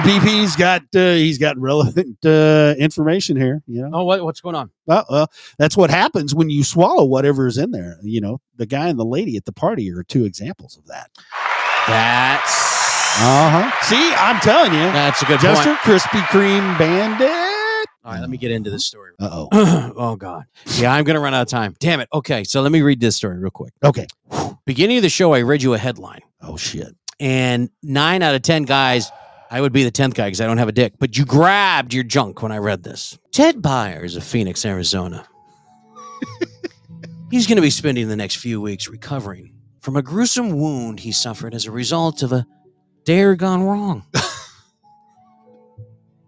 Speaker 12: BP's got uh, he's got relevant uh, information here. You know,
Speaker 7: Oh, what, what's going on?
Speaker 12: well, well, that's what happens when you swallow whatever is in there. You know, the guy and the lady at the party are two examples of that.
Speaker 7: That's
Speaker 12: Uh huh. See, I'm telling you,
Speaker 7: Uh-huh. that's a good
Speaker 12: Jester
Speaker 7: point.
Speaker 12: Krispy Kreme Bandit.
Speaker 7: All right, let me get into this story.
Speaker 12: Uh oh.
Speaker 7: oh God. Yeah, I'm gonna run out of time. Damn it. Okay, so let me read this story real quick.
Speaker 12: Okay.
Speaker 7: Beginning of the show, I read you a headline.
Speaker 12: Oh shit.
Speaker 7: and nine out of ten guys, I would be the tenth guy because I don't have a dick. But you grabbed your junk when I read this. Ted Byers of Phoenix, Arizona. He's going to be spending the next few weeks recovering from a gruesome wound he suffered as a result of a dare gone wrong.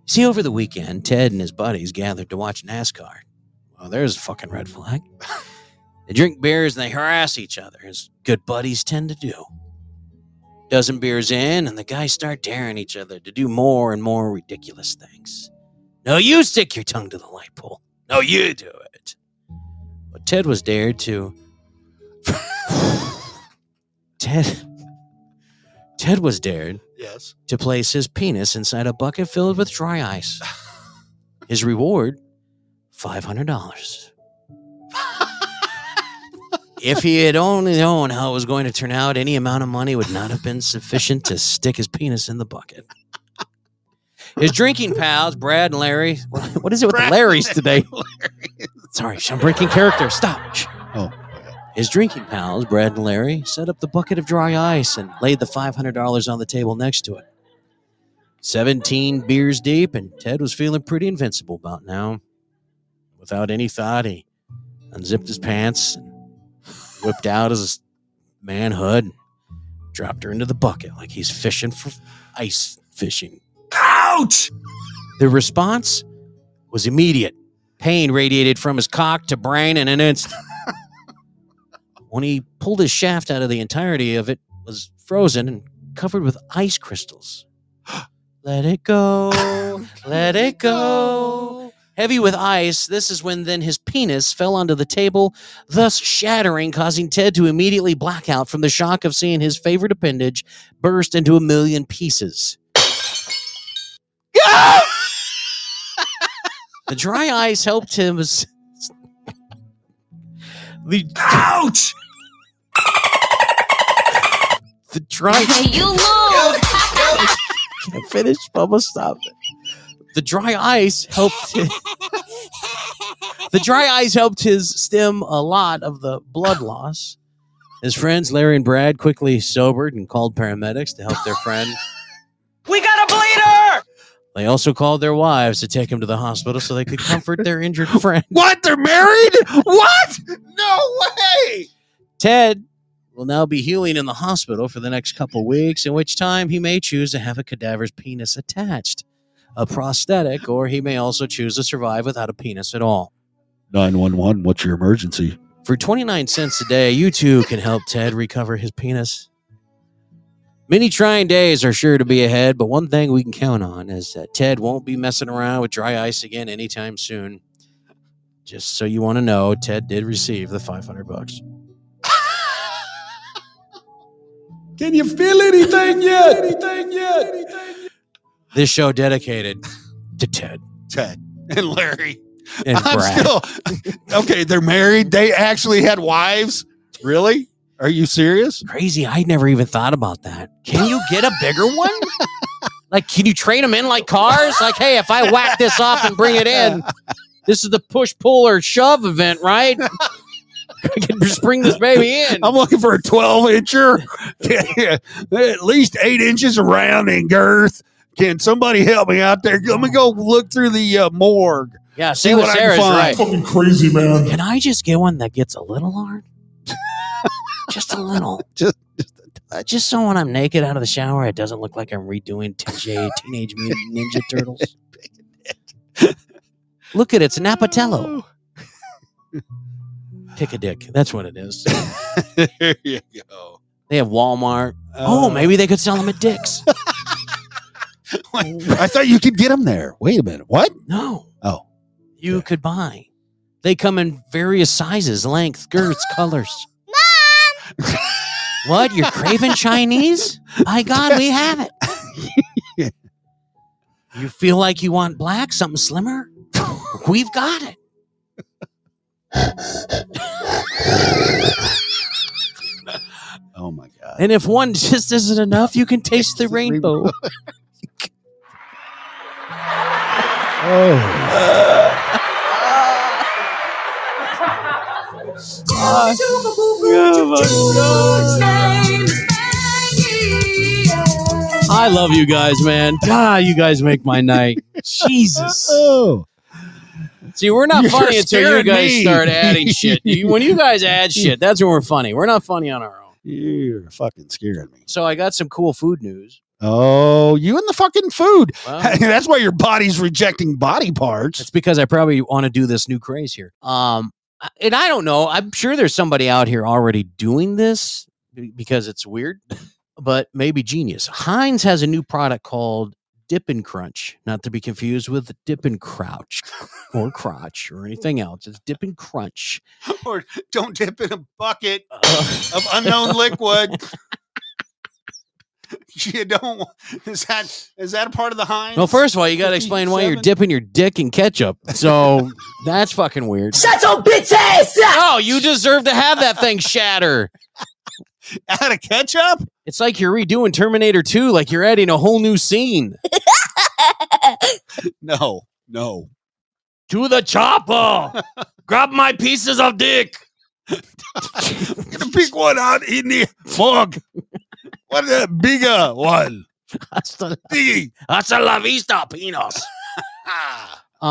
Speaker 7: See, over the weekend, Ted and his buddies gathered to watch NASCAR. Well, there's a fucking red flag. They drink beers and they harass each other, as good buddies tend to do dozen beers in, and the guys start daring each other to do more and more ridiculous things. No, you stick your tongue to the light pole. No, you do it. But Ted was dared to. Ted. Ted was dared
Speaker 12: Yes.
Speaker 7: to place his penis inside a bucket filled with dry ice. His reward, five hundred dollars. if he had only known how it was going to turn out, any amount of money would not have been sufficient to stick his penis in the bucket. His drinking pals, Brad and Larry. What what is it with
Speaker 12: Brad
Speaker 7: the Larrys today? Sorry, I'm breaking character. Stop. Shh.
Speaker 12: Oh.
Speaker 7: His drinking pals, Brad and Larry, set up the bucket of dry ice and laid the $500 on the table next to it. 17 beers deep, and Ted was feeling pretty invincible about now. Without any thought, he unzipped his pants and whipped out his manhood and dropped her into the bucket like he's fishing for ice fishing. Ouch! The response was immediate. Pain radiated from his cock to brain in an instant when he pulled his shaft out of the entirety of it was frozen and covered with ice crystals. let it go. let it go. Heavy with ice, this is when then his penis fell onto the table, thus shattering, causing Ted to immediately black out from the shock of seeing his favorite appendage burst into a million pieces. the dry ice helped him. s- The ouch. The dry.
Speaker 4: you lose.
Speaker 7: Can I finish, Bubba? Stop it. The dry ice helped. the The dry eyes helped his stem a lot of the blood loss. His friends, Larry and Brad, quickly sobered and called paramedics to help their friend.
Speaker 5: We got a bleeder!
Speaker 7: They also called their wives to take him to the hospital so they could comfort their injured friend.
Speaker 12: What? They're married? What?
Speaker 5: No way!
Speaker 7: Ted will now be healing in the hospital for the next couple weeks, in which time he may choose to have a cadaver's penis attached, a prosthetic, or he may also choose to survive without a penis at all.
Speaker 12: 911, what's your emergency?
Speaker 7: For 29 cents a day, you too can help Ted recover his penis. Many trying days are sure to be ahead, but one thing we can count on is that Ted won't be messing around with dry ice again anytime soon. Just so you want to know, Ted did receive the 500 bucks.
Speaker 12: Can you feel anything yet? Anything yet?
Speaker 7: This show dedicated to Ted
Speaker 12: Ted and Larry.
Speaker 7: and
Speaker 12: I'm
Speaker 7: Brad.
Speaker 12: still okay. They're married. They actually had wives. Really? Are you serious?
Speaker 7: Crazy. I never even thought about that. Can you get a bigger one? like, can you train them in like cars? Like, hey, if I whack this off and bring it in, this is the push, pull, or shove event, right? I can just bring this baby in.
Speaker 12: I'm looking for a 12 incher, at least eight inches around in girth. Can somebody help me out there? Let me go look through the uh, morgue.
Speaker 7: Yeah, see,
Speaker 12: See
Speaker 7: what
Speaker 12: what I can
Speaker 7: Sarah's
Speaker 12: find.
Speaker 7: right.
Speaker 10: Fucking crazy, man.
Speaker 7: Can I just get one that gets a little hard? just a little.
Speaker 12: Just-
Speaker 7: Uh, just so when I'm naked out of the shower, it doesn't look like I'm redoing 10J Teenage Mutant Ninja Turtles. look at it. It's Napatello. Pick a dick. That's what it is.
Speaker 12: there you go.
Speaker 7: They have Walmart. oh,
Speaker 12: Uh,
Speaker 7: maybe they could sell them at Dick's.
Speaker 12: I thought you could get them there. Wait a minute. What?
Speaker 7: No.
Speaker 12: Oh.
Speaker 7: You could buy. They come in various sizes, length, girths, colors. Mom! what? You're craving Chinese? By God, we have it. You feel like you want black, something slimmer? We've got it.
Speaker 12: Oh my god.
Speaker 7: And if one just isn't enough, you can taste the rainbow.
Speaker 12: Oh.
Speaker 7: I love you guys, man. God, you guys make my night. Jesus.
Speaker 12: Oh.
Speaker 7: See, we're not
Speaker 12: You're
Speaker 7: funny until you
Speaker 12: scaring
Speaker 7: guys
Speaker 12: me.
Speaker 7: start adding shit. You, when you guys add shit, that's when we're funny. We're not funny on our own.
Speaker 12: You're fucking scaring me.
Speaker 7: So I got some cool food news.
Speaker 12: Oh, you and the fucking food.
Speaker 7: Well,
Speaker 12: That's why your body's rejecting body
Speaker 7: it's
Speaker 12: parts.
Speaker 7: because I probably want to do this new craze here. Um, and I don't know. I'm sure there's somebody out here already doing this be- because it's weird, but maybe genius. Heinz has a new product called Dip and Crunch, not to be confused with Dip and Crouch or Crotch or anything else. It's Dip and Crunch.
Speaker 12: Or don't dip in a bucket of unknown liquid. you don't. want- Is that is that a part of the Heinz?
Speaker 7: Well, first of all, you got to explain why you're
Speaker 12: 57.
Speaker 7: dipping your dick in ketchup. So that's fucking weird.
Speaker 5: Shut your bitch ass up!
Speaker 7: Oh, you deserve to have that thing shatter.
Speaker 12: out of ketchup.
Speaker 7: It's like you're redoing Terminator 2, like you're adding a whole new scene.
Speaker 12: No, no.
Speaker 13: To the chopper. Grab my pieces of dick.
Speaker 12: I'm gonna pick one out in the fog. What a bigger one, biggie.
Speaker 13: Hasta la vista, peanuts.
Speaker 12: Ah.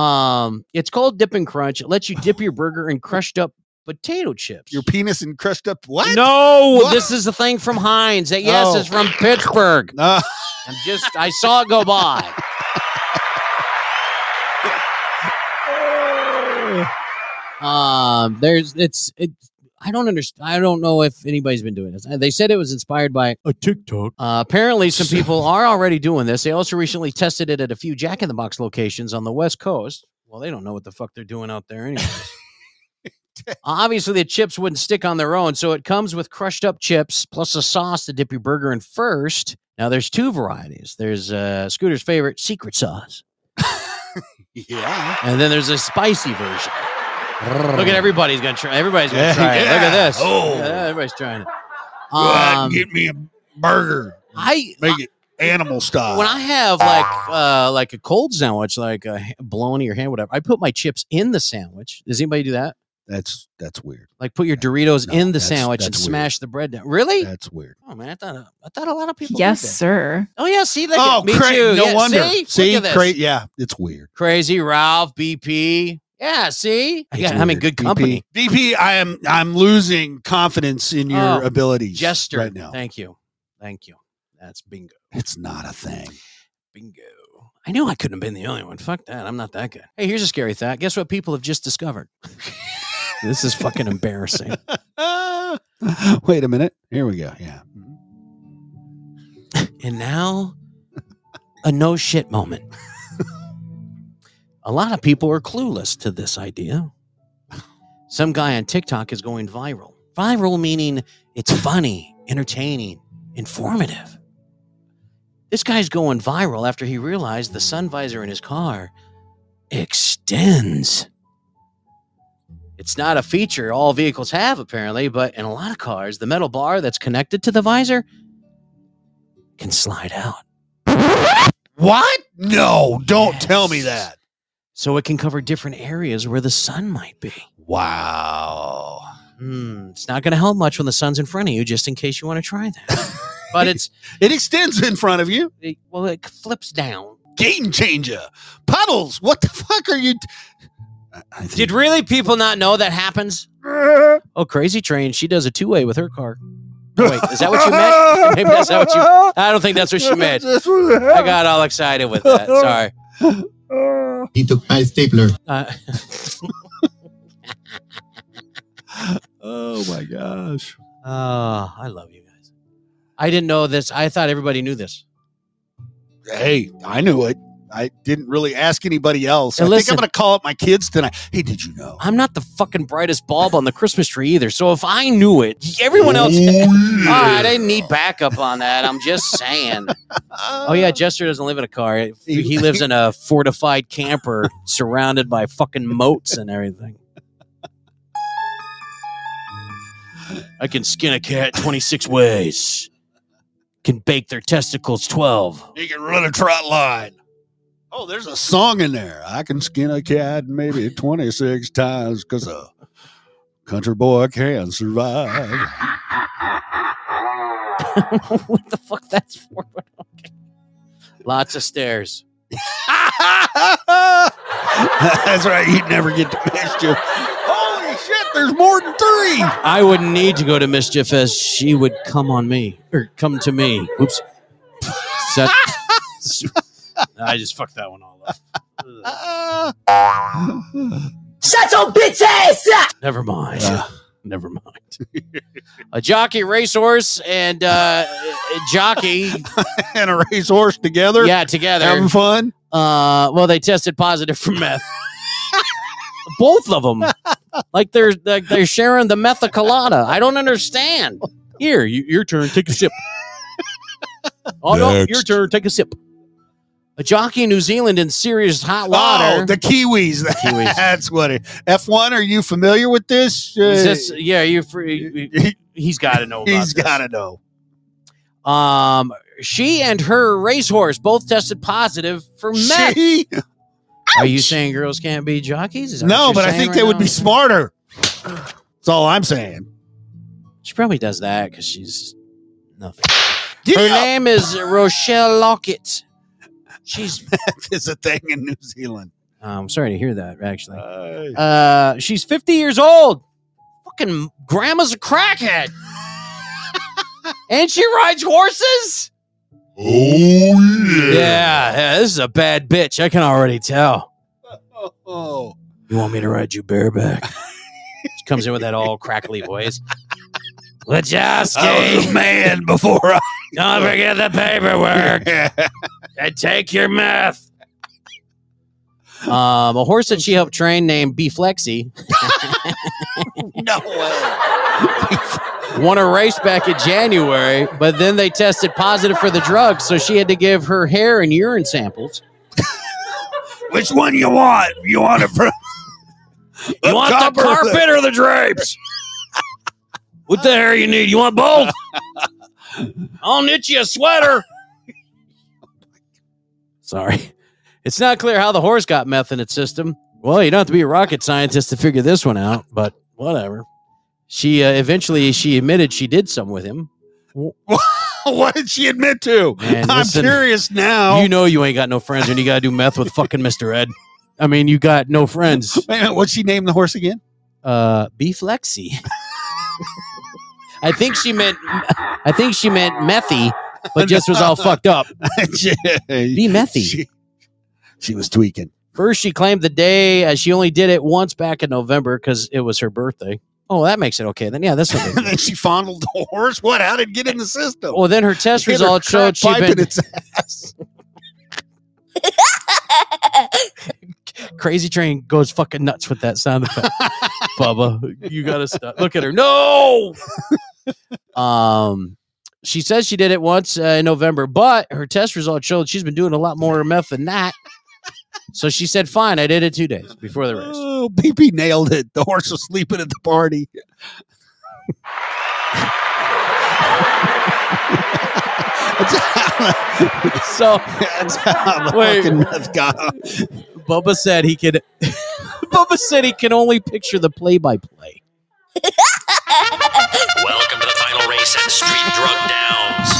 Speaker 7: Um, it's called Dip and Crunch. It lets you dip your burger in crushed up potato chips.
Speaker 12: Your penis and crushed up what?
Speaker 7: no,
Speaker 12: What?
Speaker 7: this is the thing from Heinz. That yes,
Speaker 12: Oh.
Speaker 7: it's from Pittsburgh.
Speaker 12: No.
Speaker 7: I'm just I saw it go by. um, there's it's it's I don't understand. I don't know if anybody's been doing this. Uh, They said it was inspired by a TikTok. Uh, apparently, some people are already doing this. They also recently tested it at a few Jack in the Box locations on the West Coast. Well, they don't know what the fuck they're doing out there anyway. Obviously, the chips wouldn't stick on their own, so it comes with crushed up chips plus a sauce to dip your burger in first. Now, there's two varieties. There's uh, Scooter's favorite secret sauce,
Speaker 12: Yeah.
Speaker 7: and then there's a spicy version. Look at everybody's gonna try. Everybody's gonna
Speaker 12: Yeah,
Speaker 7: try it. Look at
Speaker 12: yeah.
Speaker 7: this.
Speaker 12: Oh.
Speaker 7: Yeah, everybody's trying it.
Speaker 12: Go out and
Speaker 7: Um,
Speaker 12: get me a burger.
Speaker 7: I
Speaker 12: Make it animal style.
Speaker 7: when I have like uh, like a cold sandwich, like a ha- bologna or ham, whatever, I put my chips in the sandwich. Does anybody do that?
Speaker 12: that's that's weird.
Speaker 7: Like put your Doritos
Speaker 12: No,
Speaker 7: in the
Speaker 12: that's-
Speaker 7: sandwich and
Speaker 12: that's weird.
Speaker 7: smash the bread down. Really?
Speaker 12: That's weird.
Speaker 7: oh man, I thought I thought a lot of people.
Speaker 9: Yes,
Speaker 7: did that.
Speaker 9: sir.
Speaker 7: Oh yeah, see, look
Speaker 12: Oh,
Speaker 7: at, me
Speaker 12: cra-
Speaker 7: too.
Speaker 12: no
Speaker 7: Yeah,
Speaker 12: wonder.
Speaker 7: See, Look
Speaker 12: See,
Speaker 7: at this.
Speaker 12: cra- yeah, it's weird.
Speaker 7: crazy Ralph BP. Yeah, see, I
Speaker 12: It's
Speaker 7: got, I'm in
Speaker 12: weird.
Speaker 7: good
Speaker 12: DP.
Speaker 7: company.
Speaker 12: DP, I am I'm losing confidence in your
Speaker 7: Oh,
Speaker 12: abilities
Speaker 7: Jester,
Speaker 12: right now.
Speaker 7: Thank you, thank you. That's bingo,
Speaker 12: It's not a thing.
Speaker 7: bingo. I knew I couldn't have been the only one. Fuck that. I'm not that good. Hey, here's a scary thought. Guess what? People have just discovered. this is fucking embarrassing.
Speaker 12: Ah, wait a minute. Here we go. Yeah.
Speaker 7: And now, a no shit moment. a lot of people are clueless to this idea. Some guy on TikTok is going viral. Viral meaning it's funny, entertaining, informative. This guy's going viral after he realized the sun visor in his car extends. It's not a feature all vehicles have, apparently, but in a lot of cars, the metal bar that's connected to the visor can slide out.
Speaker 12: What? No, don't tell me that.
Speaker 7: So it can cover different areas where the sun might be.
Speaker 12: Wow.
Speaker 7: Hmm, it's not going to help much when the sun's in front of you, just in case you want to try that. but it's,
Speaker 12: It extends in front of you.
Speaker 7: it, well, it flips down.
Speaker 12: Game changer. Puddles. What the fuck are you? T- I- I think-
Speaker 7: Did really people not know that happens? Oh, Crazy Train, she does a two way with her car. Oh, wait, is that what you meant? Maybe that's not what you. I don't think that's what she meant. I got all excited with that. Sorry.
Speaker 14: He took my stapler.
Speaker 7: Uh,
Speaker 12: Oh my gosh.
Speaker 7: oh, I love you guys. I didn't know this. I thought everybody knew this.
Speaker 12: Hey, I knew it. I didn't really ask anybody else.
Speaker 7: And
Speaker 12: I
Speaker 7: listen-
Speaker 12: think I'm going to call up my kids tonight. Hey, did you know?
Speaker 7: I'm not the fucking brightest bulb on the Christmas tree either. So if I knew it, everyone else.
Speaker 12: Oh,
Speaker 7: All right, I didn't need backup on that. I'm just saying. oh yeah, Jester doesn't live in a car. He, he lives in a fortified camper surrounded by fucking moats and everything. I can skin a cat 26 ways. Can bake their testicles 12.
Speaker 12: You can run a trot line. Oh, there's a song in there. I can skin a cat maybe 26 times because a country boy can survive.
Speaker 7: what the fuck that's for? Okay. Lots of stairs.
Speaker 12: That's right. You'd never get to mischief. Holy shit, there's more than three.
Speaker 7: I wouldn't need to go to mischief as she would come on me or come to me. Oops. Set- I just fucked that one all up.
Speaker 5: Shut your bitch ass up!
Speaker 7: Never mind. Never mind. a jockey racehorse and uh, a jockey,
Speaker 12: and a racehorse together.
Speaker 7: yeah, together.
Speaker 12: Having fun.
Speaker 7: Uh, well, they tested positive for meth. Both of them, like they're like they're sharing the meth colada. I don't understand. Here, you, your turn. Take a sip. Oh no, your
Speaker 11: Next.
Speaker 7: turn. Take a sip. A jockey in New Zealand in serious hot water.
Speaker 12: Oh, the Kiwis.
Speaker 7: Kiwis.
Speaker 12: That's what it. F1, are you familiar with this? Uh,
Speaker 7: Is this- yeah, you're free. He's got to know. About
Speaker 12: He's
Speaker 7: this.
Speaker 12: got to know.
Speaker 7: Um, she and her racehorse both tested positive for meth.
Speaker 12: She?
Speaker 7: Are you saying girls can't be jockeys? Is that what
Speaker 12: No,
Speaker 7: you're
Speaker 12: but I
Speaker 7: saying
Speaker 12: think
Speaker 7: right
Speaker 12: they would
Speaker 7: now?
Speaker 12: be smarter. That's all I'm saying.
Speaker 7: She probably does that because she's nothing.
Speaker 12: Giddy
Speaker 7: Her
Speaker 12: up.
Speaker 7: name is Rochelle Lockett. She's. oh,
Speaker 12: It's a thing in New Zealand.
Speaker 7: I'm sorry to hear that. Actually, uh, she's 50 years old. Fucking grandma's a crackhead, and she rides horses.
Speaker 10: Oh,
Speaker 7: Yeah, yeah, this is a bad bitch. I can already tell.
Speaker 12: oh.
Speaker 7: You want me to ride you bareback? she comes in with that all crackly voice.
Speaker 13: Wachowski,
Speaker 7: Oh,
Speaker 12: a Oh, man before I.
Speaker 13: don't forget the paperwork and take your meth.
Speaker 7: Um, a horse that she helped train named B Flexi
Speaker 12: no
Speaker 7: won a race back in January, but then they tested positive for the drug, so she had to give her hair and urine samples.
Speaker 12: Which one you want? You want it from
Speaker 13: You want
Speaker 12: top
Speaker 13: the
Speaker 12: or
Speaker 13: carpet or the drapes? what the hair you need? You want both? I'll knit you a sweater.
Speaker 7: Sorry. It's not clear how the horse got meth in its system. Well, you don't have to be a rocket scientist to figure this one out, but whatever. She uh, eventually she admitted she did some with him.
Speaker 12: what did she admit to?
Speaker 7: Man,
Speaker 12: I'm
Speaker 7: listen,
Speaker 12: curious now.
Speaker 7: You know you ain't got no friends when you got to do meth with fucking Mr. Ed. I mean, you got no friends.
Speaker 12: Wait a minute, what'd she name the horse again?
Speaker 7: Uh, B Flexi. I think she meant I think she meant methy, but just was all fucked up. Be methy.
Speaker 12: She, she was tweaking.
Speaker 7: First, she claimed the day as she only did it once back in November because it was her birthday. Oh, that makes it okay. Then, yeah, that's okay.
Speaker 12: And then she fondled the horse. What? How did it get in the system?
Speaker 7: well, then her test
Speaker 12: Hit her
Speaker 7: results showed
Speaker 12: crack
Speaker 7: she'd
Speaker 12: pipe in
Speaker 7: been
Speaker 12: its ass.
Speaker 7: crazy train goes fucking nuts with that sound effect. Bubba, you gotta stop. Look at her. No. um, she says she did it once uh, in November, but her test results showed she's been doing a lot more meth than that. So she said, "Fine, I did it two days before the race."
Speaker 12: Oh, BP nailed it. The horse was sleeping at the party. That's how-
Speaker 7: So
Speaker 12: that's how the
Speaker 7: Wait.
Speaker 12: fucking meth got on.
Speaker 7: Bubba said he could. Bubba said he can only picture the play-by-play.
Speaker 2: Welcome to the final race at Street Drug Downs.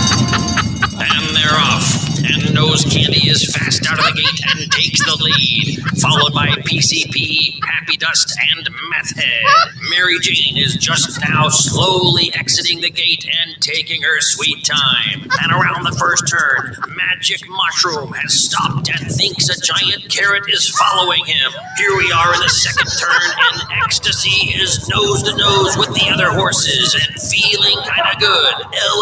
Speaker 2: And they're off. And Nose Candy is fast out of the gate and takes the lead, followed by PCP, Happy Dust, and Meth Head. Mary Jane is just now slowly exiting the gate and taking her sweet time. And around the first turn, Magic Mushroom has stopped and thinks a giant carrot is following him. Here we are in the second turn, and Ecstasy is nose to nose with the other horses and feeling kind of good.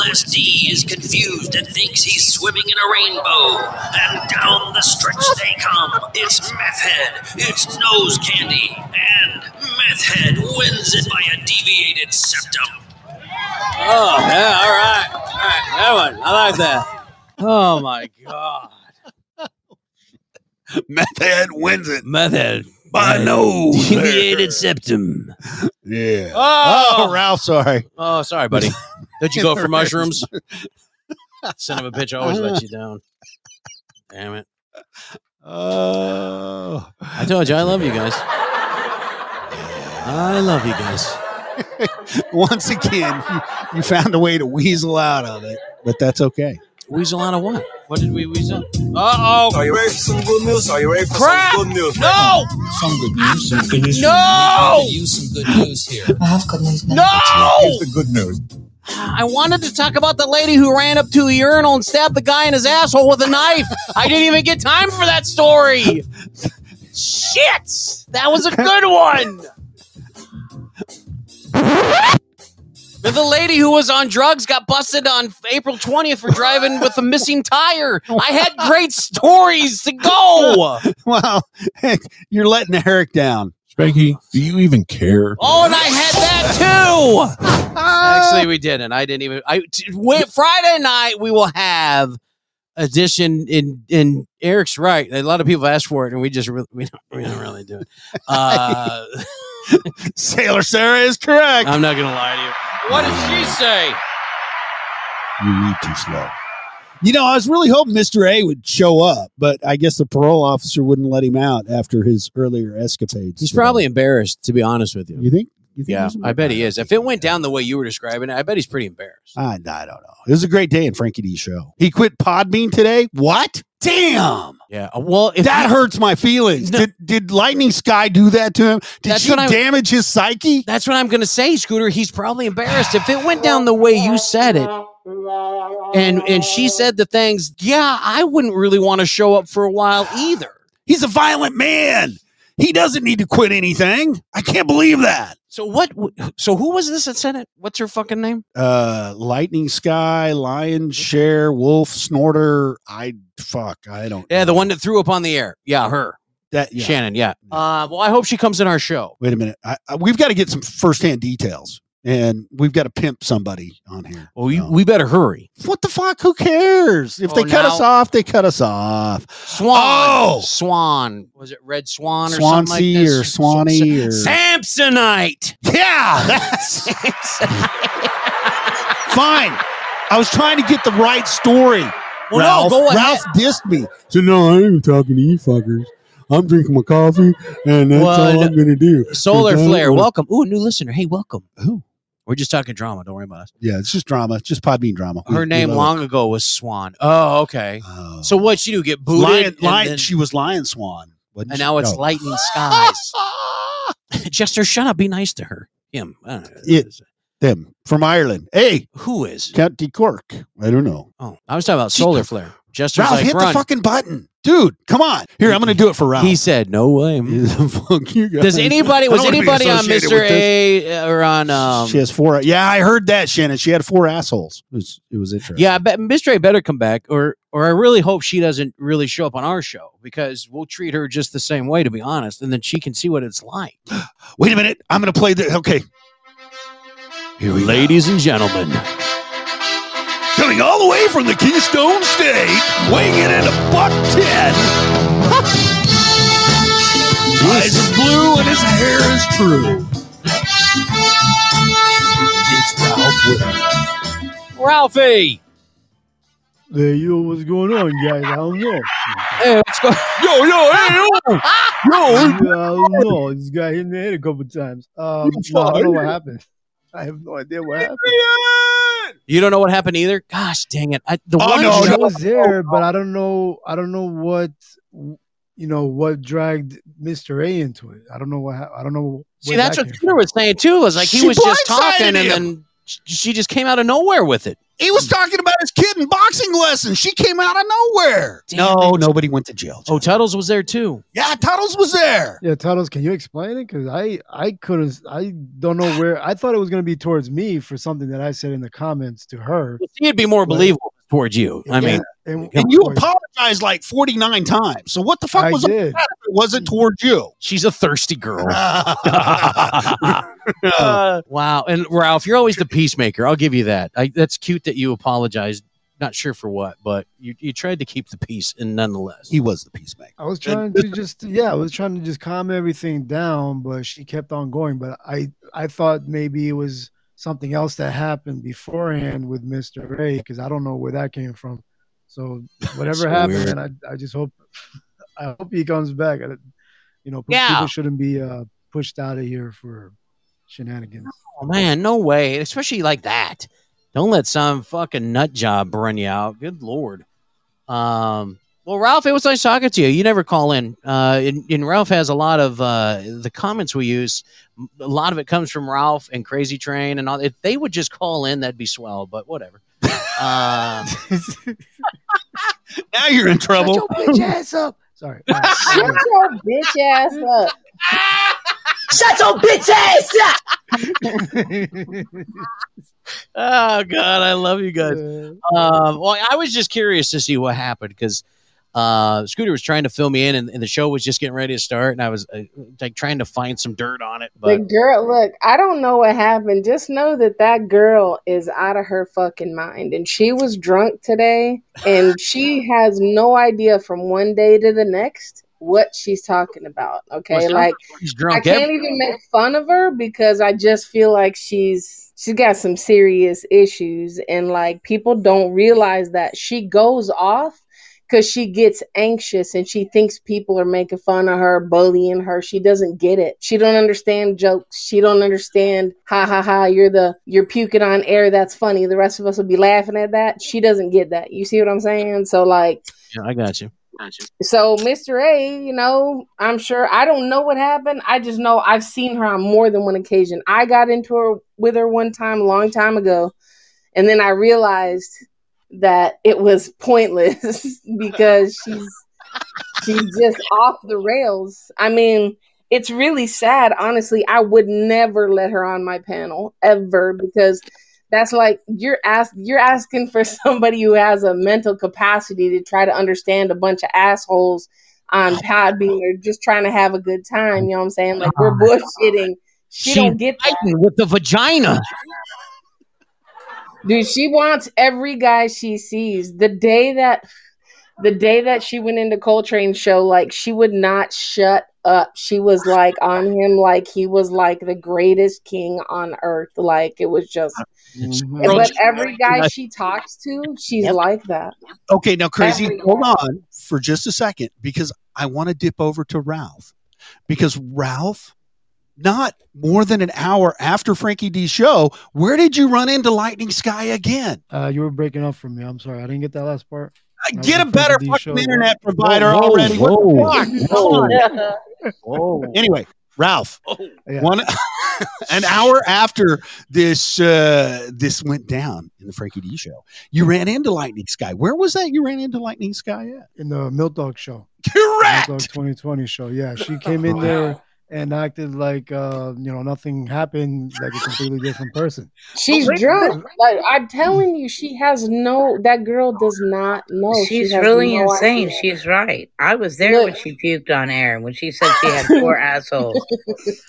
Speaker 2: LSD is confused and thinks he's swimming in a rainbow. And down the stretch they come. It's Meth Head, it's Nose Candy, and Meth Head wins it by a deviated septum.
Speaker 7: Oh yeah, all right, all right, that one. I like that. Oh my god,
Speaker 12: Meth Head wins it.
Speaker 7: method.
Speaker 12: By no
Speaker 7: septum.
Speaker 12: Yeah.
Speaker 7: Oh!
Speaker 12: oh, Ralph, sorry.
Speaker 7: Oh, sorry, buddy. Did you go for mushrooms? Son of a bitch always lets you down. Damn it.
Speaker 12: Oh,
Speaker 7: I told you I love you guys. I love you guys.
Speaker 12: once again, you, you found a way to weasel out of it, but that's okay.
Speaker 7: Weasel out of what? What did we weasel? Uh oh.
Speaker 9: Are you ready for some good news? Are you ready for
Speaker 7: Crap!
Speaker 9: some good news?
Speaker 7: No!
Speaker 14: Some good news. Some good news.
Speaker 7: No!
Speaker 9: Use some good news here.
Speaker 15: I have good news now.
Speaker 7: No!
Speaker 14: Here's the good news.
Speaker 7: I wanted to talk about the lady who ran up to a urinal and stabbed the guy in his asshole with a knife. I didn't even get time for that story. Shit! That was a good one. The lady who was on drugs got busted on April 20th for driving with a missing tire. I had great stories to go.
Speaker 12: Wow, you're letting Eric down.
Speaker 11: Spanky, do you even care?
Speaker 7: Oh, and I had that too. Actually, we didn't. I didn't even. I t- wait, Friday night we will have edition in in Eric's right. A lot of people ask for it, and we just re- we don't we don't really do it. Uh,
Speaker 12: Sailor Sarah is correct.
Speaker 7: I'm not gonna lie to you. What did she say?
Speaker 11: You read too slow.
Speaker 12: You know, I was really hoping Mr. A would show up, but I guess the parole officer wouldn't let him out after his earlier escapades.
Speaker 7: He's probably embarrassed, to be honest with you.
Speaker 12: You think? You think
Speaker 7: Yeah,
Speaker 12: he's-
Speaker 7: I bet he is. If it went down the way you were describing it, I bet he's pretty embarrassed.
Speaker 12: Ah, I, I don't know. It was a great day in Frankie D's show. He quit Podbean today. What? Damn.
Speaker 7: Yeah. Well, if
Speaker 12: that
Speaker 7: he-
Speaker 12: hurts my feelings.
Speaker 7: No.
Speaker 12: Did, did Lightning Sky do that to him? Did
Speaker 7: That's
Speaker 12: she
Speaker 7: what I-
Speaker 12: damage his psyche?
Speaker 7: That's what I'm going to say, Scooter. He's probably embarrassed. If it went down the way you said it, and and she said the things, yeah, I wouldn't really want to show up for a while either.
Speaker 12: He's a violent man. He doesn't need to quit anything. I can't believe that.
Speaker 7: So what? So who was this that said it? What's her fucking name?
Speaker 12: Uh, Lightning Sky, Lion, Share, Wolf, Snorter. I fuck. I don't.
Speaker 7: Yeah, the one that threw up on the air. Yeah, her,
Speaker 12: that. Yeah.
Speaker 7: Shannon. Yeah. Uh, well, I hope she comes in our show.
Speaker 12: Wait a minute. I, I, we've got to get some firsthand details, and we've got to pimp somebody on here.
Speaker 7: Well, Oh, we,
Speaker 12: No.
Speaker 7: we better hurry.
Speaker 12: what the fuck? Who cares? If
Speaker 7: Oh,
Speaker 12: they cut
Speaker 7: now-
Speaker 12: us off, they cut us off.
Speaker 7: Swan.
Speaker 12: Oh!
Speaker 7: Swan. Was it Red Swan or something
Speaker 12: Swansea
Speaker 7: like
Speaker 12: or
Speaker 7: this?
Speaker 12: Swanee or-
Speaker 7: Samsonite.
Speaker 12: Yeah, that's fine. I was trying to get the right story.
Speaker 7: Well,
Speaker 11: Ralph,
Speaker 7: no, go ahead.
Speaker 11: Ralph dissed me. So no, I ain't even talking to you fuckers. I'm drinking my coffee, and that's all
Speaker 7: One
Speaker 11: I'm gonna do.
Speaker 7: Solar
Speaker 11: Because I
Speaker 7: flare,
Speaker 11: don't wanna-
Speaker 7: welcome. Ooh, new listener. Hey, welcome. Who? We're just talking drama. Don't worry about us.
Speaker 12: Yeah, it's just drama. It's just Podbean drama. We-
Speaker 7: Her
Speaker 12: we
Speaker 7: name
Speaker 12: love it.
Speaker 7: long ago was Swan. Oh, okay. So what she do? Get booted?
Speaker 12: Lion,
Speaker 7: and
Speaker 12: lion,
Speaker 7: then-
Speaker 12: she was Lion Swan. wasn't
Speaker 7: and
Speaker 12: she?
Speaker 7: now it's
Speaker 12: No.
Speaker 7: lightning skies. Jester, shut up. Be nice to her. Him. I don't know.
Speaker 12: It, them from Ireland. Hey,
Speaker 7: who is
Speaker 12: County Cork? I don't know.
Speaker 7: Oh, I was talking about solar flare. Jester's
Speaker 12: Ralph,
Speaker 7: like,
Speaker 12: hit
Speaker 7: run.
Speaker 12: the fucking button, dude. Come on. Here, I'm gonna do it for Ralph.
Speaker 7: He said, "No way."
Speaker 12: Fuck you guys.
Speaker 7: Does anybody?
Speaker 12: I
Speaker 7: Was
Speaker 12: don't wanna be
Speaker 7: anybody on
Speaker 12: associated
Speaker 7: Mister
Speaker 12: with this.
Speaker 7: A or on? Um,
Speaker 12: She has four. Yeah, I heard that, Shannon. She had four assholes. It was, it was interesting.
Speaker 7: um, Yeah, I bet Mister A better come back, or or I really hope she doesn't really show up on our show because we'll treat her just the same way, to be honest, and then she can see what it's like.
Speaker 12: Wait a minute. I'm gonna play the. Okay. Here we
Speaker 7: Ladies and gentlemen,
Speaker 12: Coming all the way from the Keystone State, weighing in at a buck ten. Eyes are blue and his hair is true. It's Ralph
Speaker 7: Ralphie.
Speaker 15: Hey, you know what's going on, guys? I don't know.
Speaker 7: Hey, what's going
Speaker 15: Yo, yo, hey, yo! yo, I don't know. This guy hit me head a couple times. Um, no, I don't know what happened. I have no idea what happened.
Speaker 7: You don't know what happened either. Gosh, dang it! I, the one
Speaker 15: I
Speaker 7: show-
Speaker 15: was there, but I don't know. I don't know what you know what dragged Mister A into it. I don't know what. hap- I don't know.
Speaker 7: See,
Speaker 15: where
Speaker 7: that's
Speaker 15: that
Speaker 7: what Peter was saying too. Was like he
Speaker 15: She
Speaker 7: was just
Speaker 15: blindsided
Speaker 7: talking, and
Speaker 15: him.
Speaker 7: then sh- she just came out of nowhere with it.
Speaker 12: He was talking about his kid in boxing lessons. She came out of nowhere. no, nobody went to jail.
Speaker 7: Oh, Tuttles was there too.
Speaker 12: Yeah, Tuttles was there.
Speaker 15: Yeah, Tuttles, can you explain it? Because I, I couldn't, I don't know where. I thought it was going to be towards me for something that I said in the comments to her.
Speaker 7: He'd be more
Speaker 15: But-
Speaker 7: believable towards you. I mean,
Speaker 15: And,
Speaker 12: And you apologized like 49 times. So what the fuck
Speaker 15: I
Speaker 12: was
Speaker 15: did.
Speaker 12: it? It wasn't towards you.
Speaker 7: she's a thirsty girl.
Speaker 12: Uh,
Speaker 15: Uh,
Speaker 7: wow. And Ralph, you're always the peacemaker. I'll give you that. I, that's cute that you apologized. Not sure for what, but you, you tried to keep the peace, and nonetheless,
Speaker 12: he was the peacemaker.
Speaker 15: I was trying to just, yeah, I was trying to just calm everything down, but she kept on going. But I, I thought maybe it was something else that happened beforehand with Mister Ray, because I don't know where that came from. So whatever
Speaker 7: So
Speaker 15: happened,
Speaker 7: weird.
Speaker 15: and I, I just hope, I hope he comes back. I- You know,
Speaker 7: Yeah.
Speaker 15: people shouldn't be uh, pushed out of here for shenanigans.
Speaker 7: Oh man, no way. Especially like that. Don't let some fucking nut job run you out. Good lord. Um well, Ralph, it was nice talking to you. You never call in. Uh, and, and Ralph has a lot of uh, the comments we use. m- A lot of it comes from Ralph and Crazy Train and all. If they would just call in, that'd be swell. But whatever. Um,
Speaker 12: now you're in trouble.
Speaker 15: Bitch ass up. Sorry. All right.
Speaker 4: Shut your bitch ass up.
Speaker 5: Shut your bitch ass up.
Speaker 7: oh god i love you guys um, well i was just curious to see what happened because uh, scooter was trying to fill me in and, and the show was just getting ready to start and i was uh, like trying to find some dirt on it but
Speaker 4: the girl, look, I don't know what happened. Just know that that girl is out of her fucking mind. And she was drunk today, and she has no idea from one day to the next what she's talking about.
Speaker 7: Well,
Speaker 4: Okay.
Speaker 7: sounds
Speaker 4: Like,
Speaker 7: she's drunk
Speaker 4: I can't
Speaker 7: every-
Speaker 4: even make fun of her because I just feel like she's she's got some serious issues and like people don't realize that she goes off cuz she gets anxious and she thinks people are making fun of her, bullying her. She doesn't get it. She don't understand jokes. She don't understand ha ha ha you're the you're puking on air that's funny. The rest of us will be laughing at that. She doesn't get that. You see what I'm saying? So like
Speaker 7: yeah, i got you
Speaker 4: so Mr. A, you know, I'm sure I don't know what happened. I just know I've seen her on more than one occasion. I got into her with her one time a long time ago, and then I realized that it was pointless because she's she's just off the rails. I mean, it's really sad, honestly. I would never let her on my panel ever because that's like you're ask you're asking for somebody who has a mental capacity to try to understand a bunch of assholes on Podbean or just trying to have a good time. You know what I'm saying? Like
Speaker 15: Oh
Speaker 4: we're bullshitting. She,
Speaker 7: She's
Speaker 4: don't get that.
Speaker 7: fighting with the vagina
Speaker 4: Dude, she wants every guy she sees. The day that the day that she went into Coltrane's show, like she would not shut up. She was like on him like he was like the greatest king on earth. Like it was just
Speaker 15: Mm-hmm.
Speaker 4: but every guy she talks to, she's like that.
Speaker 12: Okay, now crazy.
Speaker 4: Everywhere.
Speaker 12: Hold on for just a second because I want to dip over to Ralph because Ralph, not more than an hour after Frankie D's show, where did you run into Lightning Sky again?
Speaker 15: Uh, you were breaking up from me. I'm sorry. I didn't get that last part. I
Speaker 12: Get a
Speaker 15: was
Speaker 12: better
Speaker 15: thinking these
Speaker 12: fucking
Speaker 15: shows-
Speaker 12: internet provider already. What the fuck? Anyway, Ralph,
Speaker 15: Oh.
Speaker 12: one an hour after this uh, this went down in the Frankie D show, you ran into Lightning Sky. Where was that? You ran into Lightning Sky at?
Speaker 15: in the Milk Dog show.
Speaker 12: Correct.
Speaker 15: Milk Dog 2020 show. Yeah, she came in there and acted like uh, you know nothing happened, like a completely different person.
Speaker 4: She's drunk. Like I'm telling you, she has no that girl does not know. She
Speaker 16: She's
Speaker 4: has
Speaker 16: really
Speaker 4: no
Speaker 16: insane.
Speaker 4: idea.
Speaker 16: She's right. I was there when she puked on air when she said she had four assholes.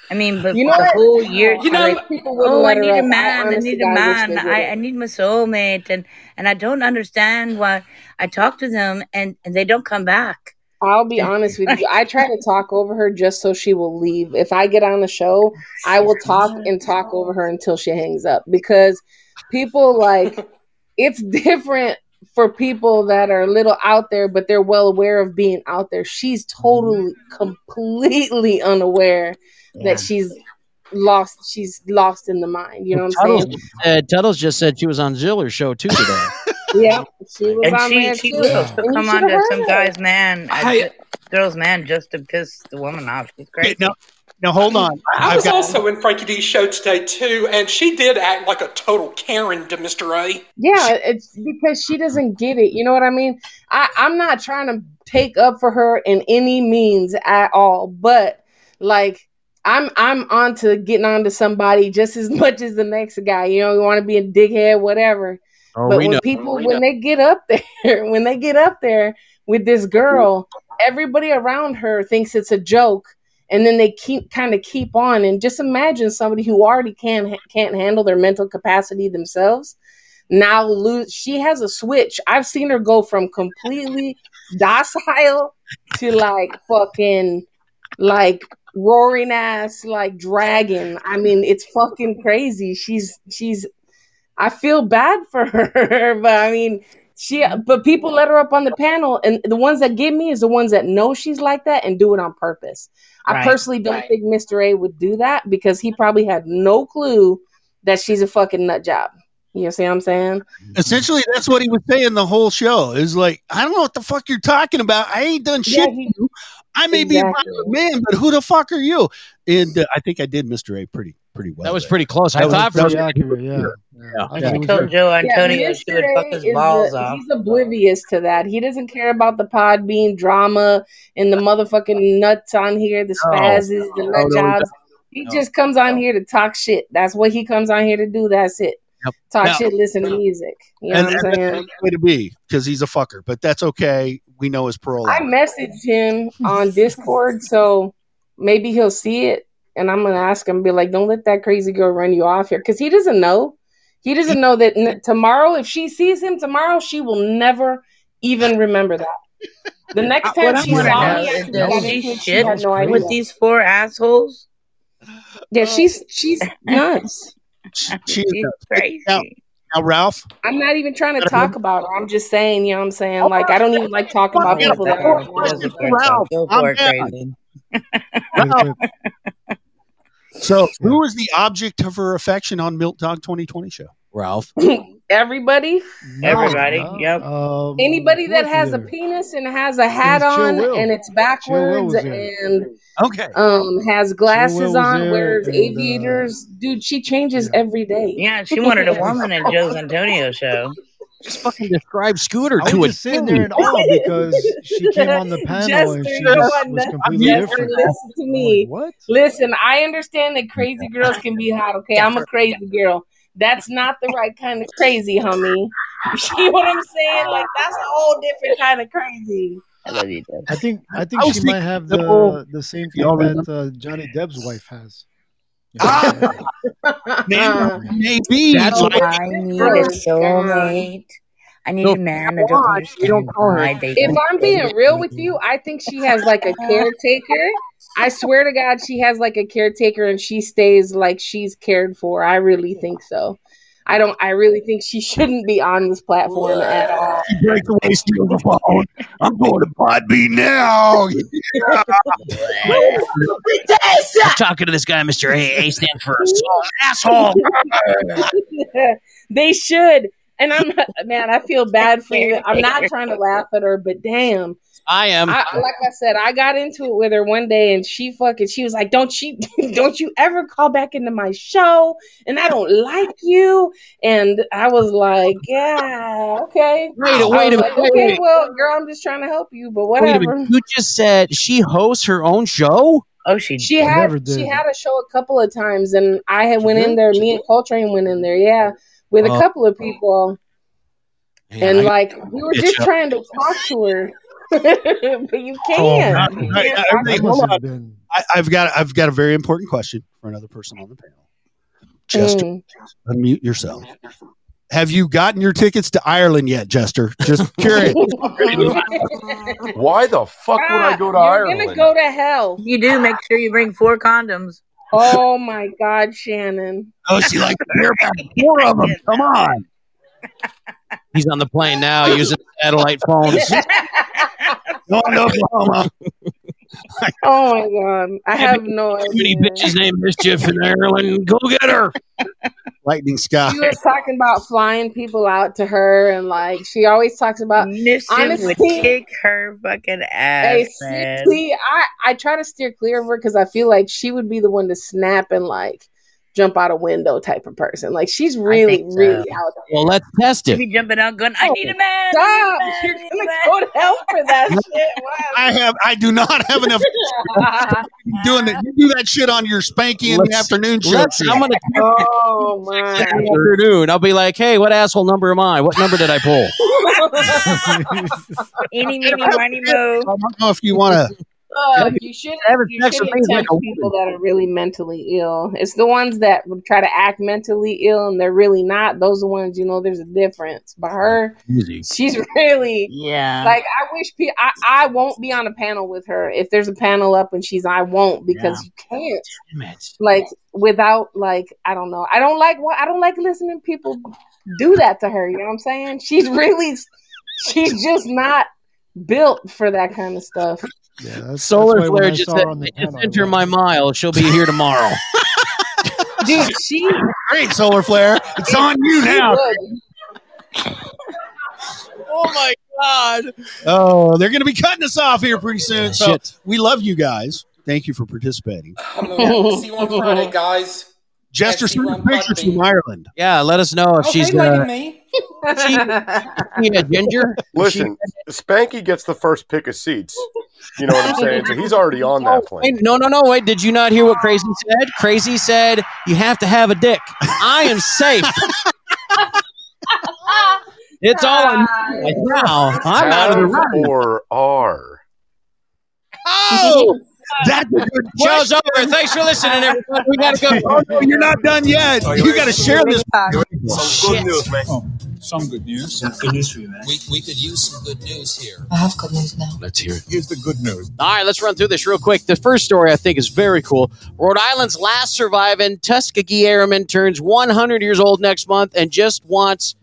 Speaker 16: I mean, but
Speaker 4: You know
Speaker 16: the
Speaker 4: what?
Speaker 16: whole year,
Speaker 4: You know,
Speaker 16: like,
Speaker 4: people wouldn't
Speaker 16: oh, I
Speaker 4: let her
Speaker 16: need a
Speaker 4: up. I
Speaker 16: man. I
Speaker 4: honest
Speaker 16: need
Speaker 4: to
Speaker 16: a
Speaker 4: God wish
Speaker 16: man.
Speaker 4: they
Speaker 16: I,
Speaker 4: did.
Speaker 16: I need my soulmate, and and I don't understand why I talk to them and and they don't come back.
Speaker 4: I'll be honest with you. I try to talk over her just so she will leave. If I get on the show, I will talk and talk over her until she hangs up because people like it's different for people that are a little out there but they're well aware of being out there. She's totally completely unaware that she's lost she's lost in the mind, you know what I'm
Speaker 7: Tuttles,
Speaker 4: saying?
Speaker 7: uh, Tuttles just said she was on Ziller's show too today.
Speaker 4: Yeah. She was
Speaker 16: And
Speaker 4: on
Speaker 16: she
Speaker 4: there
Speaker 16: she
Speaker 4: too.
Speaker 16: was supposed to
Speaker 4: And you
Speaker 16: come
Speaker 4: should've
Speaker 16: on to
Speaker 4: heard
Speaker 16: some
Speaker 4: her.
Speaker 16: guy's man, uh,
Speaker 4: I-
Speaker 16: girl's man, just to piss the woman off. She's crazy.
Speaker 12: No, no, hold on.
Speaker 17: I was also in Frankie D's show today too, and she did act like a total Karen to Mr. A.
Speaker 4: Yeah, it's because she doesn't get it. You know what I mean? I, I'm not trying to take up for her in any means at all, but like I'm I'm onto getting onto somebody just as much as the next guy. You know, you want to be a dickhead, whatever.
Speaker 5: Oh,
Speaker 4: but
Speaker 5: we
Speaker 4: when
Speaker 5: know.
Speaker 4: people when they get up there, when they get up there with this girl, everybody around her thinks it's a joke. And then they keep kind of keep on, and just imagine somebody who already can can't handle their mental capacity themselves now lose she has a switch i've seen her go from completely docile to like fucking like roaring ass like dragon i mean it's fucking crazy she's she's i feel bad for her but i mean she but people let her up on the panel and the ones that get me is the ones that know she's like that and do it on purpose i
Speaker 5: Right,
Speaker 4: personally don't
Speaker 5: right.
Speaker 4: think mr a would do that because he probably had no clue that she's a fucking nut job you see what i'm saying
Speaker 12: Essentially, that's what he was saying the whole show. Is like, I don't know what the fuck you're talking about. I ain't done shit. to you. I may be a
Speaker 4: Exactly.
Speaker 12: violent man, but who the fuck are you? And uh, I think I did Mr. A pretty pretty well.
Speaker 7: That was
Speaker 12: there.
Speaker 7: pretty close. I
Speaker 12: That was-
Speaker 7: thought for
Speaker 12: that was-
Speaker 7: sure
Speaker 12: yeah.
Speaker 7: Yeah.
Speaker 12: Yeah.
Speaker 16: I told Joe Antonio
Speaker 4: Yeah,
Speaker 16: she would
Speaker 4: Mr.
Speaker 16: fuck
Speaker 4: A
Speaker 16: his
Speaker 4: is
Speaker 16: balls
Speaker 4: the-
Speaker 16: off.
Speaker 4: He's oblivious to that. He doesn't care about the pod being drama and the motherfucking nuts on here, the
Speaker 5: No.
Speaker 4: spazzes, the
Speaker 5: No,
Speaker 4: nut
Speaker 5: no,
Speaker 4: jobs.
Speaker 5: no.
Speaker 4: He
Speaker 5: No.
Speaker 4: just comes on here to talk shit. That's what he comes on here to do. That's it.
Speaker 12: Yep.
Speaker 4: Talk
Speaker 12: Now-
Speaker 4: shit, listen to music. You know
Speaker 12: and,
Speaker 4: what
Speaker 12: and
Speaker 4: I'm
Speaker 12: that's
Speaker 4: saying?
Speaker 12: the way to be because he's a fucker, but that's okay. We know his parole.
Speaker 4: I messaged him on Discord, so maybe he'll see it. And I'm gonna ask him, be like, "Don't let that crazy girl run you off here," because he doesn't know. He doesn't know that n- tomorrow, if she sees him tomorrow, she will never even remember that. The
Speaker 16: What
Speaker 4: next time
Speaker 16: I
Speaker 4: she
Speaker 16: wanna
Speaker 4: saw
Speaker 16: know
Speaker 4: me,
Speaker 16: is
Speaker 4: after
Speaker 16: does
Speaker 4: that
Speaker 16: she
Speaker 4: incident,
Speaker 16: shit
Speaker 4: had no idea.
Speaker 16: with these four assholes.
Speaker 4: Yeah, she's she's nuts.
Speaker 12: She's crazy. Now, now, Ralph,
Speaker 4: I'm not even trying to talk about her. I'm just saying, you know what I'm saying? Like, I don't even like talking about people that are
Speaker 12: Ralph, I'm down. Ralph. So, who is the object of her affection on Milk Dog 2020 show?
Speaker 7: Ralph.
Speaker 4: Everybody,
Speaker 16: Everybody, yep.
Speaker 15: Um,
Speaker 4: anybody that has a penis and has a hat
Speaker 15: Chill
Speaker 4: on
Speaker 15: Will.
Speaker 4: and it's
Speaker 15: was
Speaker 4: backwards
Speaker 15: there.
Speaker 4: and
Speaker 12: okay
Speaker 4: um has
Speaker 15: Will
Speaker 4: glasses
Speaker 15: was
Speaker 4: on
Speaker 15: there
Speaker 4: wears
Speaker 15: and, uh,
Speaker 4: aviators dude she changes every day
Speaker 16: yeah She wanted a woman at Joe's Antonio show.
Speaker 7: Just fucking describe Scooter
Speaker 15: I
Speaker 7: to
Speaker 15: was
Speaker 7: a
Speaker 15: just sitting there in awe because she came on the panel and she just was completely different.
Speaker 4: Listen to me.
Speaker 15: what?
Speaker 4: Listen, I understand that crazy girls can be hot. Okay, I'm a crazy girl. That's not the right kind of crazy, homie. You see what I'm saying? Like that's a whole different kind of crazy.
Speaker 16: I love you, Deb.
Speaker 15: I think I think
Speaker 4: I was
Speaker 15: she might
Speaker 4: thinking
Speaker 15: have
Speaker 4: the
Speaker 15: the
Speaker 4: whole-
Speaker 15: the same thing
Speaker 4: Y'all
Speaker 15: that uh, Johnny Depp's wife has.
Speaker 12: Maybe.
Speaker 16: That's
Speaker 15: Oh
Speaker 16: why I
Speaker 15: my
Speaker 16: need
Speaker 15: God.
Speaker 16: a soulmate. I need
Speaker 4: No,
Speaker 16: a man that doesn't
Speaker 4: Watch, you don't
Speaker 16: understand
Speaker 4: call her.
Speaker 16: why they
Speaker 4: If
Speaker 16: don't
Speaker 4: I'm
Speaker 16: date.
Speaker 4: being real with you, I think she has like a caretaker. I swear to God, she has like a caretaker and she stays like she's cared for. I really think so. I don't. I really think she shouldn't be on this platform at all.
Speaker 12: Breakaway steal the phone. I'm going to Podbean now.
Speaker 13: I'm talking to this guy, Mr. A. A stands for assault, asshole.
Speaker 4: they should. And I'm man. I feel bad for you. I'm not trying to laugh at her, but damn.
Speaker 7: I am.
Speaker 4: I, I- like I said, I got into it with her one day, and she fucking she was like, "Don't she? Don't you ever call back into my show?" And I don't like you. And I was like, "Yeah, okay."
Speaker 7: Wait
Speaker 4: I
Speaker 7: a- wait a
Speaker 4: was like,
Speaker 7: minute, wait a
Speaker 4: okay,
Speaker 7: minute.
Speaker 4: well, girl, I'm just trying to help you, but
Speaker 7: Wait a
Speaker 4: whatever.
Speaker 7: minute. You just said she hosts her own show?
Speaker 16: Oh, she
Speaker 4: She had she had a show a couple of times, and I had went in there. Me and Coltrane went in there, yeah, with a
Speaker 7: Oh.
Speaker 4: couple of people, and like we were
Speaker 12: Bitch
Speaker 4: just
Speaker 12: up.
Speaker 4: trying to talk to her, but you can't.
Speaker 12: Oh,
Speaker 4: You
Speaker 12: I-
Speaker 4: can't
Speaker 12: I-
Speaker 4: talk
Speaker 12: I-
Speaker 4: to
Speaker 12: hold
Speaker 4: her.
Speaker 12: on. I, I've got I've got a very important question for another person on the panel. Chester,
Speaker 4: Mm.
Speaker 12: unmute yourself. Have you gotten your tickets to Ireland yet, Jester? Just curious.
Speaker 18: Why the fuck would I go to Ireland?
Speaker 4: Ah, You're gonna go to hell.
Speaker 16: You do make sure you bring four condoms.
Speaker 4: Oh my God, Shannon.
Speaker 12: oh, she likes to hear about four of them. Come on.
Speaker 7: He's on the plane now using satellite phones.
Speaker 12: No, no, Oklahoma.
Speaker 4: Oh my God, I have no idea.
Speaker 13: Bitch's name Mischief in Ireland. Go get her.
Speaker 12: Lightning Sky.
Speaker 4: She was talking about flying people out to her, and like she always talks about.
Speaker 16: Honestly, would
Speaker 4: Honestly,
Speaker 16: kick her fucking
Speaker 4: hey,
Speaker 16: ass, man.
Speaker 4: seriously, I I try to steer clear of her because I feel like she would be the one to snap and like jump out a window type of person. Like she's really,
Speaker 16: think so.
Speaker 4: really out there.
Speaker 7: Well, let's test
Speaker 16: She
Speaker 7: it.
Speaker 16: be jumping out, going, "I need a man."
Speaker 4: Stop!
Speaker 16: I need a
Speaker 4: You're
Speaker 16: man,
Speaker 4: gonna go to hell for that shit.
Speaker 12: I have I do not have enough
Speaker 4: Wow.
Speaker 12: doing that. You do that shit on your spanky in the
Speaker 7: Let's-
Speaker 12: afternoon show.
Speaker 7: let's- I'm gonna-
Speaker 4: oh my!
Speaker 7: Afternoon, I'll be like, hey, what asshole number am I? What number did I pull?
Speaker 16: Any, meeny, miny,
Speaker 12: I
Speaker 16: mo.
Speaker 12: don't know if you want to.
Speaker 4: Look, you shouldn't, you
Speaker 12: sex with
Speaker 4: shouldn't
Speaker 12: things like
Speaker 4: tempt
Speaker 12: a
Speaker 4: people that are really mentally ill. It's the ones that would try to act mentally ill and they're really not. Those are the ones, you know, there's a difference. But her,
Speaker 7: Easy.
Speaker 4: she's really,
Speaker 16: Yeah.
Speaker 4: like, I wish pe- I, I won't be on a panel with her. If there's a panel up and she's, I won't because you can't. Like, without, like, I don't know. I don't like what, I don't like listening to people do that to her. You know what I'm saying? She's really, she's just not built for that kind of stuff.
Speaker 7: Solar
Speaker 15: why when
Speaker 7: flare
Speaker 15: I
Speaker 7: just
Speaker 15: saw
Speaker 7: said,
Speaker 15: her on the
Speaker 7: just enter my mile. She'll be here tomorrow.
Speaker 4: Dude, she
Speaker 12: Great solar flare. It's on you now.
Speaker 7: oh my god.
Speaker 12: Oh, they're going to be cutting us off here pretty soon. So
Speaker 7: Shit.
Speaker 12: we love you guys. Thank you for participating.
Speaker 17: I'm gonna see you on Friday, guys.
Speaker 12: Jester, send
Speaker 17: you
Speaker 12: us
Speaker 17: on
Speaker 12: pictures
Speaker 17: Podbean.
Speaker 12: from Ireland.
Speaker 7: Yeah, let us know if
Speaker 17: Oh,
Speaker 7: she's
Speaker 17: hey, lady
Speaker 7: uh,
Speaker 17: me.
Speaker 7: being a ginger.
Speaker 18: Listen, Spanky gets the first pick of seats. You know what I'm saying? So he's already on that plane.
Speaker 7: Oh, Wait, no, no, no. Wait, did you not hear what Crazy said? Crazy said, you have to have a dick. I am safe. it's all on you right now. I'm out of the
Speaker 18: Have
Speaker 7: running.
Speaker 18: or are.
Speaker 12: Oh, that's a good
Speaker 7: Show's
Speaker 12: question.
Speaker 7: over. Thanks for listening, everyone. We got to go.
Speaker 12: Oh, no, you're not done yet. You got to share this.
Speaker 9: Some good news, man.
Speaker 11: Some good news. Some good news for you, man.
Speaker 9: We, we could use some good news here.
Speaker 5: I have good news now.
Speaker 11: Let's hear it. Here's the good news.
Speaker 7: All right, let's run through this real quick. The first story I think is very cool. Rhode Island's last surviving Tuskegee Airman turns 100 years old next month and just wants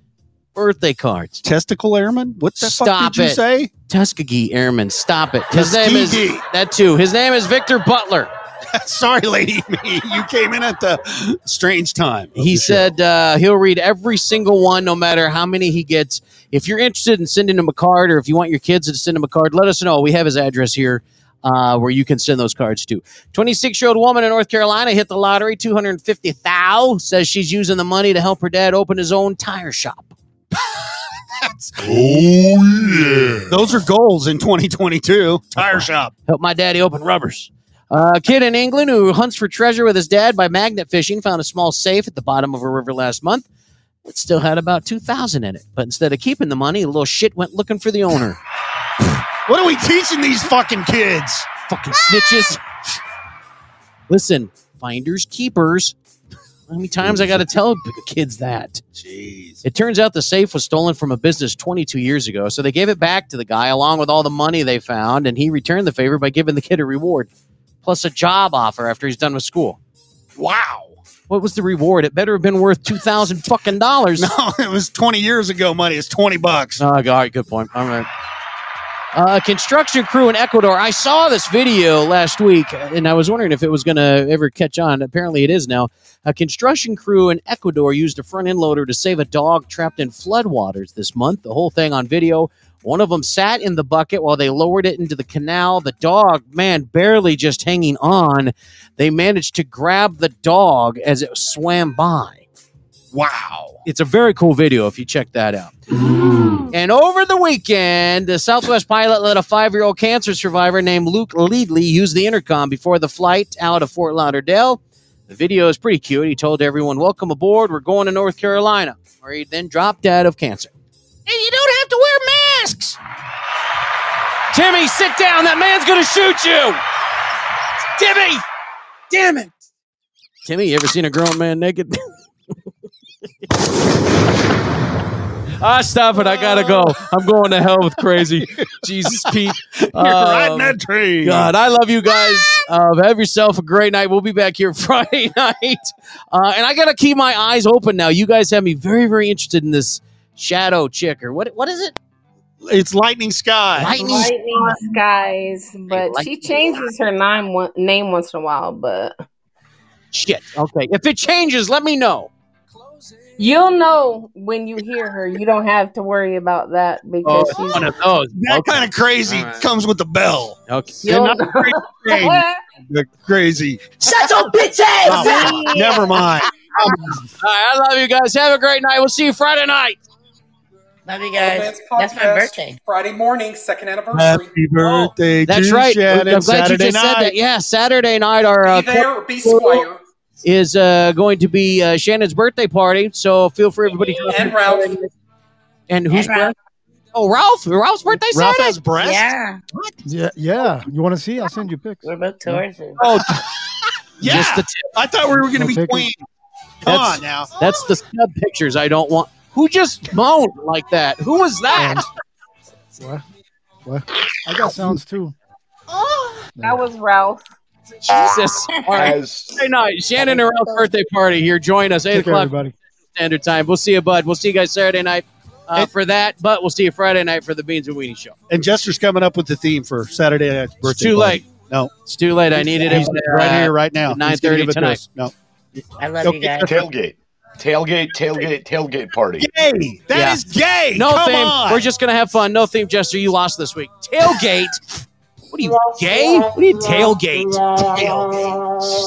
Speaker 7: birthday cards.
Speaker 12: Testicle airman? What the fuck
Speaker 7: Stop
Speaker 12: did you
Speaker 7: it.
Speaker 12: say?
Speaker 7: Tuskegee Airman, stop it. His name is
Speaker 12: Tuskegee.
Speaker 7: that too. His name is Victor Butler.
Speaker 12: Sorry, lady me. You came in at the strange time.
Speaker 7: He said uh, he'll read every single one, no matter how many he gets. If you're interested in sending him a card, or if you want your kids to send him a card, let us know. We have his address here. Uh, where you can send those cards to. 26 year old woman in North Carolina hit the lottery, 250,000. Says she's using the money to help her dad open his own tire shop.
Speaker 10: Oh, yeah.
Speaker 12: Those are goals in 2022. Tire shop.
Speaker 7: Help my daddy open rubbers. Uh, a kid in England who hunts for treasure with his dad by magnet fishing found a small safe at the bottom of a river last month. It still had about 2,000 in it, but instead of keeping the money, the little shit went looking for the owner.
Speaker 12: What are we teaching these fucking kids?
Speaker 7: fucking snitches. Listen, finders keepers. How many times I got to tell p- kids that? Jeez. It turns out the safe was stolen from a business 22 years ago, so they gave it back to the guy along with all the money they found, and he returned the favor by giving the kid a reward plus a job offer after he's done with school.
Speaker 12: Wow.
Speaker 7: What was the reward? It better have been worth two thousand fucking dollars.
Speaker 12: No, it was twenty years ago. Money It's twenty bucks.
Speaker 7: Oh, God, all right, good point. All right. Uh, construction crew in Ecuador. I saw this video last week, and I was wondering if it was going to ever catch on. Apparently, it is now. A construction crew in Ecuador used a front end loader to save a dog trapped in floodwaters this month. The whole thing on video. One of them sat in the bucket while they lowered it into the canal. The dog, man, barely just hanging on. They managed to grab the dog as it swam by.
Speaker 12: Wow.
Speaker 7: It's a very cool video if you check that out. And over the weekend, the Southwest pilot let a five year old cancer survivor named Luke Leadley use the intercom before the flight out of Fort Lauderdale. The video is pretty cute. He told everyone, Welcome aboard. We're going to North Carolina, where he then dropped dead of cancer.
Speaker 5: And you don't have to wear masks.
Speaker 7: Timmy, sit down. That man's going to shoot you. Timmy! Damn it. Timmy, you ever seen a grown man naked? Ah, stop it. I gotta go. I'm going to hell with crazy. Jesus, Pete. Um, You're
Speaker 12: riding that train.
Speaker 7: Oh, God, I love you guys. Uh, have yourself a great night. We'll be back here Friday night. Uh, and I gotta keep my eyes open now. You guys have me very, very interested in this shadow chick or what? What is it?
Speaker 12: It's lightning sky.
Speaker 7: Lightning.
Speaker 4: Lightning skies, but
Speaker 7: Lightning
Speaker 4: she changes her name one, name once in a while. But
Speaker 7: Shit. Okay. If it changes, let me know.
Speaker 4: you'll know when you hear her. You don't have to worry about that because
Speaker 7: Oh,
Speaker 4: she's
Speaker 7: one of those.
Speaker 12: That kind of crazy comes with the bell.
Speaker 7: Okay.
Speaker 4: You'll-
Speaker 12: Not crazy. The crazy.
Speaker 5: Shut your bitch ass up.
Speaker 12: Oh, never mind.
Speaker 7: All right, I love you guys. Have a great night. We'll see you Friday night.
Speaker 16: Love you
Speaker 17: Romance
Speaker 16: guys. That's my
Speaker 17: Podcast,
Speaker 16: birthday.
Speaker 17: Friday morning, second anniversary.
Speaker 12: Happy birthday.
Speaker 7: Oh, That's
Speaker 12: to
Speaker 7: right.
Speaker 12: Shannon.
Speaker 7: I'm glad
Speaker 12: Saturday
Speaker 7: you just
Speaker 12: night.
Speaker 7: said that. Yeah, Saturday night our uh,
Speaker 17: be there or be squire.
Speaker 7: is uh, going to be uh, Shannon's birthday party. So feel free, everybody. to-
Speaker 17: And Ralph.
Speaker 7: And who's
Speaker 16: And Ralph.
Speaker 7: Oh, Ralph. Ralph's birthday
Speaker 12: Ralph
Speaker 7: Saturday.
Speaker 12: has breasts.
Speaker 16: Yeah,
Speaker 15: Yeah, yeah. You want to see? I'll send you pics.
Speaker 16: we're both Tauruses.
Speaker 7: Oh,
Speaker 12: Yeah.
Speaker 7: Just the tip.
Speaker 12: I thought we were going to
Speaker 15: I'll
Speaker 12: be
Speaker 15: take
Speaker 12: queens. Come
Speaker 7: That's-
Speaker 12: on now.
Speaker 7: That's the sub pictures I don't want. Who just moaned like that? Who was that?
Speaker 15: What? What? I got sounds too.
Speaker 4: that was Ralph.
Speaker 7: Jesus. All right.
Speaker 18: As
Speaker 7: Friday night, Shannon and Ralph's birthday party here. Join us, 8
Speaker 15: Take care,
Speaker 7: o'clock
Speaker 15: everybody.
Speaker 7: Standard Time. We'll see you, bud. We'll see you guys Saturday night uh, for that, but we'll see you Friday night for the Beans and Weenie Show.
Speaker 12: And Jester's coming up with the theme for Saturday night's birthday.
Speaker 7: It's too late.
Speaker 12: party. No,
Speaker 7: It's too late. I needed it
Speaker 12: he's right here, right now.
Speaker 7: at
Speaker 12: He's gonna
Speaker 7: 9:30
Speaker 12: give it to
Speaker 7: tonight.
Speaker 12: us. No.
Speaker 16: I love
Speaker 12: Okay.
Speaker 16: you guys.
Speaker 18: tailgate, tailgate, tailgate, tailgate party.
Speaker 12: Gay.
Speaker 7: Yeah.
Speaker 12: That is gay.
Speaker 7: No
Speaker 12: Come
Speaker 7: theme.
Speaker 12: on.
Speaker 7: We're just gonna have fun. No theme, Jester. You lost this week. Tailgate. what are you gay? What do you tailgate?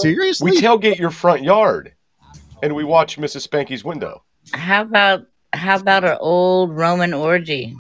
Speaker 12: seriously.
Speaker 18: We tailgate your front yard, and we watch Mrs. Spanky's window.
Speaker 16: How about how about an old Roman orgy?